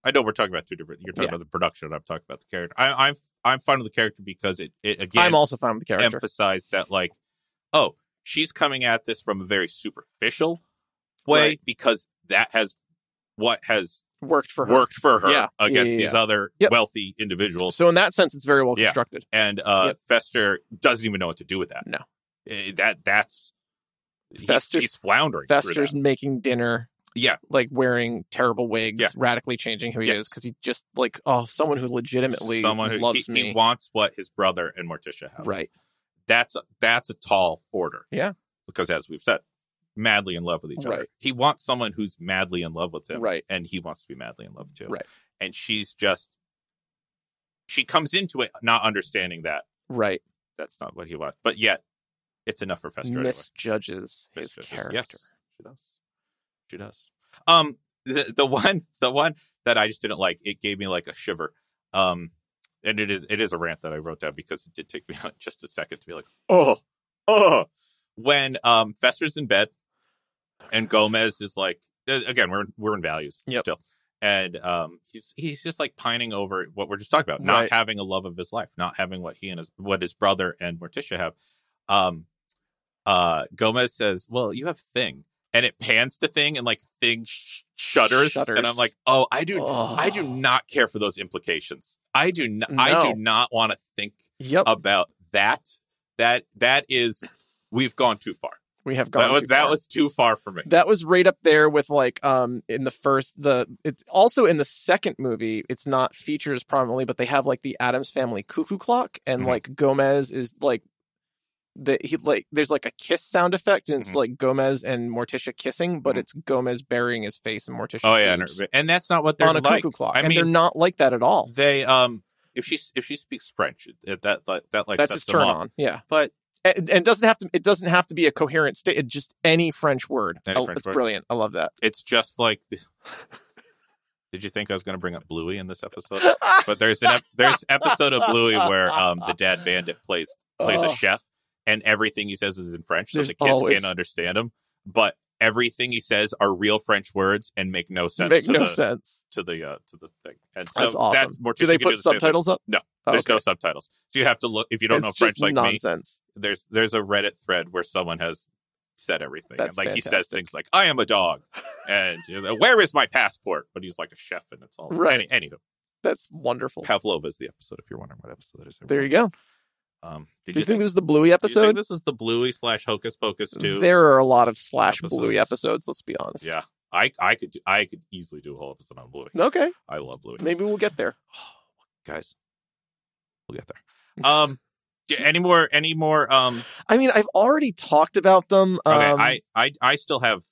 Speaker 1: I know we're talking about two different. You're talking
Speaker 2: Yeah.
Speaker 1: about the production. and I'm talking about the character. I, I'm I'm fine with the character because it it again
Speaker 2: I'm also fine with the character.
Speaker 1: emphasized that like, oh, she's coming at this from a very superficial way
Speaker 2: Right.
Speaker 1: because that has what has
Speaker 2: Worked for her.
Speaker 1: worked for her
Speaker 2: Yeah.
Speaker 1: against
Speaker 2: Yeah, yeah,
Speaker 1: these other
Speaker 2: Yep.
Speaker 1: wealthy individuals
Speaker 2: So in that sense it's very well
Speaker 1: Yeah.
Speaker 2: constructed.
Speaker 1: and uh
Speaker 2: Yep.
Speaker 1: Fester doesn't even know what to do with that.
Speaker 2: No.
Speaker 1: Eh, that that's he's-
Speaker 2: Fester's-
Speaker 1: he's, floundering. through
Speaker 2: Fester's
Speaker 1: that.
Speaker 2: making dinner.
Speaker 1: Yeah.
Speaker 2: Like wearing terrible wigs,
Speaker 1: Yeah.
Speaker 2: radically changing who he
Speaker 1: Yes.
Speaker 2: is because he just like oh someone who legitimately
Speaker 1: someone who
Speaker 2: loves
Speaker 1: he,
Speaker 2: me.
Speaker 1: he wants what his brother and Morticia have.
Speaker 2: right.
Speaker 1: That's a, that's a tall order.
Speaker 2: Yeah.
Speaker 1: Because as we've said, madly in love with each other.
Speaker 2: Right.
Speaker 1: He wants someone who's madly in love with him.
Speaker 2: Right.
Speaker 1: And he wants to be madly in love too.
Speaker 2: Right.
Speaker 1: And she's just she comes into it not understanding that
Speaker 2: Right.
Speaker 1: that's not what he wants. But yet it's enough for Fester anyway.
Speaker 2: Misjudges his
Speaker 1: Mischievous.
Speaker 2: character.
Speaker 1: Yes, she does. She does. Um, the the one the one that I just didn't like. It gave me like a shiver. Um, and it is it is a rant that I wrote down because it did take me like just a second to be like, oh, oh, when um Fester's in bed, and Gomez is like, uh, again, we're we're in values
Speaker 2: Yep.
Speaker 1: still. And um, he's he's just like pining over what we're just talking about, not
Speaker 2: Right.
Speaker 1: having a love of his life, not having what he and his what his brother and Morticia have. Um, uh, Gomez says, "Well, you have Thing," and it pans to Thing, and like Thing sh- shudders,
Speaker 2: Shudders.
Speaker 1: and I'm like, "Oh, I do,
Speaker 2: Oh.
Speaker 1: I do not care for those implications. I do not, I
Speaker 2: No.
Speaker 1: do not want to think
Speaker 2: Yep.
Speaker 1: about that. That that is, we've gone too far.
Speaker 2: we have gone.
Speaker 1: That was
Speaker 2: too
Speaker 1: that
Speaker 2: far.
Speaker 1: was too far for me.
Speaker 2: that was right up there with like um in the first the it's also in the second movie it's not featured as prominently but they have like the adams family cuckoo clock and
Speaker 1: Mhm.
Speaker 2: like gomez is like the he like there's like a kiss sound effect and it's
Speaker 1: Mhm.
Speaker 2: like gomez and morticia kissing but
Speaker 1: Mhm.
Speaker 2: it's gomez burying his face and morticia
Speaker 1: Oh yeah, and,
Speaker 2: boobs
Speaker 1: and that's not what they're
Speaker 2: on a
Speaker 1: like.
Speaker 2: cuckoo clock
Speaker 1: I
Speaker 2: and they're
Speaker 1: mean-
Speaker 2: not like that at all
Speaker 1: They um, if she if she speaks French, that that that, that like
Speaker 2: that's
Speaker 1: sets
Speaker 2: his
Speaker 1: them
Speaker 2: turn
Speaker 1: off.
Speaker 2: on yeah
Speaker 1: But
Speaker 2: and, and it doesn't have to it doesn't have to be a coherent state It just any french word
Speaker 1: Any
Speaker 2: Oh,
Speaker 1: French
Speaker 2: it's
Speaker 1: word.
Speaker 2: brilliant i love that
Speaker 1: it's just like. Did you think I was going to bring up Bluey in this episode? but there's an ep- there's episode of Bluey where um the dad bandit plays plays
Speaker 2: Oh.
Speaker 1: a chef, and everything he says is in French, so
Speaker 2: There's
Speaker 1: the kids
Speaker 2: always-
Speaker 1: can't understand him. But everything he says are real French words and make no sense
Speaker 2: make
Speaker 1: to
Speaker 2: no
Speaker 1: the
Speaker 2: sense
Speaker 1: to the uh, to the thing. And so
Speaker 2: That's awesome.
Speaker 1: That, Morticia
Speaker 2: do they
Speaker 1: can
Speaker 2: put
Speaker 1: the same thing.
Speaker 2: subtitles up?
Speaker 1: No.
Speaker 2: Oh,
Speaker 1: There's
Speaker 2: okay.
Speaker 1: no subtitles, so you have to look if you don't
Speaker 2: It's
Speaker 1: know French
Speaker 2: just
Speaker 1: like me.
Speaker 2: nonsense.
Speaker 1: There's there's a Reddit thread where someone has said everything.
Speaker 2: That's
Speaker 1: and, like he says
Speaker 2: fantastic.
Speaker 1: things like "I am a dog," and you know, "Where is my passport?" But he's like a chef, and it's all
Speaker 2: Right.
Speaker 1: Any, anywho,
Speaker 2: That's wonderful.
Speaker 1: Pavlova is the episode. If you're wondering what episode it is,
Speaker 2: There you go.
Speaker 1: Um,
Speaker 2: Do
Speaker 1: did
Speaker 2: you, think it was the
Speaker 1: do
Speaker 2: Bluey
Speaker 1: you think
Speaker 2: episode?
Speaker 1: this was the Bluey slash Hocus Pocus too?
Speaker 2: There are a lot of slash Bluey
Speaker 1: Episodes.
Speaker 2: episodes. Let's be honest.
Speaker 1: Yeah, I I could do- I could easily do a whole episode on Bluey.
Speaker 2: Okay.
Speaker 1: I love Bluey.
Speaker 2: Maybe we'll get there.
Speaker 1: Guys, we'll get there. Um, d- any more? Any more? Um,
Speaker 2: I mean, I've already talked about them. Um,
Speaker 1: okay, I I I still have.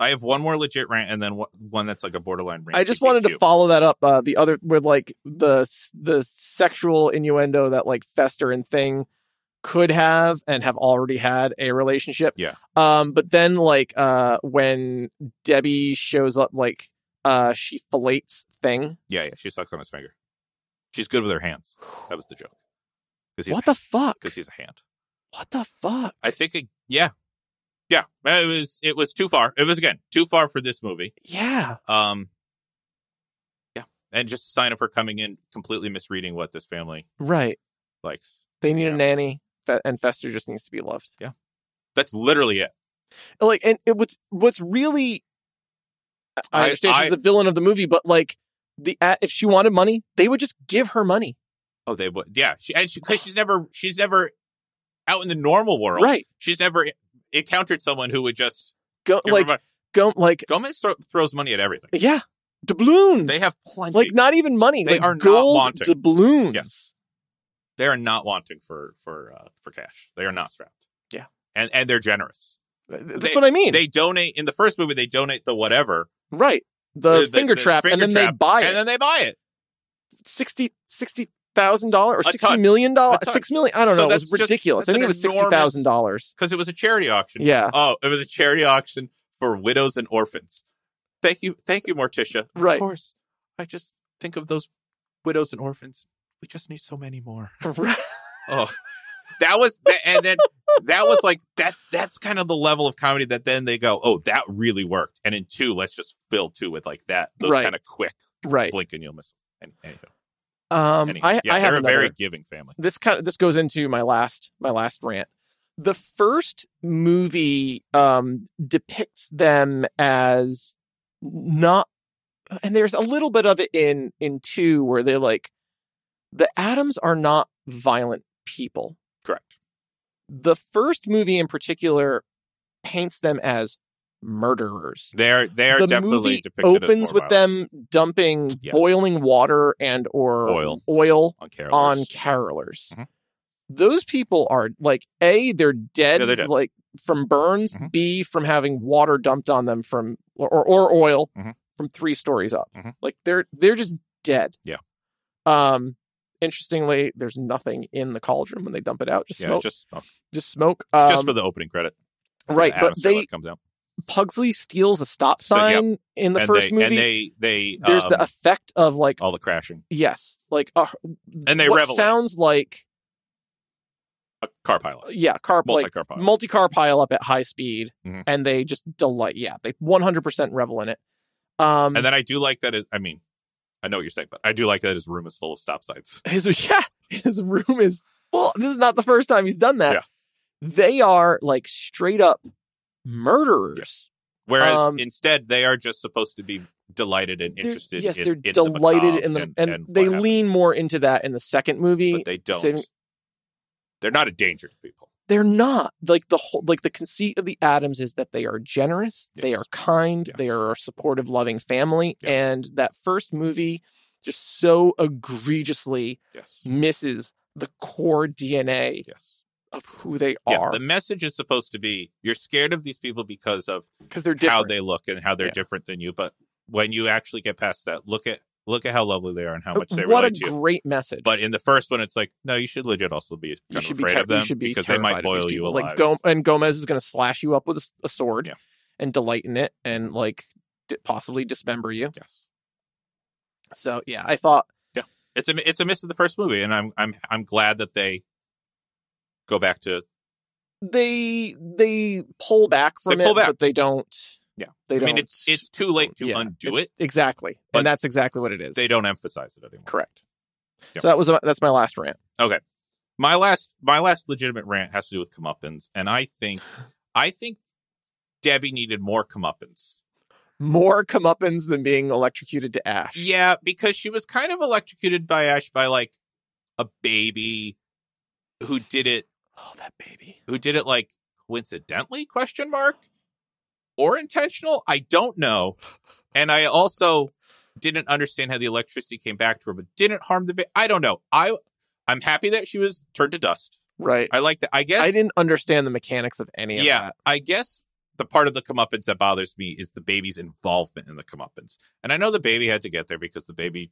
Speaker 1: I have one more legit rant, and then one- one that's like a borderline rant.
Speaker 2: I just wanted to
Speaker 1: TBQ.
Speaker 2: follow that up. Uh, the other with like the the sexual innuendo that like Fester and Thing could have and have already had a relationship.
Speaker 1: Yeah.
Speaker 2: Um, but then like uh when Debbie shows up, like uh she fillets Thing.
Speaker 1: Yeah, yeah. She sucks on his finger. She's good with her hands. That was the joke.
Speaker 2: What the fuck?
Speaker 1: Because he's a hand.
Speaker 2: What the fuck?
Speaker 1: I think. It, yeah, yeah. It was. It was too far. It was again too far for this movie.
Speaker 2: Yeah.
Speaker 1: Um, yeah, and just a sign of her coming in completely misreading what this family
Speaker 2: Right.
Speaker 1: likes.
Speaker 2: They need
Speaker 1: Yeah.
Speaker 2: a nanny, Fe- and Fester just needs to be loved.
Speaker 1: That's literally it.
Speaker 2: like and it, what's what's really I-
Speaker 1: I-
Speaker 2: I understand
Speaker 1: I-
Speaker 2: she's the villain of the movie, but like the a- if she wanted money, they would just give her money,
Speaker 1: Oh, they would. Yeah, she, and because she's never, she's never out in the normal world.
Speaker 2: right?
Speaker 1: She's never e, encountered someone who would just
Speaker 2: Go
Speaker 1: give her
Speaker 2: like
Speaker 1: money.
Speaker 2: go like
Speaker 1: Gomez thro- throws money at everything.
Speaker 2: yeah, doubloons.
Speaker 1: They have plenty.
Speaker 2: like not even money.
Speaker 1: They
Speaker 2: like,
Speaker 1: are not
Speaker 2: gold
Speaker 1: wanting.
Speaker 2: doubloons.
Speaker 1: Yes. they are not wanting for for uh, for cash. They are not strapped.
Speaker 2: Yeah.
Speaker 1: and and they're generous.
Speaker 2: Th- that's
Speaker 1: They-
Speaker 2: what I mean.
Speaker 1: They donate in the first movie. They donate the whatever,
Speaker 2: right, the,
Speaker 1: The- the-
Speaker 2: finger
Speaker 1: the
Speaker 2: trap,
Speaker 1: finger
Speaker 2: and then they
Speaker 1: trap,
Speaker 2: buy it
Speaker 1: and then they buy it.
Speaker 2: sixty sixty thousand dollars or
Speaker 1: A
Speaker 2: sixty
Speaker 1: ton.
Speaker 2: million dollars,
Speaker 1: A ton.
Speaker 2: six million. I don't
Speaker 1: So
Speaker 2: know. It
Speaker 1: that's
Speaker 2: was
Speaker 1: just-
Speaker 2: ridiculous. I
Speaker 1: that's
Speaker 2: think
Speaker 1: an
Speaker 2: it was sixty thousand dollars.
Speaker 1: because it was a charity auction.
Speaker 2: Yeah,
Speaker 1: Oh, it was a charity auction for widows and orphans. Thank you, thank you, Morticia. Of
Speaker 2: right,
Speaker 1: course, I just think of those widows and orphans. We just need so many more.
Speaker 2: right.
Speaker 1: Oh, that was, that, and then that was like that's that's kind of the level of comedy that then they go, oh, that really worked. And in two, let's just fill two with like that, those
Speaker 2: Right.
Speaker 1: kind of quick
Speaker 2: right.
Speaker 1: blink and you'll miss. And anywho,
Speaker 2: Um,
Speaker 1: anywho.
Speaker 2: I
Speaker 1: yeah,
Speaker 2: I
Speaker 1: they're
Speaker 2: have
Speaker 1: a
Speaker 2: another.
Speaker 1: very giving family.
Speaker 2: this kind of this goes into my last my last rant. The first movie um depicts them as not and there's a little bit of it in in 2 where they're like the Adams are not violent people.
Speaker 1: Correct.
Speaker 2: The first movie in particular paints them as murderers.
Speaker 1: They're they're
Speaker 2: the
Speaker 1: definitely
Speaker 2: movie
Speaker 1: depicted as more
Speaker 2: opens with
Speaker 1: violent
Speaker 2: them dumping
Speaker 1: Yes.
Speaker 2: boiling water and or
Speaker 1: Oil.
Speaker 2: oil
Speaker 1: on Carol.
Speaker 2: on carolers.
Speaker 1: Mhm.
Speaker 2: Those people are like a they're dead,
Speaker 1: Yeah, they're dead.
Speaker 2: like from burns,
Speaker 1: Mhm.
Speaker 2: b from having water dumped on them from or or, or oil
Speaker 1: Mhm.
Speaker 2: from 3 stories up.
Speaker 1: Mhm.
Speaker 2: Like they're they're just dead.
Speaker 1: Yeah.
Speaker 2: Um interestingly, there's nothing in the cauldron when they dump it out, just
Speaker 1: yeah,
Speaker 2: smoke. Just,
Speaker 1: just smoke.
Speaker 2: smoke.
Speaker 1: It's just
Speaker 2: Um,
Speaker 1: for the opening credit.
Speaker 2: right,
Speaker 1: The
Speaker 2: but
Speaker 1: Adams
Speaker 2: they
Speaker 1: Family comes out.
Speaker 2: Pugsley steals a stop
Speaker 1: So, yeah.
Speaker 2: sign in the
Speaker 1: and
Speaker 2: first
Speaker 1: they,
Speaker 2: movie.
Speaker 1: and they they
Speaker 2: there's
Speaker 1: um,
Speaker 2: the effect of like
Speaker 1: all the crashing
Speaker 2: yes, like uh,
Speaker 1: And they
Speaker 2: what
Speaker 1: revel in it.
Speaker 2: sounds like
Speaker 1: a car pilot,
Speaker 2: yeah, car like
Speaker 1: multi car pilot.
Speaker 2: multi car pile up at high speed
Speaker 1: Mhm.
Speaker 2: and they just delight yeah they 100% revel in it um
Speaker 1: and then I do like that. It, I mean, I know what you're saying, but I do like that his room is full of stop signs.
Speaker 2: his yeah his room is full this is not the first time he's done that
Speaker 1: Yeah.
Speaker 2: they are like straight up murderers
Speaker 1: Whereas
Speaker 2: Um,
Speaker 1: instead, they are just supposed to be delighted and
Speaker 2: They're-
Speaker 1: interested.
Speaker 2: yes
Speaker 1: in,
Speaker 2: they're
Speaker 1: in
Speaker 2: delighted
Speaker 1: macabre
Speaker 2: in them and,
Speaker 1: and
Speaker 2: they
Speaker 1: what happened.
Speaker 2: lean more into that in the second movie
Speaker 1: but they don't.
Speaker 2: saving-
Speaker 1: They're not a danger to people.
Speaker 2: they're not like the whole like the conceit of the Adams is that they are generous, they
Speaker 1: Yes.
Speaker 2: are kind, they
Speaker 1: Yes.
Speaker 2: are a supportive, loving family,
Speaker 1: Yeah.
Speaker 2: and that first movie just so egregiously
Speaker 1: Yes,
Speaker 2: misses the core DNA
Speaker 1: yes.
Speaker 2: of who they
Speaker 1: Yeah,
Speaker 2: are
Speaker 1: the message is supposed to be you're scared of these people because of
Speaker 2: because they're
Speaker 1: how
Speaker 2: different.
Speaker 1: they look and how they're
Speaker 2: Yeah.
Speaker 1: different than you. But when you actually get past that, look at look at how lovely they are and how much they
Speaker 2: what a
Speaker 1: relate to you.
Speaker 2: great message!
Speaker 1: But in the first one, it's like, no, you should legit also be kind
Speaker 2: you
Speaker 1: of
Speaker 2: should be
Speaker 1: afraid
Speaker 2: ter-
Speaker 1: of them
Speaker 2: you should be
Speaker 1: because they might
Speaker 2: terrified of these
Speaker 1: boil you
Speaker 2: people.
Speaker 1: alive.
Speaker 2: Like Go- and Gomez is going to slash you up with a, s- a sword
Speaker 1: Yeah.
Speaker 2: and delight in it and like d- possibly dismember you.
Speaker 1: yes,
Speaker 2: So yeah, I thought
Speaker 1: it's a it's a miss of the first movie, and I'm I'm I'm glad that they go back to
Speaker 2: they they pull back from
Speaker 1: They
Speaker 2: it,
Speaker 1: pull back.
Speaker 2: but they don't.
Speaker 1: Yeah.
Speaker 2: they
Speaker 1: I
Speaker 2: don't.
Speaker 1: mean, it's it's too late to
Speaker 2: yeah,
Speaker 1: undo
Speaker 2: it's-
Speaker 1: it.
Speaker 2: exactly,
Speaker 1: but
Speaker 2: and that's exactly what it is.
Speaker 1: They don't emphasize it anymore.
Speaker 2: Correct.
Speaker 1: Yep.
Speaker 2: So that was uh, that's my last rant.
Speaker 1: My last my last legitimate rant has to do with comeuppance, and I think I think Debbie needed more comeuppance.
Speaker 2: More comeuppance than being electrocuted to ash.
Speaker 1: Yeah, because she was kind of electrocuted by Ash by like a baby who did it
Speaker 2: Oh, that baby.
Speaker 1: who did it like coincidentally question mark or intentional i don't know and i also didn't understand how the electricity came back to her but didn't harm the ba- i don't know i i'm happy that she was turned to dust
Speaker 2: Right.
Speaker 1: i like that i guess
Speaker 2: I didn't understand the mechanics of any of
Speaker 1: yeah
Speaker 2: that.
Speaker 1: i guess the part of the comeuppance that bothers me is the baby's involvement in the comeuppance and i know the baby had to get there because the baby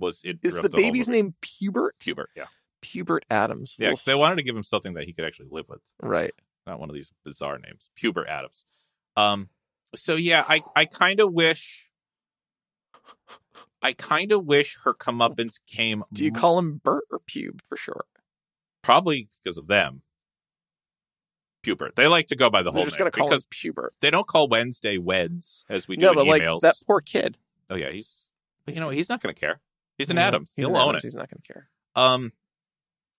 Speaker 1: was it
Speaker 2: Is
Speaker 1: throughout
Speaker 2: the
Speaker 1: whole
Speaker 2: baby's
Speaker 1: movie.
Speaker 2: name Pubert?
Speaker 1: hubert yeah
Speaker 2: Pubert Adams.
Speaker 1: yeah
Speaker 2: Oof.
Speaker 1: 'cause they wanted to give him something that he could actually live with
Speaker 2: Right.
Speaker 1: not one of these bizarre names, Puber Adams. Um, so yeah, I I kind of wish, I kind of wish her comeuppance came.
Speaker 2: Do you
Speaker 1: m-
Speaker 2: call him Bert or Pube for short?
Speaker 1: probably because of them? Puber. They like to go by the whole
Speaker 2: They're just
Speaker 1: name
Speaker 2: gonna call
Speaker 1: because
Speaker 2: him Pubert.
Speaker 1: they don't call Wednesday Weds as we do
Speaker 2: No,
Speaker 1: in
Speaker 2: but like
Speaker 1: emails.
Speaker 2: that poor kid.
Speaker 1: Oh yeah, he's but you know he's not going to care. He's an
Speaker 2: Yeah,
Speaker 1: Adams.
Speaker 2: He's
Speaker 1: He'll
Speaker 2: an
Speaker 1: own
Speaker 2: Adams.
Speaker 1: it.
Speaker 2: He's not gonna care.
Speaker 1: Um,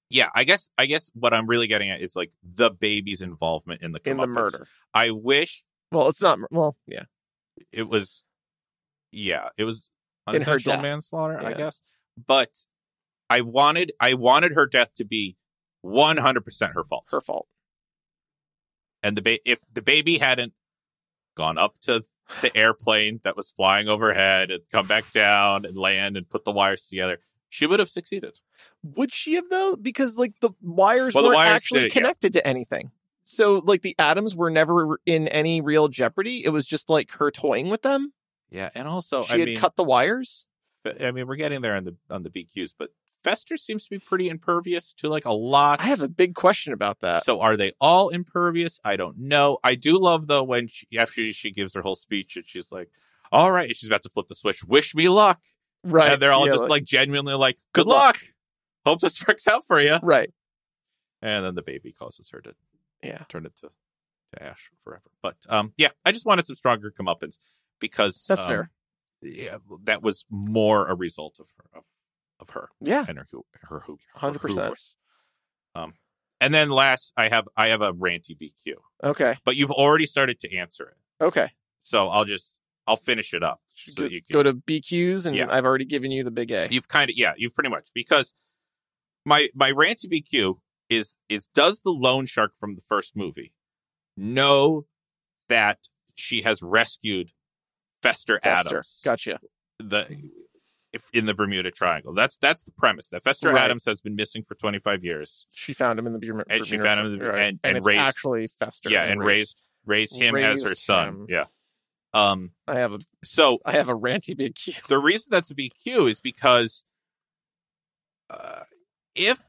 Speaker 1: yeah, I guess I guess what I'm really getting at is like the baby's involvement in the
Speaker 2: In the
Speaker 1: comeuppance.
Speaker 2: murder.
Speaker 1: I wish
Speaker 2: Well, it's not. mur- Well, yeah.
Speaker 1: it was yeah it was
Speaker 2: In her
Speaker 1: unintentional
Speaker 2: death.
Speaker 1: manslaughter i
Speaker 2: Yeah.
Speaker 1: guess but i wanted i wanted her death to be 100% her fault
Speaker 2: Her fault.
Speaker 1: and the ba- if the baby hadn't gone up to the airplane that was flying overhead and come back down and land and put the wires together she would have succeeded
Speaker 2: Would she have though? Because like the wires
Speaker 1: Well, the
Speaker 2: weren't
Speaker 1: wires
Speaker 2: actually
Speaker 1: did it, yeah.
Speaker 2: connected to anything. So like the atoms were never in any real jeopardy. It was just like her toying with them.
Speaker 1: yeah and also
Speaker 2: she
Speaker 1: Oh, i
Speaker 2: had
Speaker 1: mean
Speaker 2: cut the wires.
Speaker 1: i mean we're getting there on the on the bqs but fester seems to be pretty impervious to like a lot
Speaker 2: I have a big question about that.
Speaker 1: Uh, So are they all impervious? I don't know. I do love though when she, after she gives her whole speech and she's like, "All right," and she's about to flip the switch. Wish me luck,
Speaker 2: right.
Speaker 1: and they're all
Speaker 2: Yeah,
Speaker 1: just like, genuinely like, "Good,
Speaker 2: "Good
Speaker 1: luck. Hope this works out for you."
Speaker 2: right.
Speaker 1: And then the baby causes her to
Speaker 2: Yeah.
Speaker 1: turn it to, to ash forever. But um, yeah, I just wanted some stronger comeuppance because
Speaker 2: That's
Speaker 1: um,
Speaker 2: fair.
Speaker 1: Yeah, that was more a result of her of, of her
Speaker 2: Yeah.
Speaker 1: and her hu- her hu- her
Speaker 2: 100%.
Speaker 1: hubris. Um, and then last, I have I have a ranty BQ.
Speaker 2: Okay.
Speaker 1: but you've already started to answer it.
Speaker 2: Okay.
Speaker 1: So I'll just I'll finish it up. So
Speaker 2: go,
Speaker 1: that you can,
Speaker 2: go to BQs, and
Speaker 1: Yeah.
Speaker 2: I've already given you the big A.
Speaker 1: you've kind of yeah you've pretty much because my my rant to BQ is is does the loan shark from the first movie know that she has rescued Fester,
Speaker 2: Fester.
Speaker 1: Adams
Speaker 2: Gotcha.
Speaker 1: the if in the Bermuda Triangle that's that's the premise that Fester
Speaker 2: Right.
Speaker 1: Adams has been missing for twenty five years
Speaker 2: She found him in the Bermuda.
Speaker 1: And she
Speaker 2: Bermuda
Speaker 1: found him in the-
Speaker 2: Triangle,
Speaker 1: and- and
Speaker 2: it's
Speaker 1: raised-
Speaker 2: actually Fester.
Speaker 1: yeah and raised raised him as her
Speaker 2: raised
Speaker 1: son
Speaker 2: him.
Speaker 1: yeah um
Speaker 2: I have a
Speaker 1: so
Speaker 2: I have a ranty BQ.
Speaker 1: the reason that's a BQ is because uh, if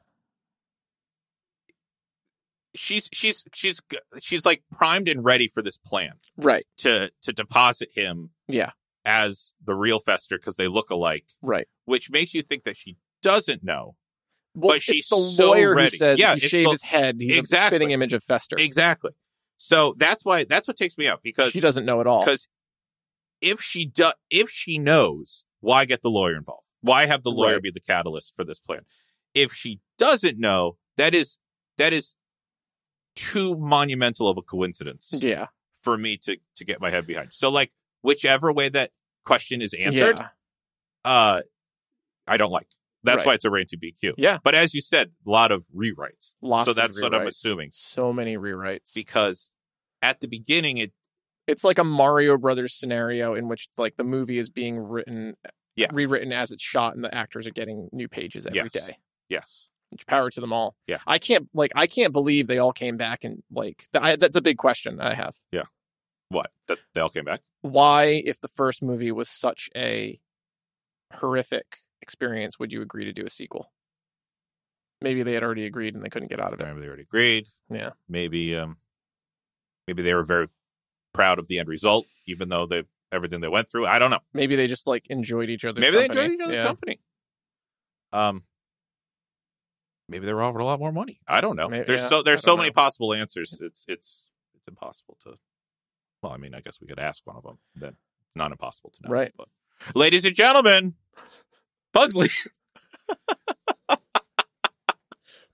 Speaker 1: she's she's she's she's like primed and ready for this plan
Speaker 2: Right.
Speaker 1: to to deposit him
Speaker 2: Yeah.
Speaker 1: as the real fester because they look alike
Speaker 2: Right.
Speaker 1: which makes you think that she doesn't know
Speaker 2: Well,
Speaker 1: But she's
Speaker 2: it's the
Speaker 1: so
Speaker 2: lawyer
Speaker 1: ready.
Speaker 2: who says
Speaker 1: Yeah,
Speaker 2: if
Speaker 1: it's
Speaker 2: you shave
Speaker 1: the-
Speaker 2: his head, he's
Speaker 1: Exactly.
Speaker 2: a spitting image of Fester.
Speaker 1: exactly so that's why that's what takes me out because
Speaker 2: she doesn't know at all.
Speaker 1: because if she does if she knows why get the lawyer involved why have the lawyer
Speaker 2: Right.
Speaker 1: be the catalyst for this plan if she doesn't know that is that is too monumental of a coincidence
Speaker 2: Yeah.
Speaker 1: for me to to get my head behind so like whichever way that question is answered
Speaker 2: Yeah.
Speaker 1: uh i don't like that's
Speaker 2: Right.
Speaker 1: why it's a ranty bq
Speaker 2: Yeah.
Speaker 1: but as you said a lot of rewrites
Speaker 2: Lots
Speaker 1: so
Speaker 2: of
Speaker 1: that's what i'm
Speaker 2: rewrites.
Speaker 1: assuming
Speaker 2: So many rewrites.
Speaker 1: because at the beginning it
Speaker 2: it's like a Mario Brothers scenario in which like the movie is being written
Speaker 1: Yeah.
Speaker 2: rewritten as it's shot and the actors are getting new pages every
Speaker 1: Yes.
Speaker 2: day.
Speaker 1: yes
Speaker 2: Power to them all.
Speaker 1: Yeah.
Speaker 2: I can't like I can't believe they all came back and like th- I, that's a big question I have.
Speaker 1: what that they all came back
Speaker 2: Why if the first movie was such a horrific experience would you agree to do a sequel? Maybe they had already agreed and they couldn't get out of it.
Speaker 1: Maybe they already agreed.
Speaker 2: Yeah.
Speaker 1: Maybe um maybe they were very proud of the end result, even though they everything they went through. I don't know.
Speaker 2: Maybe they just like enjoyed each other's
Speaker 1: maybe they
Speaker 2: company.
Speaker 1: enjoyed each other's
Speaker 2: yeah.
Speaker 1: company. Um maybe they were offered a lot more money. I don't know.
Speaker 2: Maybe-
Speaker 1: there's
Speaker 2: yeah,
Speaker 1: so
Speaker 2: I
Speaker 1: there's
Speaker 2: don't
Speaker 1: so many
Speaker 2: know.
Speaker 1: possible answers. It's it's it's impossible to well, I mean, I guess we could ask one of them. Then it's not impossible to know.
Speaker 2: Right.
Speaker 1: But ladies and gentlemen, Pugsley.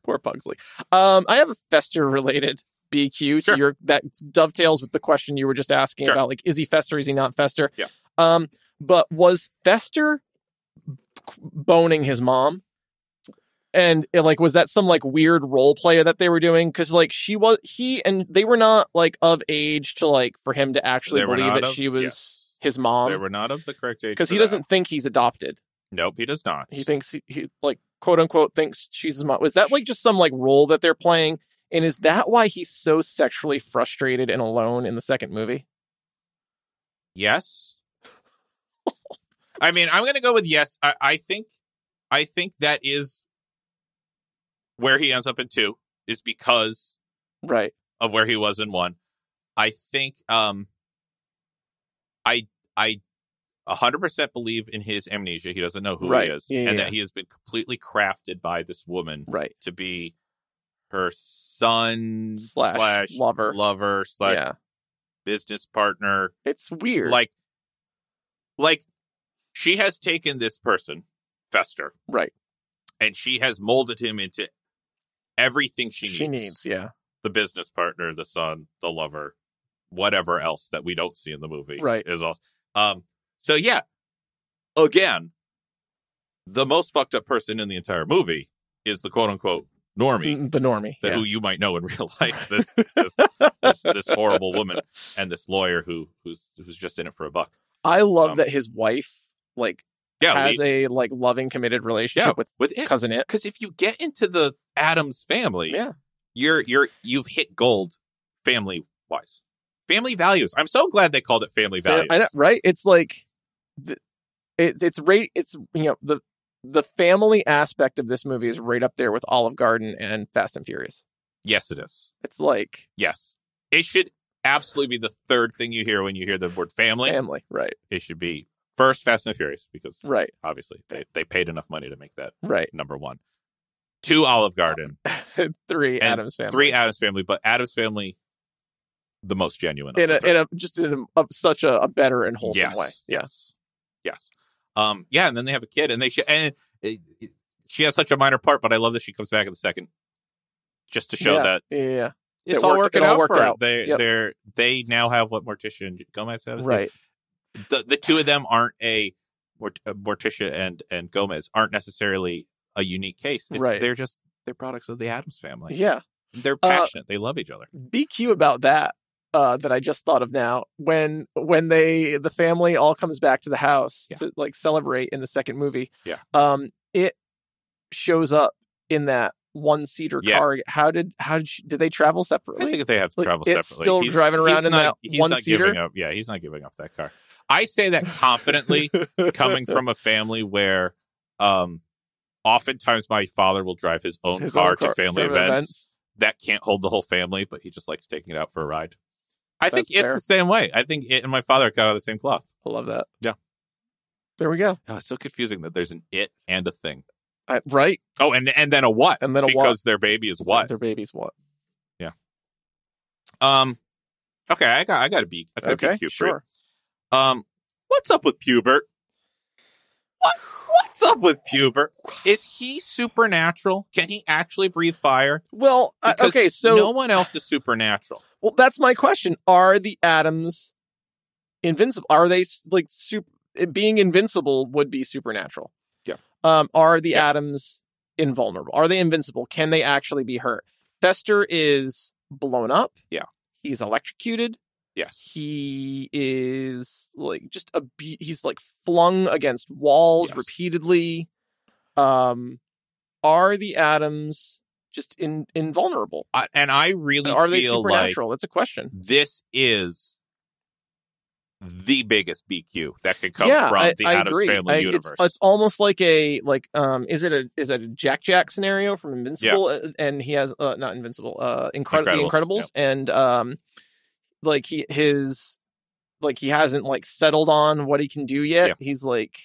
Speaker 2: poor Pugsley. Um, I have a Fester related BQ to
Speaker 1: Sure.
Speaker 2: your that dovetails with the question you were just asking
Speaker 1: Sure.
Speaker 2: about like is he Fester, is he not Fester?
Speaker 1: Yeah.
Speaker 2: Um, but was Fester boning his mom? and it, like was that some like weird role play that they were doing because like she was he and they were not like of age to like for him to actually
Speaker 1: They were
Speaker 2: believe
Speaker 1: not
Speaker 2: that
Speaker 1: of-
Speaker 2: she was
Speaker 1: yes.
Speaker 2: his
Speaker 1: they
Speaker 2: mom
Speaker 1: were not of the correct age
Speaker 2: because
Speaker 1: for
Speaker 2: he doesn't
Speaker 1: that.
Speaker 2: think he's adopted
Speaker 1: Nope, he does not.
Speaker 2: he thinks he, he like quote unquote thinks she's his mom was that like just some like role that they're playing and is that why he's so sexually frustrated and alone in the second movie
Speaker 1: Yes. I mean, I'm going to go with yes. I, I think, I think that is where he ends up in two is because
Speaker 2: right
Speaker 1: of where he was in one. I think, um, I, I, hundred percent believe in his amnesia. He doesn't know who
Speaker 2: Right.
Speaker 1: he is,
Speaker 2: Yeah, yeah,
Speaker 1: and
Speaker 2: yeah.
Speaker 1: that he has been completely crafted by this woman
Speaker 2: right
Speaker 1: to be her son
Speaker 2: Slash lover.
Speaker 1: lover slash
Speaker 2: yeah
Speaker 1: business partner
Speaker 2: it's weird
Speaker 1: like like she has taken this person fester
Speaker 2: right
Speaker 1: and she has molded him into everything she needs,
Speaker 2: she needs yeah
Speaker 1: the business partner the son the lover whatever else that we don't see in the movie
Speaker 2: Right.
Speaker 1: is all um so yeah again the most fucked up person in the entire movie is the quote unquote normie
Speaker 2: Mm, the normie
Speaker 1: that
Speaker 2: yeah.
Speaker 1: who you might know in real life this this, this this horrible woman and this lawyer who who's who's just in it for a buck
Speaker 2: i love
Speaker 1: um,
Speaker 2: that his wife like
Speaker 1: yeah
Speaker 2: has
Speaker 1: we-
Speaker 2: a like loving committed relationship
Speaker 1: Yeah,
Speaker 2: with
Speaker 1: with it
Speaker 2: cousin it
Speaker 1: because if you get into the Adams family,
Speaker 2: yeah
Speaker 1: you're you're you've hit gold family wise. Family values. I'm so glad they called it family values.
Speaker 2: I know, right it's like th- it, it's right it's you know the the family aspect of this movie is right up there with olive garden and fast and furious
Speaker 1: Yes, it is.
Speaker 2: it's like
Speaker 1: Yes, it should absolutely be the third thing you hear when you hear the word family.
Speaker 2: family right
Speaker 1: It should be first Fast and Furious because
Speaker 2: right
Speaker 1: obviously they, they paid enough money to make that
Speaker 2: right
Speaker 1: number one. Two Olive Garden,
Speaker 2: three
Speaker 1: And
Speaker 2: adams family
Speaker 1: three Adams Family, but Adams Family, the most genuine. of
Speaker 2: in a
Speaker 1: the three.
Speaker 2: in a just in a, of such a, a better and wholesome
Speaker 1: Yes.
Speaker 2: way yeah
Speaker 1: Yes. Yes. Um, yeah, and then they have a kid, and they sh- and it, it- she has such a minor part, but I love that she comes back in the second, just to show
Speaker 2: yeah.
Speaker 1: that
Speaker 2: yeah, yeah,
Speaker 1: it's
Speaker 2: It
Speaker 1: all
Speaker 2: worked-
Speaker 1: working
Speaker 2: it all
Speaker 1: out.
Speaker 2: worked
Speaker 1: for her.
Speaker 2: out.
Speaker 1: They
Speaker 2: Yep.
Speaker 1: they're they now have what Morticia and Gomez have.
Speaker 2: right
Speaker 1: The the two of them aren't a Mort- uh, Morticia and and Gomez aren't necessarily a unique case. It's,
Speaker 2: Right.
Speaker 1: They're just they're products of the Adams family.
Speaker 2: yeah
Speaker 1: They're
Speaker 2: Uh,
Speaker 1: passionate. they love each other.
Speaker 2: BQ about that uh, that I just thought of now. When when they the family all comes back to the house
Speaker 1: Yeah.
Speaker 2: to like celebrate in the second movie,
Speaker 1: Yeah.
Speaker 2: um, it shows up in that one seater
Speaker 1: Yeah.
Speaker 2: car. How did how did, she, did they travel
Speaker 1: I
Speaker 2: separately?
Speaker 1: think they have to
Speaker 2: Like,
Speaker 1: travel
Speaker 2: it's
Speaker 1: separately.
Speaker 2: still driving around in
Speaker 1: not,
Speaker 2: that
Speaker 1: he's
Speaker 2: one
Speaker 1: not Giving
Speaker 2: seater?
Speaker 1: up. Yeah, he's not giving up that car. I say that confidently, coming from a family where, um, oftentimes my father will drive his own,
Speaker 2: His
Speaker 1: car,
Speaker 2: own
Speaker 1: to family
Speaker 2: from
Speaker 1: events. that can't hold the whole family, but he just likes taking it out for a ride. I think
Speaker 2: That's
Speaker 1: it's
Speaker 2: fair.
Speaker 1: the same way. I think it and my father got out of the same cloth.
Speaker 2: I love that.
Speaker 1: Yeah.
Speaker 2: there we go.
Speaker 1: Oh, it's so confusing that there's an it and a thing.
Speaker 2: I, right,
Speaker 1: Oh, and and then a what?
Speaker 2: and then a
Speaker 1: because their baby is
Speaker 2: what?
Speaker 1: what?
Speaker 2: Their baby's what?
Speaker 1: Um, okay, I got I got a B. I got a B
Speaker 2: Okay,
Speaker 1: cube for you.
Speaker 2: sure.
Speaker 1: Um, what's up with Pubert? What what's up with Pubert? Is he supernatural? Can he actually breathe fire?
Speaker 2: Well, I-
Speaker 1: Because
Speaker 2: Uh, okay, so
Speaker 1: no one else is supernatural.
Speaker 2: Well, that's my question. Are the atoms invincible? Are they like super, being invincible would be supernatural?
Speaker 1: Yeah.
Speaker 2: Um, are the
Speaker 1: Yeah.
Speaker 2: atoms invulnerable? Are they invincible? Can they actually be hurt? Fester is blown up.
Speaker 1: Yeah.
Speaker 2: He's electrocuted.
Speaker 1: Yes.
Speaker 2: He is like just a he's like flung against walls
Speaker 1: Yes.
Speaker 2: repeatedly. Um, are the atoms just in invulnerable?
Speaker 1: I, and I really
Speaker 2: Are they
Speaker 1: feel like
Speaker 2: supernatural? that's a question.
Speaker 1: this is the biggest BQ that could come from the Adams Family
Speaker 2: I-
Speaker 1: universe.
Speaker 2: It's, it's almost like a like um is it a is it a Jack Jack scenario from Invincible Uh, and he has uh, not Invincible uh Incred-
Speaker 1: Incredibles,
Speaker 2: the Incredibles and um like he his like he hasn't like settled on what he can do yet.
Speaker 1: Yeah.
Speaker 2: He's like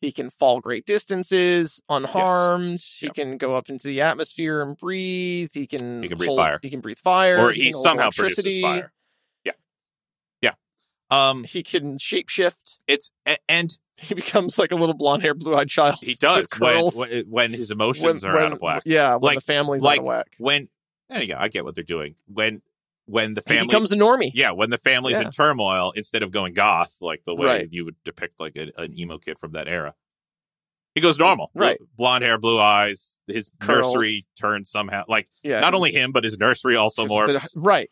Speaker 2: he can fall great distances unharmed. He
Speaker 1: Yep.
Speaker 2: can go up into the atmosphere and breathe. He can
Speaker 1: He can breathe fire.
Speaker 2: He can breathe fire.
Speaker 1: or he
Speaker 2: can hold
Speaker 1: somehow produces
Speaker 2: electricity.
Speaker 1: fire. Yeah. Yeah. Um
Speaker 2: He can shapeshift.
Speaker 1: it's a- and
Speaker 2: He becomes like a little blonde haired, blue eyed child.
Speaker 1: he does
Speaker 2: with
Speaker 1: when,
Speaker 2: curls.
Speaker 1: when when his emotions are out of whack.
Speaker 2: Yeah, when
Speaker 1: Like-
Speaker 2: the family's
Speaker 1: like
Speaker 2: out of whack.
Speaker 1: When there you go, I get what they're doing. When when the
Speaker 2: He
Speaker 1: family
Speaker 2: becomes a normie.
Speaker 1: yeah, when the family's
Speaker 2: Yeah.
Speaker 1: in turmoil, instead of going goth like the way
Speaker 2: Right.
Speaker 1: you would depict like a, an emo kid from that era, He goes normal,
Speaker 2: Right.
Speaker 1: Blonde hair, blue eyes. His
Speaker 2: Curls.
Speaker 1: nursery turns somehow. Like
Speaker 2: Yeah.
Speaker 1: not only him, but his nursery also
Speaker 2: Just a bit
Speaker 1: morphs.
Speaker 2: of- right.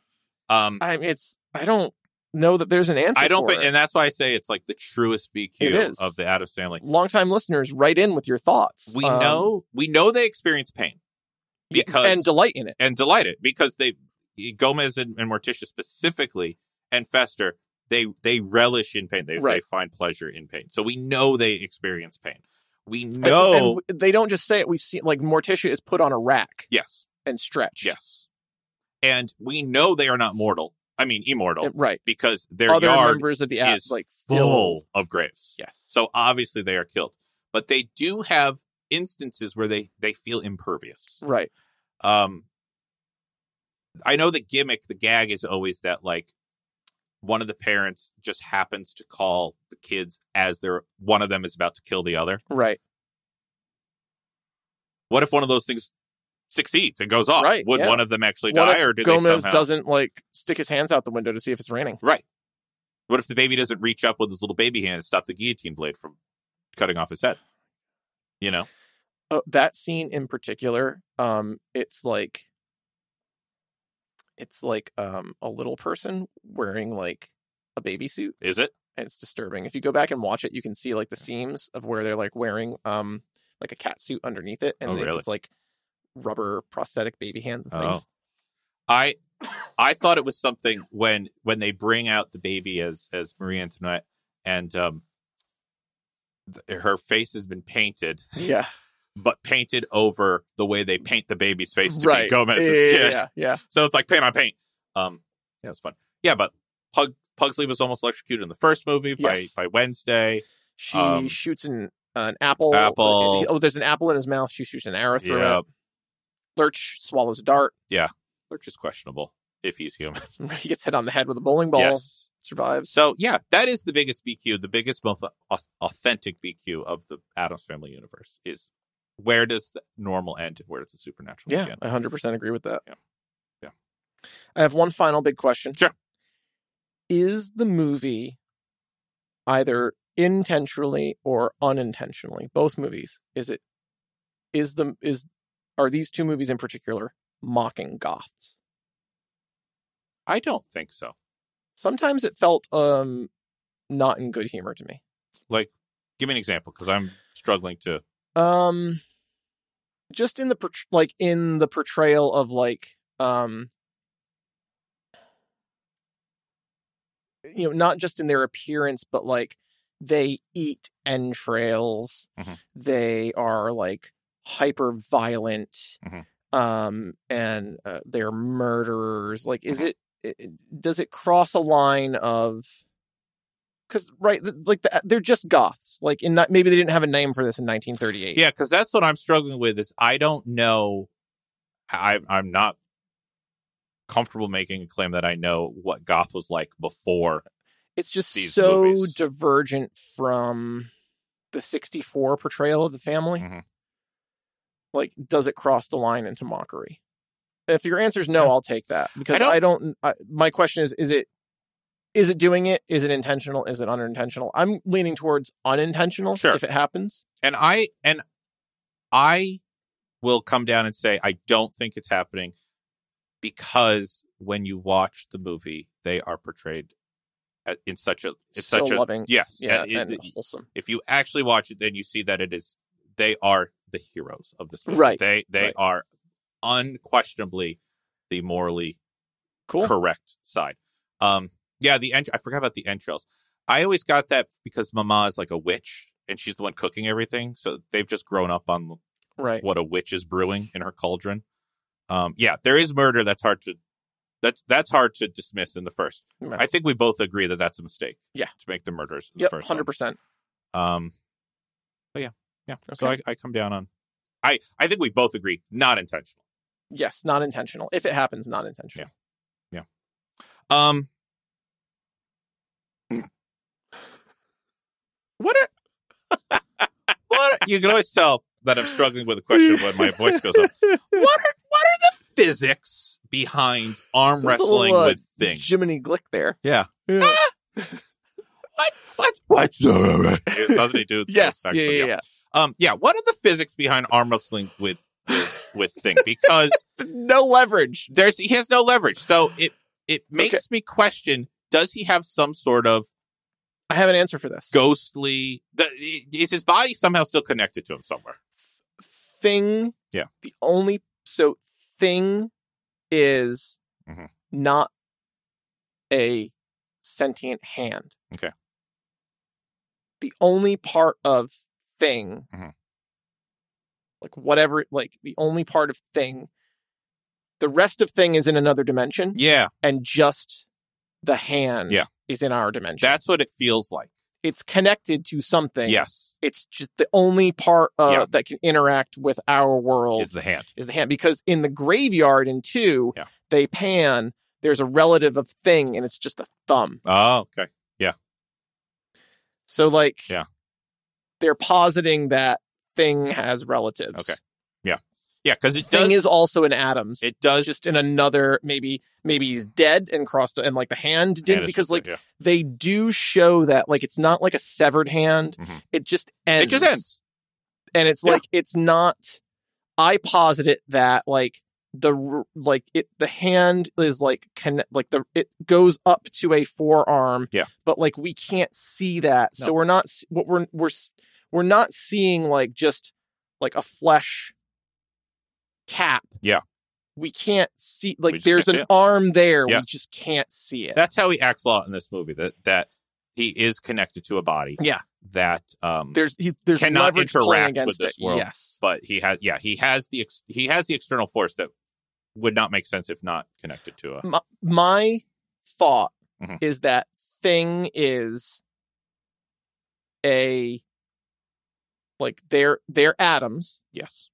Speaker 1: Um,
Speaker 2: I mean, it's I don't know that there's an answer.
Speaker 1: I don't
Speaker 2: for
Speaker 1: think,
Speaker 2: it.
Speaker 1: and that's why I say it's like the truest
Speaker 2: It
Speaker 1: BQ
Speaker 2: is.
Speaker 1: of the Adams family.
Speaker 2: longtime listeners, write in with your thoughts.
Speaker 1: We
Speaker 2: Um,
Speaker 1: know, we know they experience pain because
Speaker 2: and delight in it.
Speaker 1: and delighted because they Gomez and, and Morticia specifically and Fester they they relish in pain. They they
Speaker 2: Right.
Speaker 1: find pleasure in pain. So we know they experience pain. We know
Speaker 2: And- and they don't just say it. We've seen like Morticia is put on a rack
Speaker 1: yes,
Speaker 2: and stretched.
Speaker 1: yes, and we know they are not mortal. I mean immortal
Speaker 2: Uh, right.
Speaker 1: because their
Speaker 2: Other
Speaker 1: yard
Speaker 2: members of the app
Speaker 1: is
Speaker 2: like
Speaker 1: full of graves.
Speaker 2: Yes.
Speaker 1: So obviously they are killed, but they do have instances where they they feel impervious.
Speaker 2: Right.
Speaker 1: Um, I know the gimmick, the gag is always that like one of the parents just happens to call the kids as they're one of them is about to kill the other.
Speaker 2: Right.
Speaker 1: What if one of those things succeeds and goes off?
Speaker 2: Right,
Speaker 1: Would
Speaker 2: yeah.
Speaker 1: one of them actually
Speaker 2: What
Speaker 1: die,
Speaker 2: if
Speaker 1: or did they
Speaker 2: Gomez
Speaker 1: somehow?
Speaker 2: doesn't like stick his hands out the window to see if it's raining?
Speaker 1: What if the baby doesn't reach up with his little baby hand and stop the guillotine blade from cutting off his head? You know,
Speaker 2: Oh, that scene in particular, um, it's like it's like um a little person wearing like a baby suit.
Speaker 1: is it?
Speaker 2: and it's disturbing. If you go back and watch it, you can see like the seams of where they're like wearing um like a cat suit underneath it, and
Speaker 1: Oh,
Speaker 2: they-
Speaker 1: really?
Speaker 2: it's like rubber prosthetic baby hands and
Speaker 1: Oh.
Speaker 2: things.
Speaker 1: I I thought it was something when when they bring out the baby as as Marie Antoinette and um th- her face has been painted,
Speaker 2: Yeah,
Speaker 1: but painted over the way they paint the baby's face to be
Speaker 2: right.
Speaker 1: Gomez's
Speaker 2: yeah,
Speaker 1: kid.
Speaker 2: yeah, yeah.
Speaker 1: So it's like paint on paint. Um yeah, it's fun. Yeah, but Pug Pugsley was almost electrocuted in the first movie
Speaker 2: Yes.
Speaker 1: by by Wednesday.
Speaker 2: She
Speaker 1: Um,
Speaker 2: shoots an an apple.
Speaker 1: Apple.
Speaker 2: Oh, there's an apple in his mouth. She shoots an arrow through
Speaker 1: Yeah.
Speaker 2: it. Lurch swallows a dart.
Speaker 1: Lurch is questionable if he's human.
Speaker 2: he gets hit on the head with a bowling ball.
Speaker 1: Yes.
Speaker 2: Survives.
Speaker 1: So yeah, that is the biggest BQ, the biggest, most au- authentic BQ of the Adams Family universe. Is where does the normal end and where does the supernatural
Speaker 2: Yeah,
Speaker 1: begin?
Speaker 2: I hundred percent agree with that.
Speaker 1: Yeah. Yeah.
Speaker 2: I have one final big question.
Speaker 1: Sure.
Speaker 2: Is the movie either intentionally or unintentionally, both movies, is it is the is are these two movies in particular mocking goths?
Speaker 1: I don't think so.
Speaker 2: Sometimes it felt um not in good humor to me.
Speaker 1: Give me an example because I'm struggling to.
Speaker 2: Um just in the portr- like in the portrayal of like um you know not just in their appearance but like they eat entrails
Speaker 1: Mhm.
Speaker 2: they are like hyper violent
Speaker 1: Mhm.
Speaker 2: um and uh, they're murderers like is it it- it- does it cross a line of because right th- like the, they're just goths like in not, maybe they didn't have a name for this in 1938
Speaker 1: Yeah, because that's what I'm struggling with. Is I don't know. I I'm not comfortable making a claim that I know what goth was like before.
Speaker 2: it's just
Speaker 1: these
Speaker 2: so
Speaker 1: movies.
Speaker 2: divergent from the 64 portrayal of the family
Speaker 1: Mhm.
Speaker 2: like does it cross the line into mockery if your answer is no
Speaker 1: Yeah.
Speaker 2: i'll take that because
Speaker 1: don't-
Speaker 2: i don't, I my question is is it is it doing it is it intentional is it unintentional i'm leaning towards unintentional
Speaker 1: Sure.
Speaker 2: if it happens
Speaker 1: and i and i will come down and say i don't think it's happening because when you watch the movie they are portrayed a- in such a it's
Speaker 2: so
Speaker 1: such a
Speaker 2: loving
Speaker 1: yes
Speaker 2: yeah
Speaker 1: and it-
Speaker 2: and
Speaker 1: it-
Speaker 2: wholesome
Speaker 1: if you actually watch it then you see that it is they are the heroes of this movie
Speaker 2: Right,
Speaker 1: they they
Speaker 2: right.
Speaker 1: are unquestionably the morally
Speaker 2: cool
Speaker 1: correct side um yeah the entr i forgot about the entrails i always got that because mama is like a witch and she's the one cooking everything so they've just grown up on
Speaker 2: right
Speaker 1: what a witch is brewing in her cauldron. Um, yeah, there is murder. That's hard to that's that's hard to dismiss in the first.
Speaker 2: No.
Speaker 1: I think we both agree that that's a mistake.
Speaker 2: Yeah.
Speaker 1: to make the murders in
Speaker 2: yep
Speaker 1: the first.
Speaker 2: 100%
Speaker 1: one. Um, but yeah, yeah. So I,
Speaker 2: Okay.
Speaker 1: I come down on. I I think we both agree not intentional.
Speaker 2: yes not intentional if it happens not intentional
Speaker 1: Um, what are what? Are, you can always tell that I'm struggling with a question when my voice goes up. what are, what are the physics behind arm
Speaker 2: There's a
Speaker 1: wrestling
Speaker 2: little, uh,
Speaker 1: with things?
Speaker 2: jiminy glick there
Speaker 1: Yeah.
Speaker 2: yeah.
Speaker 1: What? What? What? Doesn't he do? it
Speaker 2: yes yeah
Speaker 1: backwards?
Speaker 2: yeah, yeah.
Speaker 1: Um, yeah, what are the physics behind arm wrestling with with, with thing? Because
Speaker 2: There's no leverage.
Speaker 1: there's he has no leverage, so it it makes me question: Does he have some sort of
Speaker 2: I have an answer for this.
Speaker 1: ghostly? The, is his body somehow still connected to him somewhere?
Speaker 2: Thing.
Speaker 1: Yeah.
Speaker 2: The only so thing is
Speaker 1: Mhm.
Speaker 2: not a sentient hand.
Speaker 1: Okay.
Speaker 2: The only part of thing,
Speaker 1: Mhm.
Speaker 2: like whatever, like the only part of thing, the rest of thing is in another dimension,
Speaker 1: Yeah,
Speaker 2: and just the hand
Speaker 1: Yeah.
Speaker 2: is in our dimension.
Speaker 1: that's what it feels like.
Speaker 2: it's connected to something.
Speaker 1: Yes,
Speaker 2: it's just the only part uh,
Speaker 1: Yeah.
Speaker 2: that can interact with our world
Speaker 1: is
Speaker 2: is the,
Speaker 1: the hand.
Speaker 2: hand because in the graveyard in two
Speaker 1: Yeah.
Speaker 2: they pan there's a relative of thing and it's just a thumb
Speaker 1: Oh, okay.
Speaker 2: so like
Speaker 1: Yeah.
Speaker 2: they're positing that thing has relatives
Speaker 1: Okay. Yeah, because it
Speaker 2: thing
Speaker 1: does.
Speaker 2: is also in atoms
Speaker 1: it does
Speaker 2: just in another maybe maybe he's dead and crossed and like the hand didn't
Speaker 1: and it's
Speaker 2: because
Speaker 1: just
Speaker 2: like
Speaker 1: yeah.
Speaker 2: they do show that like it's not like a severed hand
Speaker 1: Mhm.
Speaker 2: it just ends
Speaker 1: it just ends.
Speaker 2: and it's
Speaker 1: Yeah.
Speaker 2: like it's not i posit it that like the r- like it the hand is like connect like the it goes up to a forearm
Speaker 1: Yeah.
Speaker 2: but like we can't see that so
Speaker 1: No.
Speaker 2: we're not s- what we're we're s- we're not seeing like just like a flesh cap
Speaker 1: Yeah.
Speaker 2: we can't see
Speaker 1: We
Speaker 2: like
Speaker 1: just
Speaker 2: there's
Speaker 1: can't
Speaker 2: an
Speaker 1: see it.
Speaker 2: arm there
Speaker 1: Yeah.
Speaker 2: we just can't see it
Speaker 1: That's how he acts a lot in this movie. That that he is connected to a body.
Speaker 2: Yeah.
Speaker 1: That um.
Speaker 2: there's he, there's
Speaker 1: Cannot
Speaker 2: leverage playing
Speaker 1: interact with
Speaker 2: against
Speaker 1: this
Speaker 2: it
Speaker 1: world.
Speaker 2: yes
Speaker 1: but he has yeah he has the ex- he has the external force that would not make sense if not connected to a
Speaker 2: M- my thought
Speaker 1: Mhm.
Speaker 2: is that thing is a like they're they're atoms
Speaker 1: yes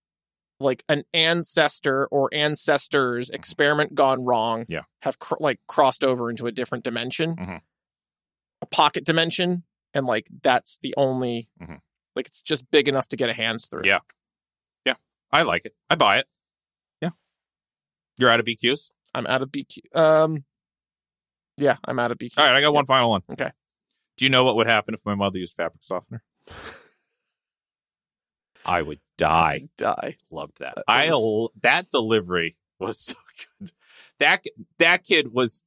Speaker 2: like an ancestor or ancestors experiment gone wrong
Speaker 1: Mm-hmm. Yeah.
Speaker 2: have cr- like crossed over into a different dimension
Speaker 1: Mhm.
Speaker 2: a pocket dimension and like that's the only
Speaker 1: Mhm.
Speaker 2: like it's just big enough to get a hand through
Speaker 1: Yeah. I like it I buy it yeah you're out of BQs
Speaker 2: i'm out of bq um yeah i'm out of bq
Speaker 1: all right I got one final one
Speaker 2: Okay.
Speaker 1: do you know what would happen if my mother used fabric softener I would die
Speaker 2: i die
Speaker 1: loved that.
Speaker 2: That
Speaker 1: I
Speaker 2: Uh, was-
Speaker 1: that delivery was so good. That that kid was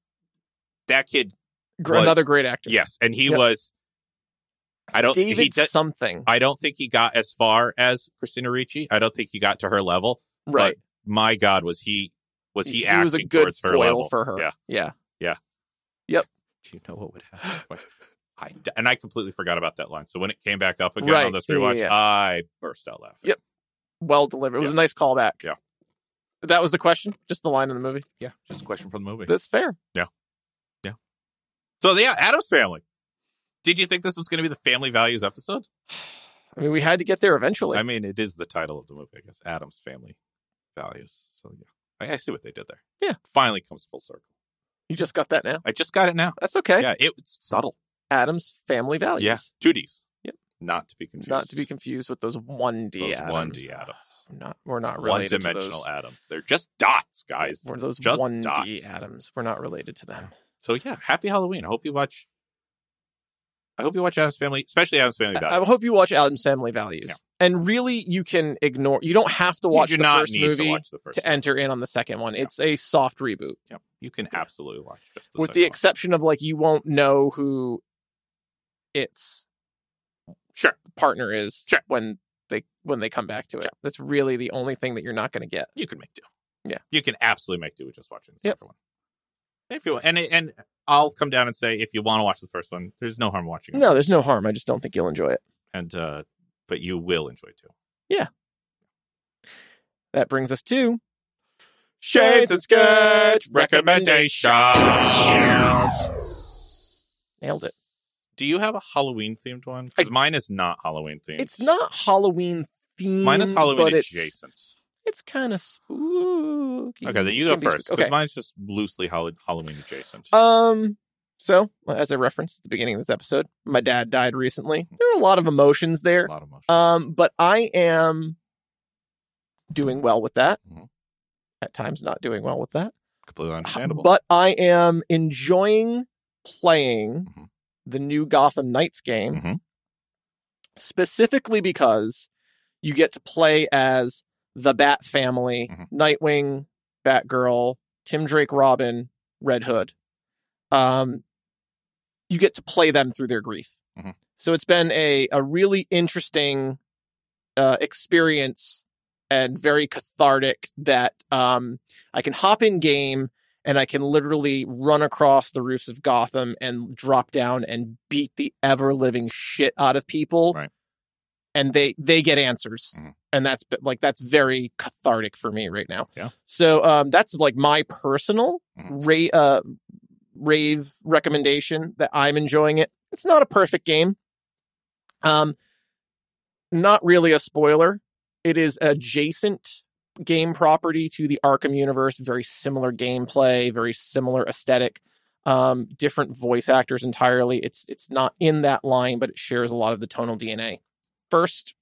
Speaker 1: that kid.
Speaker 2: Gr-
Speaker 1: Was-
Speaker 2: another great actor
Speaker 1: Yes, and he
Speaker 2: Yep.
Speaker 1: was. I don't. he Uh,
Speaker 2: David
Speaker 1: does-
Speaker 2: something.
Speaker 1: I don't think he got as far as Christina Ricci. I don't think he got to her level.
Speaker 2: right.
Speaker 1: My God, was he was he, acting
Speaker 2: was a good
Speaker 1: towards her
Speaker 2: foil
Speaker 1: level
Speaker 2: for her.
Speaker 1: Yeah.
Speaker 2: Yeah.
Speaker 1: Do you know what would happen? I and I completely forgot about that line. So when it came back up again on
Speaker 2: Right.
Speaker 1: this
Speaker 2: Yeah,
Speaker 1: rewatch,
Speaker 2: yeah, yeah.
Speaker 1: I burst out laughing.
Speaker 2: Yep. Well delivered. It was a nice callback.
Speaker 1: Yeah.
Speaker 2: That was the question. Just the line in the movie.
Speaker 1: Yeah. Just a question from the movie.
Speaker 2: That's fair.
Speaker 1: So yeah, Adam's family. Did you think this was going to be the family values episode?
Speaker 2: I mean, we had to get there eventually.
Speaker 1: I mean, it is the title of the movie, I guess. Adam's family values. So yeah, I, I see what they did there.
Speaker 2: Yeah.
Speaker 1: finally comes full circle.
Speaker 2: you just got that now.
Speaker 1: I just got it now.
Speaker 2: That's okay.
Speaker 1: Yeah, it, it's subtle.
Speaker 2: Adam's family values.
Speaker 1: Yeah, two D's.
Speaker 2: Yep.
Speaker 1: Not to be confused.
Speaker 2: Not to be confused with those one D
Speaker 1: Those
Speaker 2: Adams.
Speaker 1: one D Adams.
Speaker 2: We're not. We're not
Speaker 1: One
Speaker 2: related
Speaker 1: dimensional
Speaker 2: to
Speaker 1: atoms. They're just dots, guys.
Speaker 2: those. We're those
Speaker 1: Just
Speaker 2: one D
Speaker 1: dots.
Speaker 2: Adams. We're not related to them.
Speaker 1: So yeah, happy Halloween. I hope you watch. I hope you watch Adam's Family, especially Adam's Family
Speaker 2: I, I
Speaker 1: Values.
Speaker 2: hope you watch Adam's Family Values.
Speaker 1: Yeah.
Speaker 2: And really, you can ignore. You don't have to
Speaker 1: You
Speaker 2: watch
Speaker 1: do
Speaker 2: the
Speaker 1: not
Speaker 2: first
Speaker 1: need
Speaker 2: movie
Speaker 1: to watch the first.
Speaker 2: to enter in on the second one. It's a soft reboot,
Speaker 1: Yep. You can absolutely watch just the
Speaker 2: with
Speaker 1: second
Speaker 2: the
Speaker 1: one.
Speaker 2: exception of like you won't know who its
Speaker 1: Sure.
Speaker 2: partner is
Speaker 1: Sure.
Speaker 2: when they when they come back to it.
Speaker 1: Sure.
Speaker 2: That's really the only thing that you're not going to get.
Speaker 1: you can make do.
Speaker 2: Yeah.
Speaker 1: you can absolutely make do with just watching the
Speaker 2: Yep.
Speaker 1: second one. If you and and I'll come down and say if you want to watch the first one, there's no harm watching. it.
Speaker 2: No, there's no harm. I just don't think you'll enjoy it.
Speaker 1: and uh, but you will enjoy it too.
Speaker 2: That brings us to
Speaker 1: Shades and Sketch recommendations.
Speaker 2: nailed it.
Speaker 1: Do you have a Halloween themed one? Because
Speaker 2: I-
Speaker 1: mine is not Halloween themed.
Speaker 2: It's not Halloween themed.
Speaker 1: mine is Halloween
Speaker 2: but it's
Speaker 1: adjacent.
Speaker 2: it's kind of spooky.
Speaker 1: Okay, then you go
Speaker 2: Can be spook-
Speaker 1: first because
Speaker 2: Okay.
Speaker 1: mine's just loosely Hall- Halloween adjacent.
Speaker 2: Um. So, as I referenced at the beginning of this episode, my dad died recently. There are a lot of emotions
Speaker 1: a
Speaker 2: there.
Speaker 1: lot of motion.
Speaker 2: Um, but I am doing well with that.
Speaker 1: Mhm.
Speaker 2: At times, not doing well with that.
Speaker 1: completely understandable.
Speaker 2: But I am enjoying playing
Speaker 1: Mhm.
Speaker 2: the new Gotham Knights game,
Speaker 1: Mhm.
Speaker 2: specifically because you get to play as the Bat Family,
Speaker 1: Mhm.
Speaker 2: Nightwing, Batgirl, Tim Drake, Robin, Red Hood. Um, you get to play them through their grief.
Speaker 1: Mhm.
Speaker 2: So it's been a a really interesting uh, experience and very cathartic that um, I can hop in game and I can literally run across the roofs of Gotham and drop down and beat the ever living shit out of people.
Speaker 1: Right.
Speaker 2: And they they get answers.
Speaker 1: Mhm.
Speaker 2: And that's like that's very cathartic for me right now.
Speaker 1: Yeah. Mm-hmm.
Speaker 2: So um that's like my personal ra- uh, rave recommendation that I'm enjoying it. It's not a perfect game. Um not really a spoiler. It is adjacent game property to the Arkham universe, very similar gameplay, very similar aesthetic, um, different voice actors entirely. It's it's not in that line, but it shares a lot of the tonal DNA. First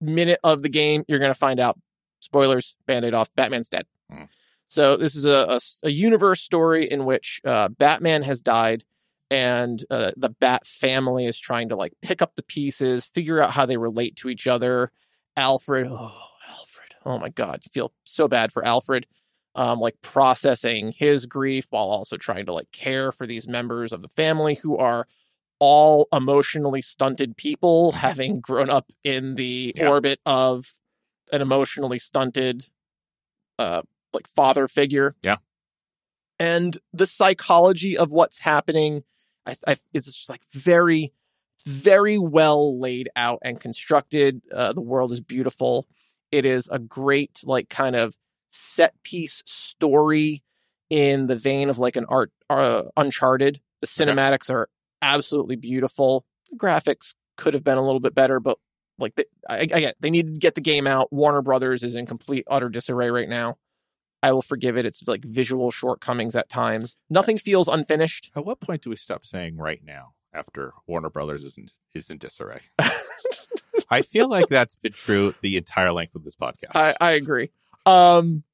Speaker 2: minute of the game, you're gonna find out. Spoilers, band-aid off, Batman's dead.
Speaker 1: Mm.
Speaker 2: So this is a, a s- a universe story in which uh, Batman has died and uh, the Bat family is trying to like pick up the pieces, figure out how they relate to each other. Alfred, oh Alfred, oh my God, I feel so bad for Alfred, um, like processing his grief while also trying to like care for these members of the family who are all emotionally stunted people, having grown up in the
Speaker 1: Yeah.
Speaker 2: orbit of an emotionally stunted, uh, like father figure.
Speaker 1: Yeah.
Speaker 2: and the psychology of what's happening I, I, it's just like very very well laid out and constructed uh, the world is beautiful it is a great like kind of set piece story in the vein of like an art uh, uncharted the cinematics are absolutely beautiful the graphics could have been a little bit better but like they, I, I get they need to get the game out warner brothers is in complete utter disarray right now i will forgive it it's like visual shortcomings at times nothing feels unfinished
Speaker 1: At what point do we stop saying right now after Warner Brothers is in, is in disarray? I feel like that's been true the entire length of this podcast.
Speaker 2: I, I agree. Um,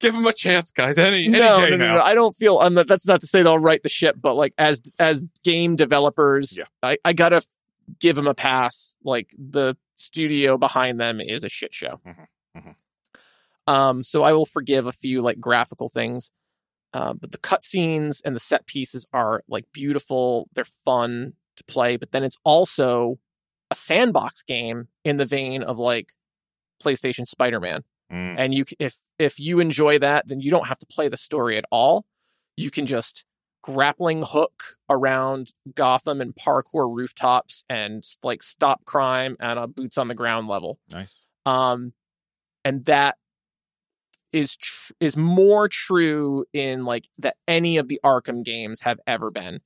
Speaker 1: Give him a chance, guys. Any, any
Speaker 2: no,
Speaker 1: day
Speaker 2: no, no,
Speaker 1: now.
Speaker 2: no, I don't feel. I'm not, that's not to say they'll right the ship, but like as as game developers,
Speaker 1: Yeah.
Speaker 2: I, I gotta give them a pass. Like the studio behind them is a shit show.
Speaker 1: Mhm, mhm.
Speaker 2: Um, so I will forgive a few like graphical things, um, but the cutscenes and the set pieces are like beautiful. They're fun to play, but then it's also a sandbox game in the vein of like PlayStation Spider Man.
Speaker 1: Mm,
Speaker 2: and you c- if if you enjoy that then you don't have to play the story at all you can just grappling hook around gotham and parkour rooftops and like stop crime at a boots on the ground level
Speaker 1: nice.
Speaker 2: um and that is tr- is more true in like that any of the Arkham games have ever been.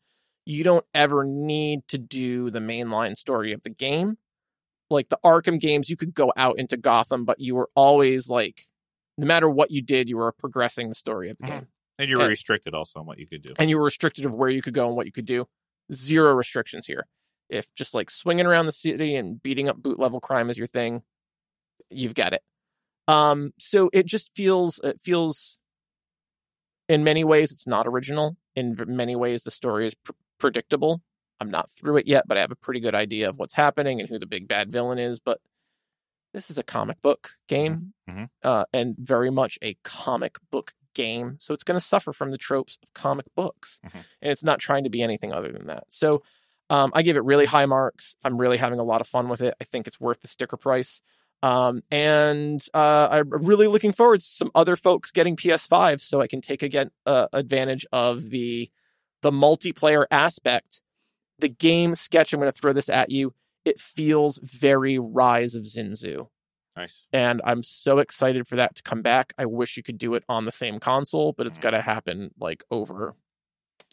Speaker 2: You don't ever need to do the mainline story of the game. Like the Arkham games, you could go out into Gotham, but you were always like, no matter what you did, you were progressing the story of the
Speaker 1: Mhm.
Speaker 2: game
Speaker 1: And you were
Speaker 2: and-
Speaker 1: restricted also on what you could do.
Speaker 2: and you were restricted of where you could go and what you could do. Zero restrictions here. If just like swinging around the city and beating up boot level crime is your thing, you've got it. Um, so it just feels it feels. In many ways, it's not original. In v- many ways, the story is pr- predictable. I'm not through it yet, but I have a pretty good idea of what's happening and who the big bad villain is. But this is a comic book game,
Speaker 1: Mhm.
Speaker 2: uh, and very much a comic book game. So it's going to suffer from the tropes of comic books,
Speaker 1: Mhm.
Speaker 2: and it's not trying to be anything other than that. So um, I give it really high marks. I'm really having a lot of fun with it. I think it's worth the sticker price. Um, and uh, I'm really looking forward to some other folks getting PS5 so I can take again uh, advantage of the the multiplayer aspect. The game sketch. I'm going to throw this at you. It feels very Rise of Zinzu
Speaker 1: nice.
Speaker 2: and I'm so excited for that to come back. I wish you could do it on the same console, but it's
Speaker 1: Mhm.
Speaker 2: got to happen like over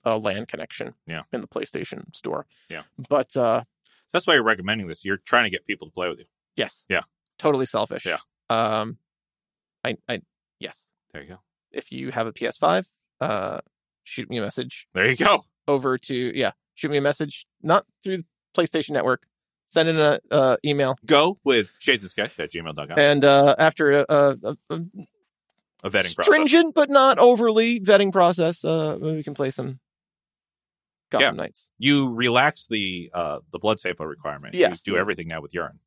Speaker 2: a LAN connection
Speaker 1: Yeah.
Speaker 2: in the PlayStation store.
Speaker 1: Yeah.
Speaker 2: But uh
Speaker 1: That's why you're recommending this. You're trying to get people to play with you.
Speaker 2: yes.
Speaker 1: Yeah.
Speaker 2: Totally selfish.
Speaker 1: Yeah.
Speaker 2: Um I I yes.
Speaker 1: There you go.
Speaker 2: If you have a PS5, uh shoot me a message
Speaker 1: There you go.
Speaker 2: over to yeah, shoot me a message not through the PlayStation network. Send in a uh, email
Speaker 1: Go with shades and sketch at gmail.com.
Speaker 2: and uh after a, a, a, a
Speaker 1: a vetting process.
Speaker 2: stringent but not overly vetting process. Uh, maybe we can play some Gotham
Speaker 1: Yeah.
Speaker 2: Knights.
Speaker 1: You relax the uh the blood sample requirement.
Speaker 2: Yes.
Speaker 1: You do everything now with urine.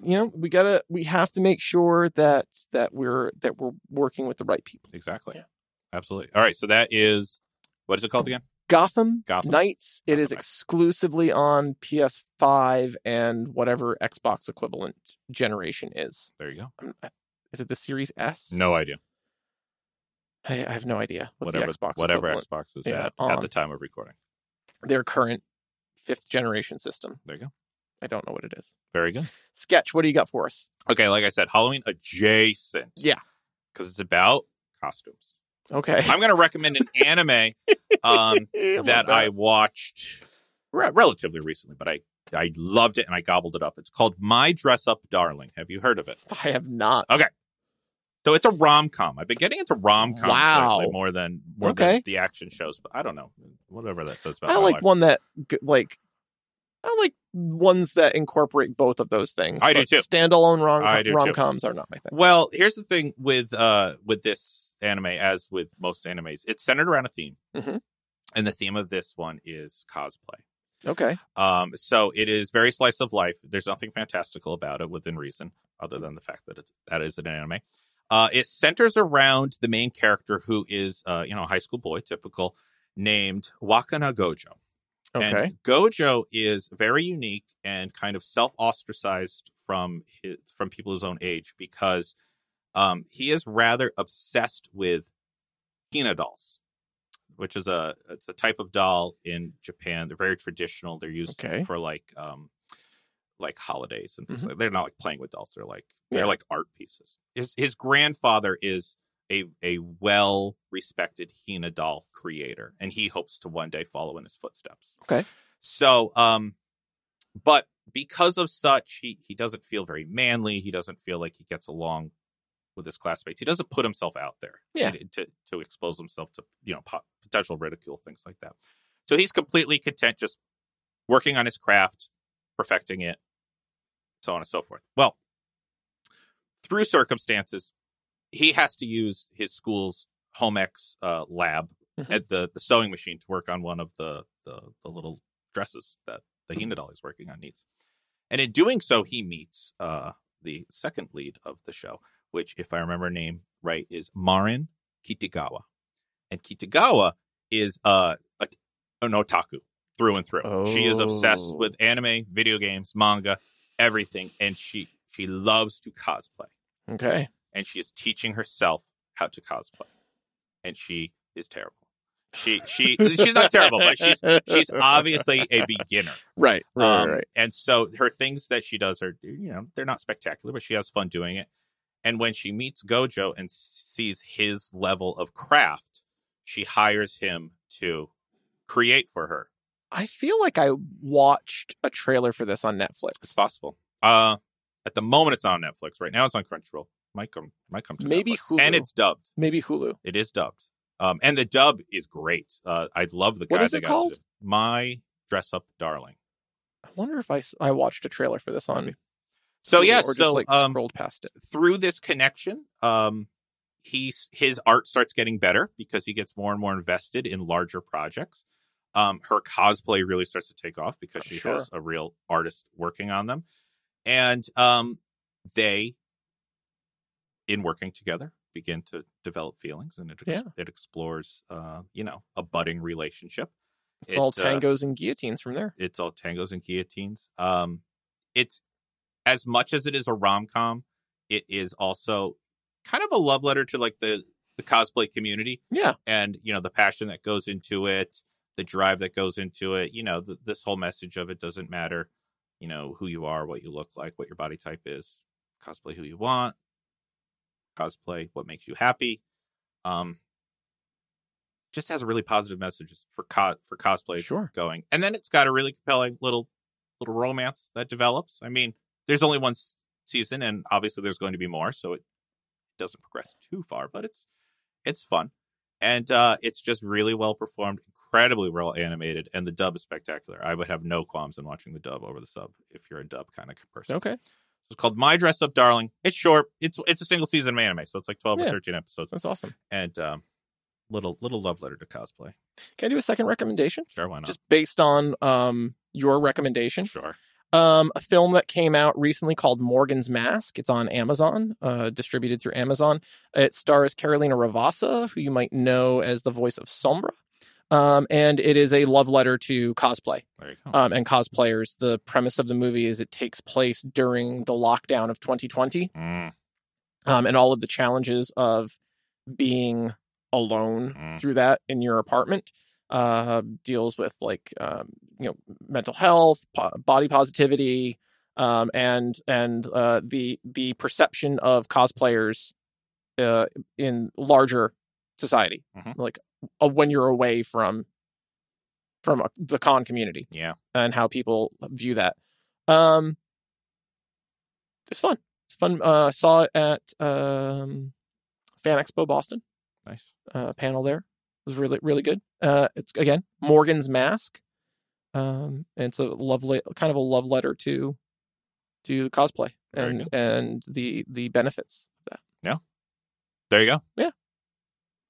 Speaker 2: you know we gotta we have to make sure that that we're that we're working with the right people
Speaker 1: Exactly.
Speaker 2: Yeah.
Speaker 1: Absolutely. All right. So that is what is it called again?
Speaker 2: gotham,
Speaker 1: Gotham.
Speaker 2: knights it is
Speaker 1: Gotham Knights.
Speaker 2: exclusively on ps5 and whatever xbox equivalent generation is
Speaker 1: There you go.
Speaker 2: I'm- is it the series s
Speaker 1: No idea.
Speaker 2: i, I have no idea what
Speaker 1: whatever
Speaker 2: the xbox
Speaker 1: whatever
Speaker 2: equivalent.
Speaker 1: Xbox is
Speaker 2: Yeah,
Speaker 1: at, at
Speaker 2: on.
Speaker 1: the time of recording.
Speaker 2: their current fifth generation system
Speaker 1: There you go.
Speaker 2: i don't know what it is
Speaker 1: Very good.
Speaker 2: sketch what do you got for us
Speaker 1: Okay, like I said, Halloween adjacent.
Speaker 2: Yeah.
Speaker 1: Because it's about costumes.
Speaker 2: okay
Speaker 1: I'm gonna recommend an anime um
Speaker 2: love
Speaker 1: that I watched re- relatively recently, but I I loved it and I gobbled it up. It's called My Dress Up Darling. Have you heard of it?
Speaker 2: I have not.
Speaker 1: Okay. So it's a rom com. I've been getting into rom coms
Speaker 2: Wow.
Speaker 1: lately more than more
Speaker 2: Okay.
Speaker 1: than the action shows, but I don't know whatever that says about.
Speaker 2: I
Speaker 1: my
Speaker 2: like
Speaker 1: life.
Speaker 2: one that g- like I like ones that incorporate both of those things.
Speaker 1: I do
Speaker 2: but
Speaker 1: too.
Speaker 2: Standalone
Speaker 1: I do too.
Speaker 2: rom rom coms are not my thing.
Speaker 1: Well, here's the thing with uh with this anime, as with most animes, it's centered around a theme,
Speaker 2: Mhm.
Speaker 1: and the theme of this one is cosplay.
Speaker 2: Okay.
Speaker 1: Um, so it is very slice of life. There's nothing fantastical about it within reason, other than the fact that it's, that is an anime. Uh, it centers around the main character who is, uh, you know, a high school boy, typical, named Wakana Gojo.
Speaker 2: Okay.
Speaker 1: And Gojo is very unique and kind of self ostracized from his, from people his own age because um, he is rather obsessed with Hina dolls, which is a it's a type of doll in Japan. They're very traditional. They're used
Speaker 2: Okay.
Speaker 1: for like um, like holidays and things
Speaker 2: Mhm.
Speaker 1: like. They're not like playing with dolls. They're like they're
Speaker 2: Yeah.
Speaker 1: like art pieces. His his grandfather is a a well respected Hina doll creator, and he hopes to one day follow in his footsteps.
Speaker 2: Okay.
Speaker 1: So, um, but because of such, he he doesn't feel very manly. He doesn't feel like he gets along with his classmates. He doesn't put himself out there.
Speaker 2: Yeah.
Speaker 1: To to expose himself to you know po- potential ridicule, things like that. So he's completely content just working on his craft, perfecting it, so on and so forth. Well, through circumstances, he has to use his school's home ex uh, lab
Speaker 2: Mhm.
Speaker 1: at the, the sewing machine to work on one of the, the, the little dresses that the Hina doll is working on needs. And in doing so, he meets uh, the second lead of the show, which, if I remember her name right, is Marin Kitagawa. And Kitagawa is uh, a, an otaku through and through. She is obsessed
Speaker 2: Oh.
Speaker 1: with anime, video games, manga, everything, and she she loves to cosplay.
Speaker 2: Okay.
Speaker 1: And she is teaching herself how to cosplay, and she is terrible. She she she's not terrible, but she's she's obviously a beginner.
Speaker 2: right. Right.
Speaker 1: Um,
Speaker 2: right.
Speaker 1: And so her things that she does are, you know, they're not spectacular, but she has fun doing it. And when she meets Gojo and sees his level of craft, she hires him to create for her.
Speaker 2: I feel like I watched a trailer for this on
Speaker 1: It's
Speaker 2: Netflix.
Speaker 1: possible. Uh, at the moment, it's on Netflix. Right now, it's on Crunchyroll. Might come, might come to
Speaker 2: Maybe
Speaker 1: Netflix. and
Speaker 2: Hulu.
Speaker 1: it's dubbed.
Speaker 2: Maybe Hulu.
Speaker 1: It is dubbed. Um, and the dub is great. Uh, I love the guy.
Speaker 2: What is
Speaker 1: that
Speaker 2: it
Speaker 1: got
Speaker 2: called?
Speaker 1: to do- My dress up, darling.
Speaker 2: I wonder if I, s- I watched a trailer for this on.
Speaker 1: So
Speaker 2: Hulu
Speaker 1: yeah,
Speaker 2: or just
Speaker 1: so
Speaker 2: like
Speaker 1: um,
Speaker 2: scrolled past it.
Speaker 1: through this connection, um, he's his art starts getting better because he gets more and more invested in larger projects. Um, her cosplay really starts to take off because
Speaker 2: I'm
Speaker 1: she
Speaker 2: Oh, sure.
Speaker 1: has a real artist working on them, and um, they, in working together, begin to develop feelings, and it ex-
Speaker 2: Yeah.
Speaker 1: it explores, uh, you know, a budding relationship.
Speaker 2: It's all
Speaker 1: It, uh,
Speaker 2: tangos and guillotines from there.
Speaker 1: it's all tangos and guillotines. Um, it's as much as it is a rom com, it is also kind of a love letter to like the the cosplay community
Speaker 2: Yeah.
Speaker 1: and you know the passion that goes into it, the drive that goes into it. You know th- this whole message of it doesn't matter, you know who you are, what you look like, what your body type is. Cosplay who you want. Cosplay what makes you happy. Um, just has a really positive messages for co- for cosplay
Speaker 2: Sure.
Speaker 1: going. And then it's got a really compelling little little romance that develops. I mean, there's only one s- season, and obviously there's going to be more, so it doesn't progress too far, but it's it's fun, and uh, it's just really well performed, incredibly well animated, and the dub is spectacular. I would have no qualms in watching the dub over the sub if you're a dub kind of person.
Speaker 2: Okay.
Speaker 1: It's called My Dress Up Darling. It's short. It's it's a single season anime, so it's like twelve
Speaker 2: Yeah.
Speaker 1: or thirteen episodes,
Speaker 2: That's awesome.
Speaker 1: and um, little little love letter to cosplay.
Speaker 2: Can I do a second recommendation?
Speaker 1: Sure, why not?
Speaker 2: Just based on um your recommendation.
Speaker 1: sure.
Speaker 2: Um, a film that came out recently called Morgan's Mask. It's on Amazon, uh, distributed through Amazon. It stars Carolina Ravassa, who you might know as the voice of Sombra. Um, and it is a love letter to cosplay
Speaker 1: There you go.
Speaker 2: um, and cosplayers. The premise of the movie is it takes place during the lockdown of 2020
Speaker 1: Mm,
Speaker 2: um, and all of the challenges of being alone
Speaker 1: Mm.
Speaker 2: through that in your apartment uh, deals with like um, you know mental health, po- body positivity, um, and and uh, the the perception of cosplayers uh, in larger society,
Speaker 1: Mhm.
Speaker 2: like uh, when you're away from from a, the con community
Speaker 1: yeah.
Speaker 2: and how people view that. Um, it's fun. It's fun. Uh, saw it at um, Fan Expo Boston
Speaker 1: Nice.
Speaker 2: uh, panel there. It was really really good. Uh, it's again Morgan's Mask. Um, and it's a lovely kind of a love letter to to cosplay
Speaker 1: Very
Speaker 2: and
Speaker 1: good.
Speaker 2: and the the benefits of that.
Speaker 1: There you go.
Speaker 2: Yeah.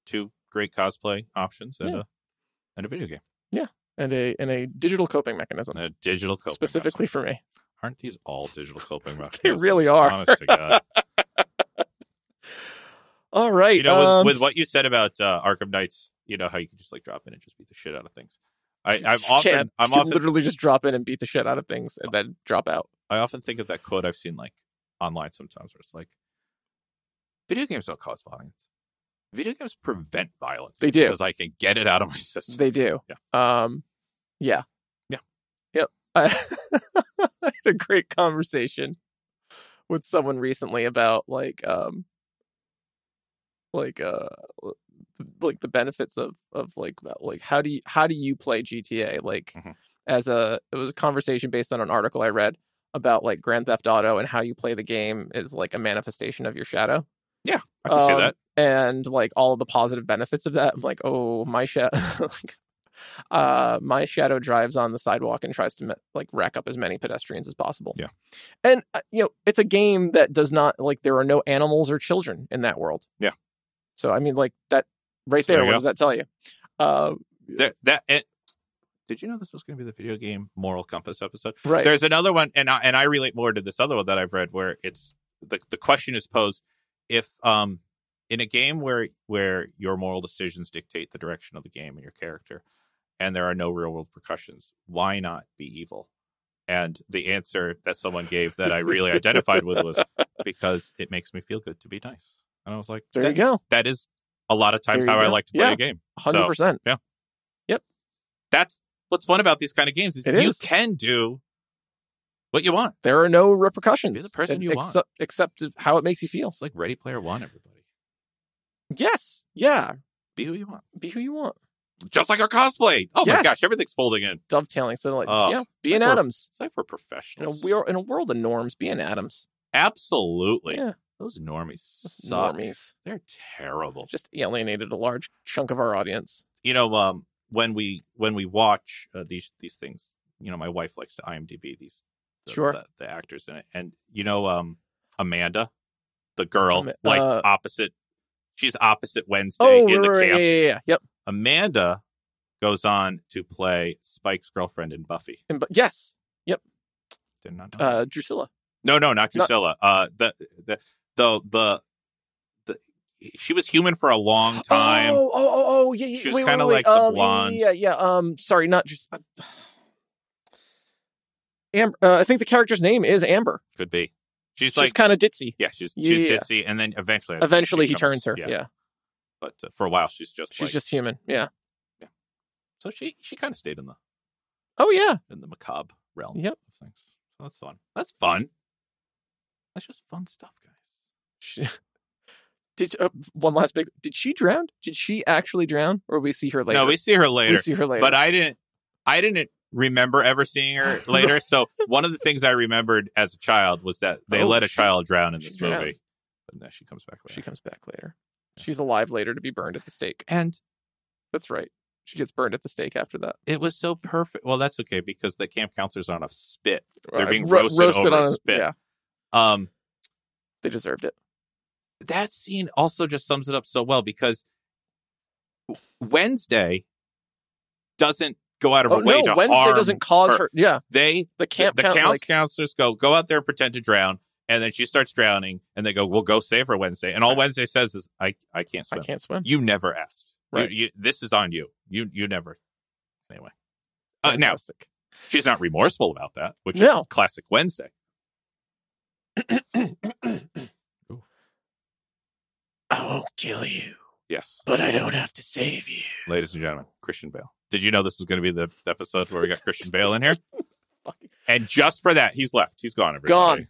Speaker 1: Two great cosplay options and
Speaker 2: Yeah.
Speaker 1: a and a video game.
Speaker 2: And a and a digital coping mechanism
Speaker 1: And a digital coping
Speaker 2: specifically for me.
Speaker 1: mechanism. Aren't these all digital coping mechanisms?
Speaker 2: really are.
Speaker 1: Honest to God.
Speaker 2: All right.
Speaker 1: you know, with,
Speaker 2: um,
Speaker 1: with what you said about uh, Arkham Knights, you know how you can just like drop in and just beat the shit out of things. I, I'm
Speaker 2: you
Speaker 1: often,
Speaker 2: can't.
Speaker 1: I'm
Speaker 2: You can
Speaker 1: often,
Speaker 2: literally just drop in and beat the shit out of things and then drop out.
Speaker 1: I often think of that quote I've seen like online sometimes, where it's like, "Video games don't cause violence. Video games prevent violence.
Speaker 2: They do.
Speaker 1: because I can get it out of my system.
Speaker 2: They do. Yeah. Um, yeah.
Speaker 1: Yeah.
Speaker 2: Yep. I I had a great conversation with someone recently about like um like uh like the benefits of of like about, like how do you how do you play GTA like
Speaker 1: Mhm.
Speaker 2: as a it was a conversation based on an article I read about like Grand Theft Auto and how you play the game is like a manifestation of your shadow
Speaker 1: I can see
Speaker 2: Um,
Speaker 1: that.
Speaker 2: and like all of the positive benefits of that. I'm like, oh, my shadow, like, uh, my shadow drives on the sidewalk and tries to me- like rack up as many pedestrians as possible.
Speaker 1: Yeah.
Speaker 2: and uh, you know, it's a game that does not like there are no animals or children in that world.
Speaker 1: Yeah.
Speaker 2: so I mean, like that right
Speaker 1: So
Speaker 2: there.
Speaker 1: there you
Speaker 2: What
Speaker 1: go.
Speaker 2: does that tell you? Uh,
Speaker 1: That, that and, did you know this was going to be the video game moral compass episode?
Speaker 2: right.
Speaker 1: There's another one, and I, and I relate more to this other one that I've read, where it's the the question is posed: if um in a game where where your moral decisions dictate the direction of the game and your character, and there are no real world repercussions, why not be evil? And the answer that someone gave that I really identified with was because it makes me feel good to be nice. And I was like,
Speaker 2: there
Speaker 1: that,
Speaker 2: you go.
Speaker 1: that is a lot of times
Speaker 2: There you
Speaker 1: how I
Speaker 2: go.
Speaker 1: like to play
Speaker 2: Yeah.
Speaker 1: a game.
Speaker 2: Hundred
Speaker 1: So-
Speaker 2: percent.
Speaker 1: that's what's fun about these kind of games is
Speaker 2: It
Speaker 1: you
Speaker 2: is.
Speaker 1: can do what you want.
Speaker 2: There are no repercussions.
Speaker 1: Be the person
Speaker 2: e-
Speaker 1: you want.
Speaker 2: except- except of how it makes you feel.
Speaker 1: It's like Ready Player One, everybody.
Speaker 2: Yes. Yeah.
Speaker 1: Be who you want.
Speaker 2: Be who you want.
Speaker 1: Just like our cosplay. Oh my
Speaker 2: Yes.
Speaker 1: gosh, everything's folding in.
Speaker 2: Dovetailing. So like,
Speaker 1: Oh,
Speaker 2: yeah.
Speaker 1: like
Speaker 2: Be an
Speaker 1: we're-
Speaker 2: Adams.
Speaker 1: It's like we're
Speaker 2: in a,
Speaker 1: professionals.
Speaker 2: we in a world of norms being atoms
Speaker 1: absolutely.
Speaker 2: Yeah.
Speaker 1: Those normies suck.
Speaker 2: normies
Speaker 1: They're terrible.
Speaker 2: just alienated a large chunk of our audience
Speaker 1: you know, um, when we when we watch uh, these these things, you know, my wife likes to IMDb these the,
Speaker 2: Sure.
Speaker 1: the, the actors in it, and you know, um, Amanda, the girl,
Speaker 2: Ama-
Speaker 1: like
Speaker 2: uh,
Speaker 1: opposite, she's opposite Wednesday
Speaker 2: oh
Speaker 1: in
Speaker 2: right,
Speaker 1: the
Speaker 2: right,
Speaker 1: camp.
Speaker 2: yeah, yeah yeah yep
Speaker 1: Amanda goes on to play Spike's girlfriend in Buffy.
Speaker 2: and, but yes
Speaker 1: Did not know.
Speaker 2: uh drusilla
Speaker 1: no, no, not
Speaker 2: not-
Speaker 1: Drusilla. uh, the, the the the the she was human for a long time.
Speaker 2: oh oh oh, oh yeah, yeah
Speaker 1: She was
Speaker 2: wait, wait,
Speaker 1: kinda
Speaker 2: wait,
Speaker 1: like the
Speaker 2: um, yeah,
Speaker 1: blonde.
Speaker 2: yeah, yeah yeah um sorry not just uh, amber uh, i think the character's name is amber
Speaker 1: Could be. She's,
Speaker 2: she's
Speaker 1: like
Speaker 2: kind of ditzy
Speaker 1: yeah, she's
Speaker 2: Yeah,
Speaker 1: she's
Speaker 2: yeah, yeah.
Speaker 1: ditzy, and then eventually
Speaker 2: eventually
Speaker 1: she
Speaker 2: he
Speaker 1: becomes-
Speaker 2: turns her yeah,
Speaker 1: Yeah, but uh, for a while she's just
Speaker 2: she's
Speaker 1: like,
Speaker 2: just human yeah
Speaker 1: so she she kind of stayed in the
Speaker 2: oh yeah
Speaker 1: in the macabre realm.
Speaker 2: Yep.
Speaker 1: of things. So that's fun. That's fun. That's just fun stuff, guys.
Speaker 2: she, did uh, one last big did she drown did she actually drown or we see her later
Speaker 1: No, we see her
Speaker 2: We
Speaker 1: later.
Speaker 2: see her later
Speaker 1: but I didn't I didn't remember ever seeing her later. so one of the things I remembered as a child was that they
Speaker 2: Oh,
Speaker 1: let a
Speaker 2: she-
Speaker 1: child drown in
Speaker 2: she
Speaker 1: this
Speaker 2: drowned.
Speaker 1: movie. But no, she comes back later.
Speaker 2: She comes back later. She's alive later to be burned at the stake.
Speaker 1: and
Speaker 2: That's right. She gets burned at the stake after that.
Speaker 1: it was so perfect. Well, that's okay because the camp counselors on a spit. They're
Speaker 2: Uh,
Speaker 1: being
Speaker 2: ro-
Speaker 1: roasted over spit.
Speaker 2: Yeah,
Speaker 1: Um
Speaker 2: they deserved it.
Speaker 1: that scene also just sums it up so well because Wednesday doesn't go out of her
Speaker 2: Oh,
Speaker 1: way
Speaker 2: no,
Speaker 1: to
Speaker 2: Wednesday
Speaker 1: harm
Speaker 2: doesn't cause her.
Speaker 1: her.
Speaker 2: Yeah,
Speaker 1: They
Speaker 2: the camp
Speaker 1: the
Speaker 2: coun-
Speaker 1: counts
Speaker 2: like,
Speaker 1: counselors go go out there and pretend to drown, and then she starts drowning, and they go, "We'll go save her Wednesday." And all Wednesday says is, "I I can't
Speaker 2: I
Speaker 1: swim.
Speaker 2: can't swim.
Speaker 1: You never asked. You-
Speaker 2: Right.
Speaker 1: you- this is on you. You you never." Anyway, uh, now
Speaker 2: Fantastic.
Speaker 1: she's not remorseful about that, which
Speaker 2: No.
Speaker 1: is classic Wednesday.
Speaker 2: I won't kill you,
Speaker 1: Yes,
Speaker 2: but I don't have to save you.
Speaker 1: ladies and gentlemen, Christian Bale. Did you know this was going to be the episode where we got Christian Bale in here? And just for that, he's left. He's gone. Everybody.
Speaker 2: Gone.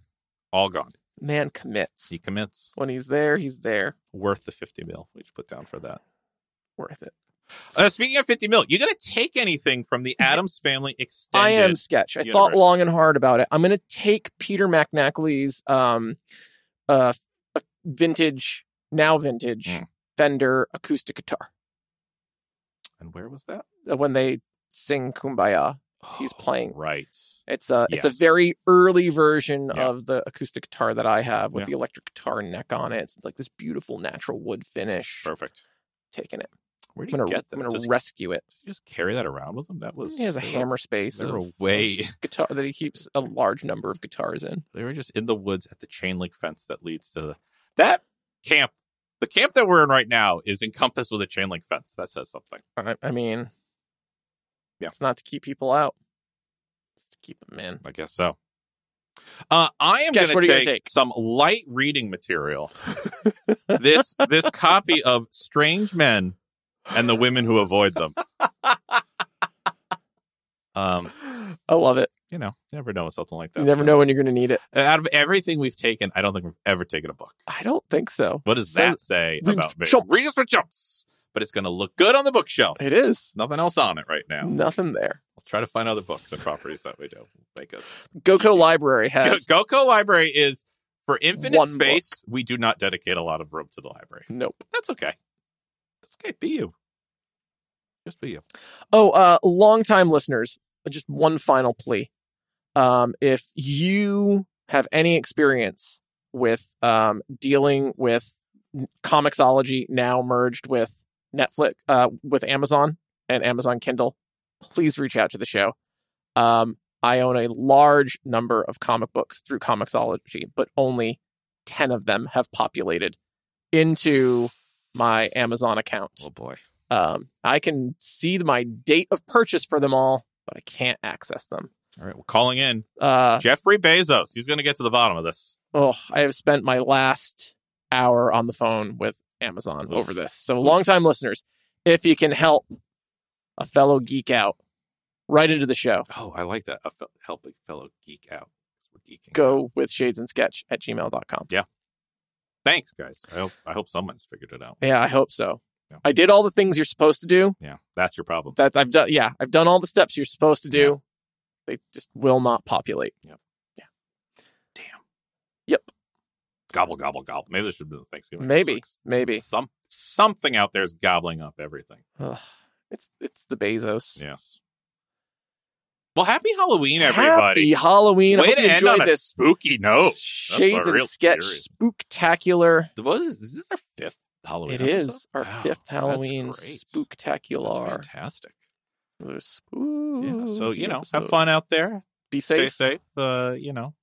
Speaker 1: All gone.
Speaker 2: Man commits.
Speaker 1: He commits.
Speaker 2: when he's there, he's there.
Speaker 1: Worth the fifty mil we should put down for that.
Speaker 2: Worth it.
Speaker 1: Uh, speaking of 50 mil, you going to take anything from the Adams family extended?
Speaker 2: I am sketch. I thought
Speaker 1: universe.
Speaker 2: long and hard about it. I'm going to take Peter McNackley's um, uh, f- vintage, now vintage
Speaker 1: Mm.
Speaker 2: Fender acoustic guitar
Speaker 1: And where was that?
Speaker 2: uh, when they sing "Kumbaya." He's playing.
Speaker 1: Right.
Speaker 2: It's a it's
Speaker 1: Yes.
Speaker 2: a very early version
Speaker 1: Yeah.
Speaker 2: of the acoustic guitar that I have with
Speaker 1: Yeah.
Speaker 2: the electric guitar neck on it. It's like this beautiful natural wood finish.
Speaker 1: Perfect.
Speaker 2: Taking it,
Speaker 1: Where do
Speaker 2: I'm
Speaker 1: you
Speaker 2: gonna
Speaker 1: get
Speaker 2: I'm
Speaker 1: that?
Speaker 2: gonna
Speaker 1: Does,
Speaker 2: rescue it.
Speaker 1: does he just carry that around with him? That was.
Speaker 2: He has a
Speaker 1: they were-
Speaker 2: hammer space
Speaker 1: They were
Speaker 2: of
Speaker 1: way.
Speaker 2: guitar that he keeps a large number of guitars in.
Speaker 1: They were just in the woods at the chain link fence that leads to the, that camp. The camp that we're in right now is encompassed with a chain link fence. That says something.
Speaker 2: I, I mean,
Speaker 1: Yeah.
Speaker 2: it's not to keep people out. It's to keep them in.
Speaker 1: I guess so. Uh, I am
Speaker 2: Sketch,
Speaker 1: going to
Speaker 2: what are you gonna
Speaker 1: take,
Speaker 2: take?
Speaker 1: some light reading material. this this copy of Strange Men and the Women Who Avoid Them. Um,
Speaker 2: I love it.
Speaker 1: you know, you never know with something like that.
Speaker 2: you never know when you're going to need it.
Speaker 1: Out of everything we've taken, I don't think we've ever taken a book.
Speaker 2: I don't think so.
Speaker 1: What does
Speaker 2: Says-
Speaker 1: that say
Speaker 2: Reads
Speaker 1: about me?
Speaker 2: jumps.
Speaker 1: Reads for jumps, but it's going to look good on the bookshelf.
Speaker 2: It is
Speaker 1: Nothing else on it right now.
Speaker 2: nothing there.
Speaker 1: I'll try to find other books and properties that we do. Make us
Speaker 2: Goko Library has
Speaker 1: Go- Goko Library is for infinite
Speaker 2: One
Speaker 1: space. We do not dedicate a lot of room to the library.
Speaker 2: nope.
Speaker 1: That's okay. That's okay. Be you. Just be you.
Speaker 2: Oh, uh, longtime listeners, just one final plea. Um, if you have any experience with um dealing with n- comiXology now merged with Netflix, uh, with Amazon and Amazon Kindle, please reach out to the show. Um, I own a large number of comic books through Comixology, but only 10 of them have populated into my Amazon account.
Speaker 1: Oh, boy.
Speaker 2: Um, I can see my date of purchase for them all, but I can't access them.
Speaker 1: All right. We're calling in
Speaker 2: Uh,
Speaker 1: Jeffrey Bezos. He's going to get to the bottom of this.
Speaker 2: oh, I have spent my last hour on the phone with Amazon
Speaker 1: Oof.
Speaker 2: over this. So, longtime listeners, if you can help a fellow geek out, right into the show.
Speaker 1: Oh, I like that. A fe- help a fellow geek out. We're geeking.
Speaker 2: Go with shades and sketch at gmail.com.
Speaker 1: Thanks, guys. I hope I hope someone's figured it out.
Speaker 2: Yeah, I hope so.
Speaker 1: Yeah.
Speaker 2: I did all the things you're supposed to do.
Speaker 1: Yeah, that's your problem.
Speaker 2: That I've done. Yeah, I've done all the steps you're supposed to do. They just will not populate.
Speaker 1: Damn.
Speaker 2: Yep.
Speaker 1: Gobble gobble gobble. Maybe this should be the Thanksgiving.
Speaker 2: Maybe,
Speaker 1: episode.
Speaker 2: maybe.
Speaker 1: Some something out there is gobbling up everything.
Speaker 2: Ugh. It's it's the Bezos.
Speaker 1: Yes. Well, happy Halloween, everybody.
Speaker 2: Happy Halloween. I
Speaker 1: Way
Speaker 2: hope you
Speaker 1: to end
Speaker 2: enjoyed
Speaker 1: on a
Speaker 2: this
Speaker 1: spooky note.
Speaker 2: Shades
Speaker 1: a
Speaker 2: and
Speaker 1: real
Speaker 2: Sketch
Speaker 1: serious-
Speaker 2: spooktacular.
Speaker 1: What is, this is our fifth Halloween.
Speaker 2: It
Speaker 1: episode?
Speaker 2: is our
Speaker 1: Wow,
Speaker 2: fifth
Speaker 1: that's
Speaker 2: Halloween
Speaker 1: great.
Speaker 2: spooktacular.
Speaker 1: That's fantastic.
Speaker 2: The
Speaker 1: Yeah, so
Speaker 2: spooky
Speaker 1: you know,
Speaker 2: episode.
Speaker 1: have fun out there.
Speaker 2: Be
Speaker 1: Stay
Speaker 2: safe.
Speaker 1: safe. Uh, you know,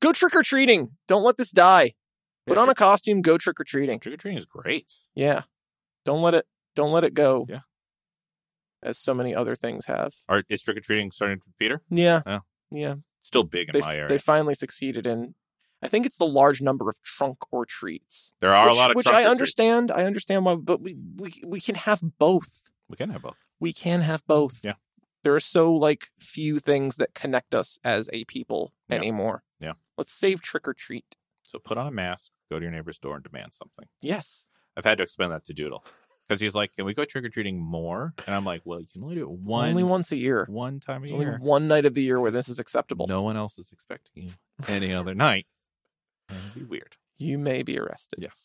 Speaker 2: Go trick or treating. Don't let this die. Put
Speaker 1: Yeah,
Speaker 2: on a costume. Go trick or treating.
Speaker 1: trick or treating is great.
Speaker 2: Yeah. Don't let it. Don't let it go.
Speaker 1: Yeah.
Speaker 2: As so many other things have.
Speaker 1: Or is trick or treating starting with Peter?
Speaker 2: Yeah.
Speaker 1: Yeah.
Speaker 2: Yeah.
Speaker 1: Still big in
Speaker 2: They,
Speaker 1: my area.
Speaker 2: they finally succeeded in. I think it's the large number of trunk or treats.
Speaker 1: there are
Speaker 2: which,
Speaker 1: a lot of
Speaker 2: which
Speaker 1: trunk or
Speaker 2: I
Speaker 1: treats.
Speaker 2: understand. I understand why, but we, we we can have both.
Speaker 1: We can have both.
Speaker 2: We can have both.
Speaker 1: Mm, Yeah.
Speaker 2: There are so like few things that connect us as a people
Speaker 1: Yeah.
Speaker 2: anymore.
Speaker 1: Yeah.
Speaker 2: Let's save trick or treat.
Speaker 1: So put on a mask, go to your neighbor's door, and demand something.
Speaker 2: Yes.
Speaker 1: I've had to explain that to Doodle because he's like, "Can we go trick or treating more?" And I'm like, "Well, you can only do it one
Speaker 2: only once a year.
Speaker 1: one time a
Speaker 2: There's only
Speaker 1: year.
Speaker 2: one night of the year where this is acceptable.
Speaker 1: No one else is expecting you any other night. It'd be weird."
Speaker 2: You may be arrested.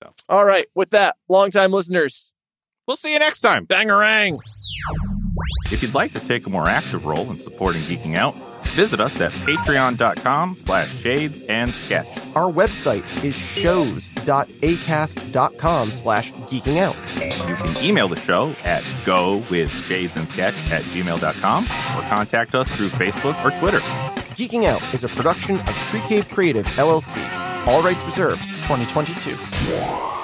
Speaker 1: Yes.
Speaker 2: All right. With that, longtime listeners,
Speaker 1: We'll see you next time.
Speaker 2: bangarang.
Speaker 1: If you'd like to take a more active role in supporting Geeking Out, Visit us at patreon.com slash shades and sketch.
Speaker 2: Our website is shows.acast.com slash geeking out.
Speaker 1: You can email the show at go with shades and sketch at gmail.com or contact us through Facebook or Twitter.
Speaker 2: Geeking Out is a production of Tree Cave Creative, LLC. All rights reserved.
Speaker 3: 2022.